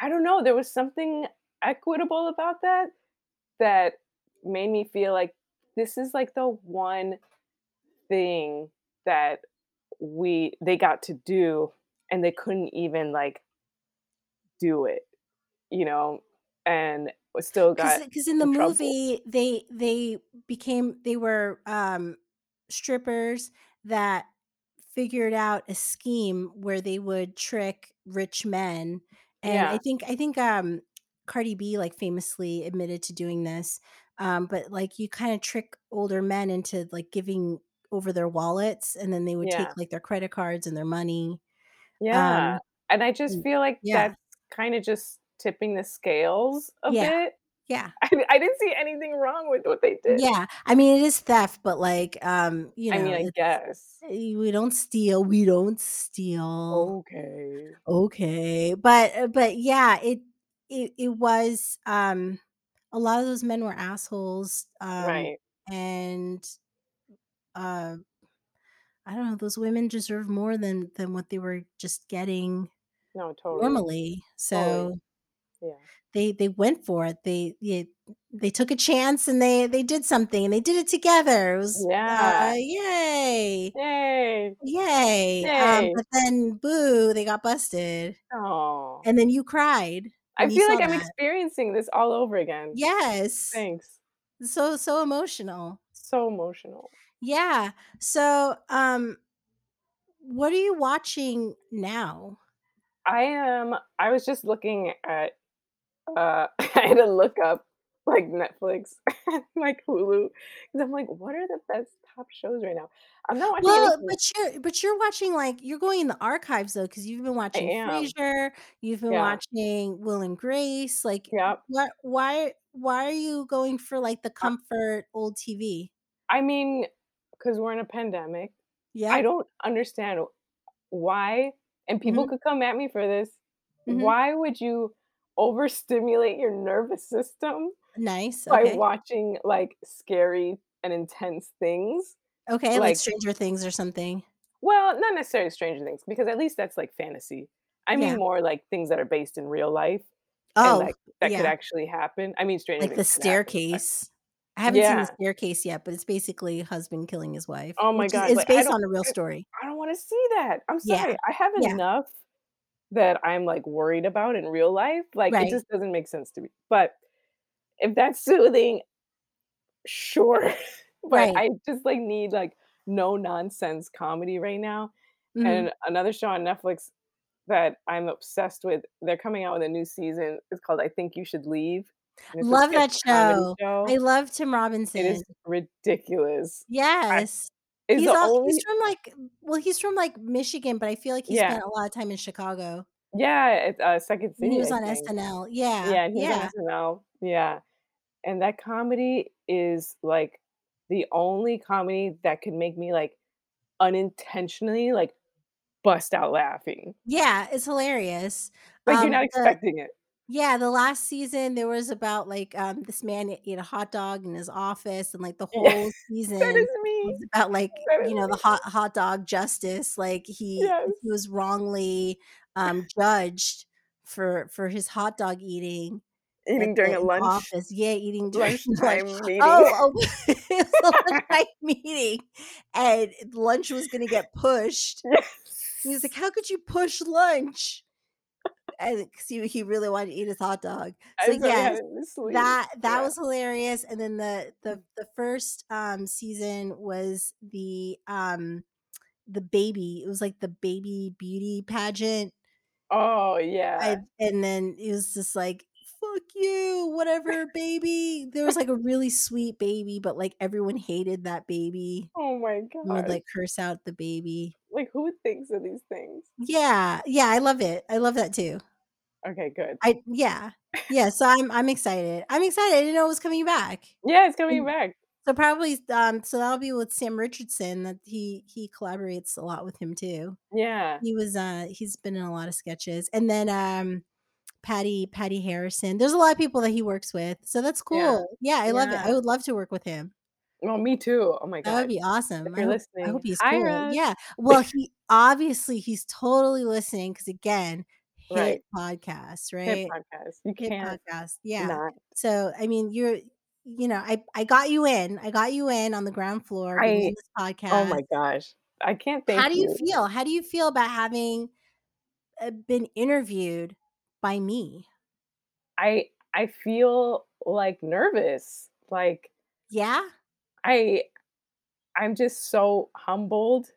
Speaker 3: I don't know, there was something equitable about that that made me feel like this is like the one thing that we they got to do and they couldn't even like do it, you know, and still
Speaker 2: because
Speaker 3: got
Speaker 2: because in the
Speaker 3: in trouble.
Speaker 2: movie they they became they were um strippers that figured out a scheme where they would trick rich men and i
Speaker 3: Yeah.
Speaker 2: think i think um cardi b like famously admitted to doing this um but like you kind of trick older men into like giving over their wallets and then they would take
Speaker 3: Yeah.
Speaker 2: like their credit cards and their money
Speaker 3: Yeah.
Speaker 2: um
Speaker 3: And I just
Speaker 2: and-
Speaker 3: feel like
Speaker 2: yeah
Speaker 3: that's kind of just tipping the scales a
Speaker 2: yeah
Speaker 3: bit.
Speaker 2: yeah
Speaker 3: I, mean, I didn't see anything wrong with what they did.
Speaker 2: yeah i mean it is theft but like um you
Speaker 3: I mean,
Speaker 2: know
Speaker 3: I
Speaker 2: it's
Speaker 3: guess.
Speaker 2: Eh, we don't steal we don't steal
Speaker 3: Oh. Okay.
Speaker 2: okay but uh, but yeah it it, it was um a lot of those men were assholes um
Speaker 3: Right.
Speaker 2: and uh i don't know those women deserve more than than what they were just getting
Speaker 3: No, totally.
Speaker 2: normally
Speaker 3: Totally.
Speaker 2: so
Speaker 3: Yeah.
Speaker 2: they they went for it they they, they took a chance and they they did something and they did it together it was uh
Speaker 3: Yeah.
Speaker 2: yay
Speaker 3: Yay.
Speaker 2: Yay. Um,
Speaker 3: Yay.
Speaker 2: but then boo, they got busted.
Speaker 3: Oh.
Speaker 2: And then you cried
Speaker 3: I
Speaker 2: when you
Speaker 3: feel
Speaker 2: saw
Speaker 3: like I'm
Speaker 2: that.
Speaker 3: experiencing this all over again.
Speaker 2: Yes.
Speaker 3: Thanks.
Speaker 2: So so emotional.
Speaker 3: So emotional.
Speaker 2: Yeah. So um what are you watching now?
Speaker 3: I am. I was just looking at. Uh, I had to look up like Netflix, like Hulu, because I'm like, what are the best top shows right now? I'm not watching
Speaker 2: Well,
Speaker 3: anything.
Speaker 2: but you're but you're watching like you're going in the archives though, because you've been
Speaker 3: I
Speaker 2: watching
Speaker 3: am.
Speaker 2: Frasier, you've been
Speaker 3: Yeah.
Speaker 2: watching Will and Grace. Like
Speaker 3: Yep.
Speaker 2: what why why are you going for like the
Speaker 3: I,
Speaker 2: comfort old TV?
Speaker 3: Uh I mean, because we're in a pandemic. I
Speaker 2: Yep.
Speaker 3: don't understand why, and people
Speaker 2: hmm
Speaker 3: could come at me for this.
Speaker 2: hmm
Speaker 3: Why would you overstimulate your nervous system
Speaker 2: Nice.
Speaker 3: by
Speaker 2: Okay.
Speaker 3: watching like scary and intense things?
Speaker 2: Okay, like
Speaker 3: Like,
Speaker 2: Stranger Things or something.
Speaker 3: well, not necessarily Stranger Things, because at least that's like fantasy. I mean,
Speaker 2: Yeah.
Speaker 3: more like things that are based in real life and
Speaker 2: Oh,
Speaker 3: like that could
Speaker 2: yeah.
Speaker 3: actually happen. I mean, Stranger
Speaker 2: Like the
Speaker 3: Things could happen, but
Speaker 2: staircase. I haven't seen the
Speaker 3: yeah.
Speaker 2: staircase yet, but it's basically husband killing his wife,
Speaker 3: Oh
Speaker 2: which
Speaker 3: my
Speaker 2: is
Speaker 3: God.
Speaker 2: it's
Speaker 3: Like, I
Speaker 2: based
Speaker 3: don't,
Speaker 2: on a real
Speaker 3: I,
Speaker 2: story.
Speaker 3: I don't want to see that. I'm
Speaker 2: Yeah.
Speaker 3: sorry. I have
Speaker 2: Yeah.
Speaker 3: enough that I'm like worried about in real life. Like it
Speaker 2: Right.
Speaker 3: just doesn't make sense to me. But if that's soothing, sure. but
Speaker 2: Right.
Speaker 3: I just like need like no nonsense comedy right now.
Speaker 2: hmm
Speaker 3: And another show on Netflix. that I'm obsessed with. They're coming out with a new season. It's called I Think You Should Leave. And it's a
Speaker 2: Love
Speaker 3: sketch
Speaker 2: that
Speaker 3: comedy
Speaker 2: show.
Speaker 3: show.
Speaker 2: I love Tim
Speaker 3: It
Speaker 2: Robinson.
Speaker 3: is ridiculous. I,
Speaker 2: Yes.
Speaker 3: it's
Speaker 2: He's
Speaker 3: the
Speaker 2: all he's
Speaker 3: only
Speaker 2: from like well, he's from like Michigan, but I feel like he
Speaker 3: yeah
Speaker 2: spent a lot of time in Chicago
Speaker 3: yeah it's uh, Second
Speaker 2: when he was
Speaker 3: City I
Speaker 2: on
Speaker 3: think
Speaker 2: SNL. Yeah.
Speaker 3: yeah and he was on
Speaker 2: Yeah.
Speaker 3: SNL yeah and that comedy is like the only comedy that could make me like unintentionally like bust out laughing
Speaker 2: Yeah. It's hilarious.
Speaker 3: like you're
Speaker 2: Um
Speaker 3: not
Speaker 2: the
Speaker 3: expecting it
Speaker 2: yeah, the last season there was about like um this man that ate a hot dog in his office and like the
Speaker 3: yeah
Speaker 2: whole
Speaker 3: that
Speaker 2: season
Speaker 3: is me
Speaker 2: was about like,
Speaker 3: that
Speaker 2: you
Speaker 3: is
Speaker 2: know, the
Speaker 3: me
Speaker 2: hot hot dog justice. Like he
Speaker 3: yes
Speaker 2: he was wrongly um judged for for his hot dog eating. at the
Speaker 3: eating during a
Speaker 2: in the
Speaker 3: lunch
Speaker 2: office. Yeah, eating during lunch.
Speaker 3: lunchtime meeting
Speaker 2: Oh, oh it was a lunchtime meeting, and lunch was going to get pushed. He was
Speaker 3: yes
Speaker 2: like, "How could you push lunch?" And because he, he really wanted to eat his hot dog. So
Speaker 3: and so we had
Speaker 2: yes,
Speaker 3: it this week
Speaker 2: that that
Speaker 3: yeah
Speaker 2: was hilarious. And then the the the first um season was the um the baby. It was like the baby beauty pageant.
Speaker 3: oh yeah
Speaker 2: I and then it was just like fuck you whatever baby there was like a really sweet baby but like everyone hated that baby
Speaker 3: oh my
Speaker 2: and would
Speaker 3: gosh
Speaker 2: like curse out the baby
Speaker 3: like who thinks of these things
Speaker 2: yeah yeah i love it i love that too
Speaker 3: okay good
Speaker 2: i yeah yeah so i'm i'm excited i'm excited i didn't know it was coming back
Speaker 3: yeah it's coming
Speaker 2: And
Speaker 3: back
Speaker 2: so probably um so that'll be with sam richardson that he he collaborates a lot with him too
Speaker 3: yeah
Speaker 2: he was uh he's been in a lot of sketches and then um Patty Patty Harrison. There's a lot of people that he works with. So that's
Speaker 3: yeah
Speaker 2: cool. Yeah, I love it. I
Speaker 3: yeah
Speaker 2: would love to work with him.
Speaker 3: Well, me too. Oh my
Speaker 2: That would
Speaker 3: God.
Speaker 2: be
Speaker 3: If
Speaker 2: awesome. I
Speaker 3: you're
Speaker 2: hope I hope
Speaker 3: listening,
Speaker 2: he's
Speaker 3: hi,
Speaker 2: cool.
Speaker 3: Russ.
Speaker 2: Yeah. Well, he obviously he's totally listening cuz again, hit
Speaker 3: right.
Speaker 2: podcast,
Speaker 3: Hit
Speaker 2: right?
Speaker 3: podcast. You
Speaker 2: Hit
Speaker 3: can't
Speaker 2: podcast. Yeah.
Speaker 3: not.
Speaker 2: So, I mean, you're you know, I I got you in. I got you in on the ground floor being
Speaker 3: I,
Speaker 2: in this
Speaker 3: oh
Speaker 2: podcast.
Speaker 3: my gosh. I can't
Speaker 2: How
Speaker 3: thank
Speaker 2: do you
Speaker 3: you.
Speaker 2: feel? How do you feel about having uh, been interviewed by me?
Speaker 3: I, I feel like nervous. Like
Speaker 2: Yeah?
Speaker 3: I, I'm just so humbled.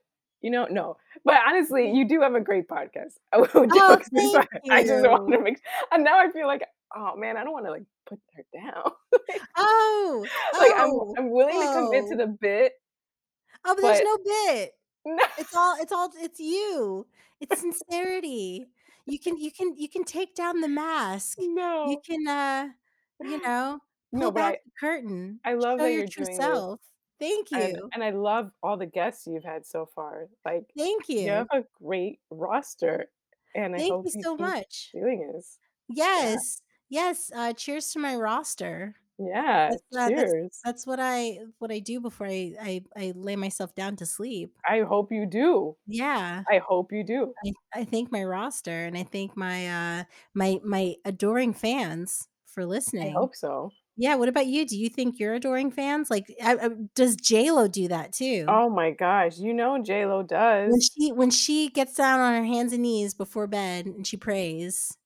Speaker 3: You know, no, but honestly, you do have a great podcast. Oh,
Speaker 2: Oh,
Speaker 3: jokes
Speaker 2: thank
Speaker 3: aside, I just want
Speaker 2: you.
Speaker 3: to make. And now I feel like, oh man, I don't want to like put her down. like,
Speaker 2: Oh,
Speaker 3: like I'm,
Speaker 2: oh,
Speaker 3: I'm willing to commit to
Speaker 2: oh.
Speaker 3: the bit,
Speaker 2: Oh, but there's
Speaker 3: but
Speaker 2: no bit.
Speaker 3: no.
Speaker 2: It's all it's all it's you. It's sincerity. You can you can you can take down the mask. You
Speaker 3: No.
Speaker 2: can uh, you know,
Speaker 3: No,
Speaker 2: pull
Speaker 3: but
Speaker 2: back
Speaker 3: I
Speaker 2: the curtain.
Speaker 3: I love
Speaker 2: Show
Speaker 3: that
Speaker 2: your
Speaker 3: you're
Speaker 2: true
Speaker 3: doing this
Speaker 2: self. Thank
Speaker 3: and
Speaker 2: you.
Speaker 3: and I love all the guests you've had so far. Like
Speaker 2: Thank
Speaker 3: you have
Speaker 2: you.
Speaker 3: a great roster and I
Speaker 2: Thank
Speaker 3: hope
Speaker 2: you
Speaker 3: you
Speaker 2: so
Speaker 3: keep
Speaker 2: much.
Speaker 3: doing this. Yeah.
Speaker 2: Yes. Yes, uh cheers to my roster.
Speaker 3: Yeah.
Speaker 2: That's uh, that's
Speaker 3: Cheers.
Speaker 2: that's what I what I do before I I I lay myself down to sleep.
Speaker 3: I hope you do.
Speaker 2: Yeah.
Speaker 3: I hope you do.
Speaker 2: I, I thank my roster and I thank my uh my my adoring fans for
Speaker 3: I
Speaker 2: listening.
Speaker 3: hope so.
Speaker 2: Yeah, what about you? Do you think you're adoring fans? Like I, I, does Lo do that too?
Speaker 3: Oh my gosh. You know J Lo
Speaker 2: When
Speaker 3: does.
Speaker 2: she when she gets down on her hands and knees before bed and she prays,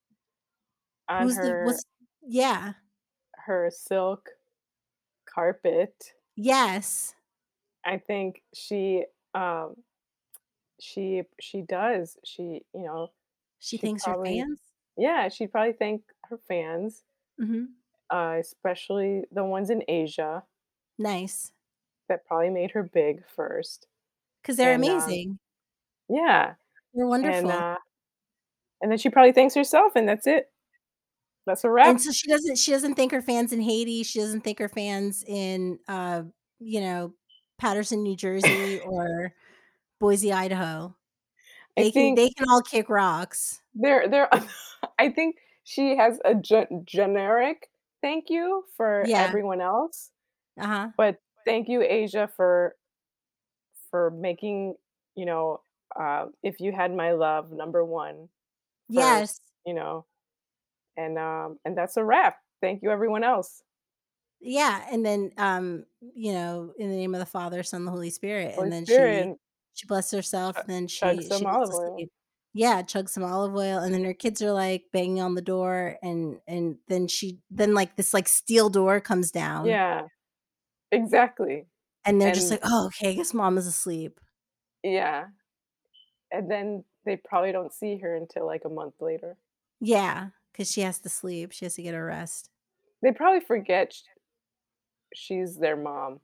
Speaker 3: On
Speaker 2: who's the
Speaker 3: her
Speaker 2: what's yeah.
Speaker 3: her silk carpet.
Speaker 2: Yes.
Speaker 3: I think she um she she does. She you know,
Speaker 2: She
Speaker 3: she
Speaker 2: thanks her
Speaker 3: probably
Speaker 2: fans.
Speaker 3: yeah, she'd probably thank her fans,
Speaker 2: Mhm.
Speaker 3: uh, especially the ones in Asia
Speaker 2: Nice.
Speaker 3: that probably made her big first.
Speaker 2: Cuz they're
Speaker 3: And um,
Speaker 2: amazing.
Speaker 3: yeah,
Speaker 2: They're
Speaker 3: and
Speaker 2: wonderful.
Speaker 3: uh, and then she probably thanks herself, and that's it. That's a
Speaker 2: and
Speaker 3: wrap.
Speaker 2: so she doesn't she doesn't thank her fans in haiti she doesn't thank her fans in uh you know patterson new jersey or boise idaho
Speaker 3: I
Speaker 2: they can
Speaker 3: think
Speaker 2: they can all kick rocks
Speaker 3: there there. I think she has a ge- generic thank you for
Speaker 2: yeah
Speaker 3: everyone else,
Speaker 2: uh-huh
Speaker 3: but thank you Asia for for making you know uh, if you had my love number one first,
Speaker 2: yes
Speaker 3: you know. and um and that's a wrap thank you everyone else
Speaker 2: yeah and then um you know in the name of the father son the holy spirit
Speaker 3: holy
Speaker 2: and then
Speaker 3: spirit
Speaker 2: she
Speaker 3: and
Speaker 2: she blessed herself
Speaker 3: uh,
Speaker 2: and then
Speaker 3: chug
Speaker 2: she
Speaker 3: some
Speaker 2: she goes
Speaker 3: olive
Speaker 2: to
Speaker 3: oil
Speaker 2: sleep yeah chug some olive oil and then her kids are like banging on the door and and then she then like this like steel door comes down
Speaker 3: yeah exactly
Speaker 2: and they're just
Speaker 3: and
Speaker 2: like, oh, okay, I guess mom is asleep.
Speaker 3: yeah and then they probably don't see her until like a month later.
Speaker 2: Yeah, because she has to sleep. She has to get her rest.
Speaker 3: They probably forget sh- she's their mom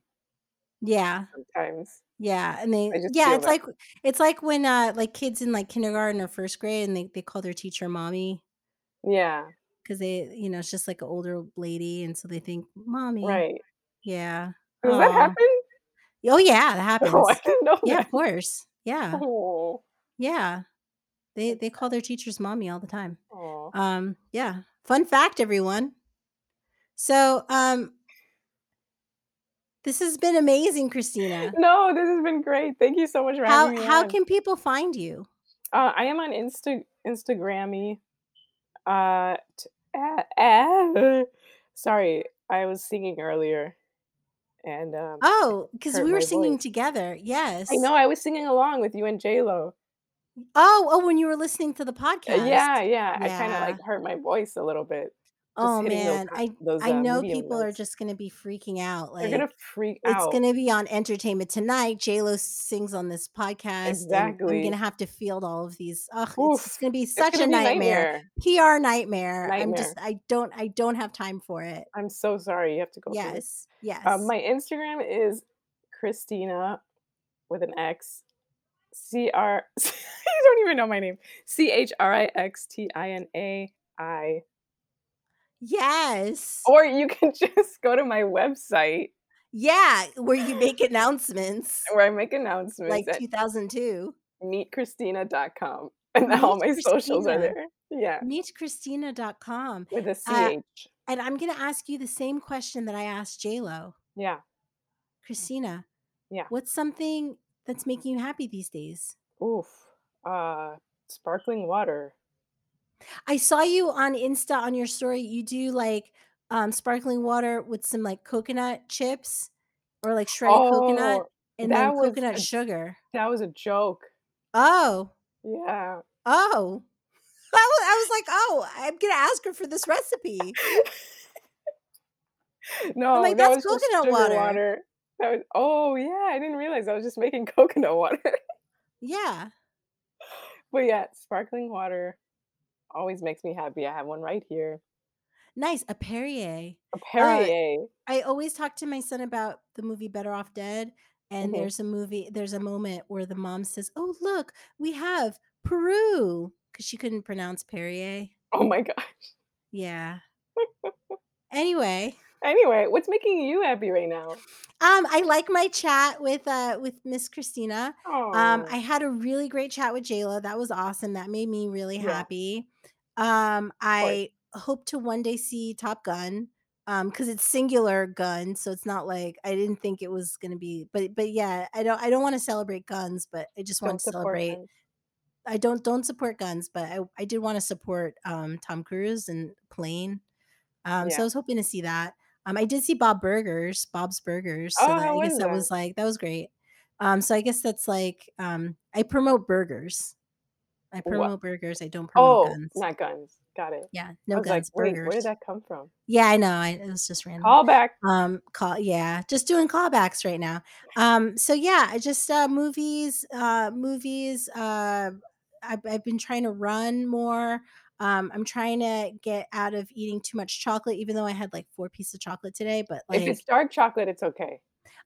Speaker 2: Yeah.
Speaker 3: sometimes.
Speaker 2: Yeah. And they
Speaker 3: I just
Speaker 2: yeah,
Speaker 3: feel
Speaker 2: it's
Speaker 3: that.
Speaker 2: like it's like when uh like kids in like kindergarten or first grade and they, they call their teacher mommy
Speaker 3: Yeah,
Speaker 2: because they you know, it's just like an older lady and so they think mommy.
Speaker 3: right.
Speaker 2: Yeah.
Speaker 3: Does that
Speaker 2: Aw.
Speaker 3: happen?
Speaker 2: Oh yeah, that happens.
Speaker 3: Oh, I didn't know
Speaker 2: Yeah,
Speaker 3: that.
Speaker 2: of course. Yeah.
Speaker 3: Oh,
Speaker 2: Yeah. They they call their teachers mommy all the time.
Speaker 3: oh.
Speaker 2: Um yeah. Fun fact everyone. So, um this has been amazing, Christina.
Speaker 3: No, this has been great. Thank you so much for
Speaker 2: How
Speaker 3: having me
Speaker 2: how
Speaker 3: on.
Speaker 2: can people find you?
Speaker 3: Uh, I am on Insta Instagrammy uh, t- at, at- sorry, I was singing earlier and um,
Speaker 2: Oh, because
Speaker 3: hurt
Speaker 2: we were
Speaker 3: my
Speaker 2: singing
Speaker 3: voice.
Speaker 2: together. Yes.
Speaker 3: I know I was singing along with you and J Lo.
Speaker 2: Oh, oh, when you were listening to the podcast.
Speaker 3: Uh, Yeah, yeah. I kind of
Speaker 2: Yeah.
Speaker 3: like hurt my voice a little bit. Just
Speaker 2: Oh
Speaker 3: hitting those
Speaker 2: man, I
Speaker 3: those
Speaker 2: I
Speaker 3: uh,
Speaker 2: know
Speaker 3: medium
Speaker 2: people are
Speaker 3: notes.
Speaker 2: just gonna be freaking out.
Speaker 3: They're
Speaker 2: Like
Speaker 3: gonna freak
Speaker 2: it's
Speaker 3: out.
Speaker 2: gonna be on Entertainment Tonight. J Lo sings on this podcast, and I'm gonna
Speaker 3: Exactly.
Speaker 2: have to field all of these. Oh, it's just
Speaker 3: Oof.
Speaker 2: gonna be
Speaker 3: It's
Speaker 2: such
Speaker 3: gonna
Speaker 2: a
Speaker 3: be
Speaker 2: nightmare,
Speaker 3: nightmare.
Speaker 2: PR nightmare. I'm just
Speaker 3: Nightmare.
Speaker 2: I don't I don't have time for it.
Speaker 3: I'm so sorry you have to go through this.
Speaker 2: Yes,
Speaker 3: Um,
Speaker 2: yes.
Speaker 3: my Instagram is Christina with an X. C R. you don't even know my name. C H R I X T I N A I.
Speaker 2: Yes.
Speaker 3: Or you can just go to my website
Speaker 2: Yeah, where you make announcements
Speaker 3: where I make announcements
Speaker 2: like
Speaker 3: at
Speaker 2: 2002.
Speaker 3: meetchristina.com. And all
Speaker 2: Meet
Speaker 3: my socials are
Speaker 2: Christina.
Speaker 3: there. Yeah,
Speaker 2: Meetchristina.com.
Speaker 3: with a
Speaker 2: Uh,
Speaker 3: CH.
Speaker 2: and I'm going to ask you the same question that I asked JLo.
Speaker 3: Yeah,
Speaker 2: Christina,
Speaker 3: Mm. yeah.
Speaker 2: what's something that's making you happy these days?
Speaker 3: Oof. Uh, sparkling water.
Speaker 2: I saw you on Insta on your story. You do like um, sparkling water with some like coconut chips or like shredded coconut
Speaker 3: Oh,
Speaker 2: and then
Speaker 3: that was
Speaker 2: coconut
Speaker 3: a,
Speaker 2: sugar.
Speaker 3: that was a joke.
Speaker 2: Oh,
Speaker 3: Yeah.
Speaker 2: oh. I was, I was like, oh, I'm going to ask her for this recipe. I'm
Speaker 3: No,
Speaker 2: like,
Speaker 3: that
Speaker 2: that's
Speaker 3: was just
Speaker 2: coconut
Speaker 3: sugar
Speaker 2: water.
Speaker 3: water. That was oh yeah, I didn't realize I was just making coconut water.
Speaker 2: Yeah.
Speaker 3: but yeah, sparkling water always makes me happy. I have one right here.
Speaker 2: Nice. A Perrier.
Speaker 3: A
Speaker 2: Uh,
Speaker 3: Perrier.
Speaker 2: I always talk to my son about the movie Better Off Dead. And
Speaker 3: Mhm.
Speaker 2: there's a movie, there's a moment where the mom says, Oh, look, we have Peru. Because she couldn't pronounce Perrier.
Speaker 3: Oh my gosh.
Speaker 2: Yeah. Anyway,
Speaker 3: Anyway, what's making you happy right now?
Speaker 2: um, I like my chat with uh with Miss Christina. Um, I
Speaker 3: Oh
Speaker 2: had a really great chat with JLo. That was awesome. That made me really
Speaker 3: yeah, of
Speaker 2: happy. Um,
Speaker 3: course.
Speaker 2: I hope to one day see Top Gun. Um, because it's singular gun, so it's not like I didn't think it was gonna be, but but yeah, I don't I don't want to celebrate guns, but I just want
Speaker 3: Don't
Speaker 2: to
Speaker 3: support
Speaker 2: celebrate.
Speaker 3: them.
Speaker 2: I don't don't support guns, but I, I did want to support um Tom Cruise and plane. Um, so I
Speaker 3: Yeah.
Speaker 2: was hoping to see that. Um, I did see Bob Burgers, Bob's Burgers. So
Speaker 3: Oh,
Speaker 2: that
Speaker 3: how
Speaker 2: I guess
Speaker 3: was
Speaker 2: that
Speaker 3: that?
Speaker 2: was like that was great. Um, so I guess that's like um, I promote burgers. I
Speaker 3: What
Speaker 2: promote burgers. I don't promote
Speaker 3: oh,
Speaker 2: guns.
Speaker 3: not guns. Got it.
Speaker 2: Yeah,
Speaker 3: I
Speaker 2: no
Speaker 3: was like,
Speaker 2: guns,
Speaker 3: wait, where did
Speaker 2: burgers.
Speaker 3: that come from?
Speaker 2: Yeah, I know. I, it was just random.
Speaker 3: Call back.
Speaker 2: Um, call. Yeah, just doing callbacks right now. Um, so yeah, I just uh, movies, uh, movies. Uh, I've, I've been trying to run more. Um, I'm trying to get out of eating too much chocolate, even though I had like four pieces of chocolate today. But
Speaker 3: If it's
Speaker 2: like,
Speaker 3: dark chocolate, it's okay.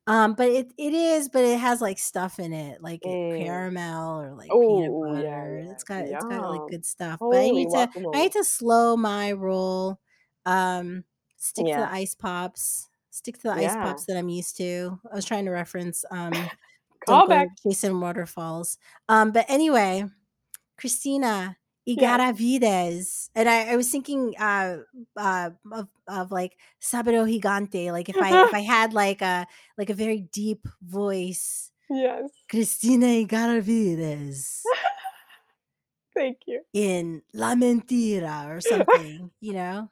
Speaker 2: um, but it it is, but it has like stuff in it, like it-
Speaker 3: Mm.
Speaker 2: caramel or like peanut
Speaker 3: Oh, yeah,
Speaker 2: butter. It's got
Speaker 3: yeah.
Speaker 2: it's got like
Speaker 3: Yum.
Speaker 2: good stuff. But I
Speaker 3: Holy
Speaker 2: need to I
Speaker 3: guacamole.
Speaker 2: need to slow my roll. Um, stick to the
Speaker 3: Yeah,
Speaker 2: ice pops. Stick to the ice
Speaker 3: yeah.
Speaker 2: pops that I'm used to. I was trying to reference um, don't
Speaker 3: Call
Speaker 2: go
Speaker 3: back.
Speaker 2: chasing waterfalls. Um, but anyway, Christina
Speaker 3: Yes.
Speaker 2: Igaravides. And I, I was thinking uh, uh, of, of like Sabado Gigante. Like if I if I had like a like a very deep voice,
Speaker 3: yes.
Speaker 2: Christina Igaravides
Speaker 3: Thank you.
Speaker 2: in La Mentira or something, you know?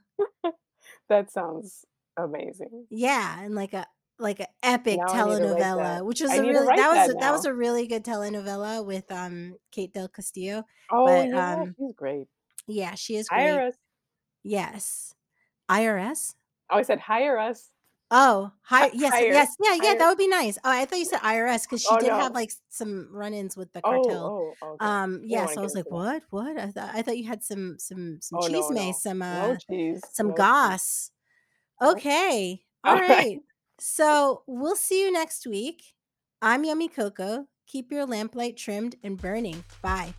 Speaker 3: that sounds amazing.
Speaker 2: Yeah, and like a like an epic
Speaker 3: Now I need to write that.
Speaker 2: telenovela, which was
Speaker 3: I
Speaker 2: a
Speaker 3: need to
Speaker 2: really that
Speaker 3: write
Speaker 2: was
Speaker 3: that
Speaker 2: a, that was
Speaker 3: now.
Speaker 2: a really good telenovela with um Kate Del Castillo.
Speaker 3: Oh
Speaker 2: But
Speaker 3: yeah,
Speaker 2: um
Speaker 3: she's great.
Speaker 2: yeah, she is great.
Speaker 3: Hire us.
Speaker 2: Yes. IRS?
Speaker 3: Oh, I said hire us.
Speaker 2: Oh, hi.
Speaker 3: Hi-
Speaker 2: Yes,
Speaker 3: higher,
Speaker 2: yes, yeah, yeah. That
Speaker 3: higher.
Speaker 2: would be nice. Oh, I thought you said IRS because she
Speaker 3: Oh
Speaker 2: did have
Speaker 3: no.
Speaker 2: like some run-ins with the cartel.
Speaker 3: Oh, oh, okay.
Speaker 2: Um,
Speaker 3: We don't
Speaker 2: yeah.
Speaker 3: want
Speaker 2: So
Speaker 3: to
Speaker 2: I
Speaker 3: get
Speaker 2: was like,
Speaker 3: into that.
Speaker 2: what? What? I thought I thought you had some some some
Speaker 3: Oh
Speaker 2: cheese
Speaker 3: no,
Speaker 2: may,
Speaker 3: no,
Speaker 2: some
Speaker 3: no
Speaker 2: uh
Speaker 3: cheese,
Speaker 2: some
Speaker 3: no cheese.
Speaker 2: goss.
Speaker 3: Nope.
Speaker 2: Okay. All
Speaker 3: All right.
Speaker 2: right. So we'll see you next week. I'm Yummy Coco. Keep your lamplight trimmed and burning. Bye.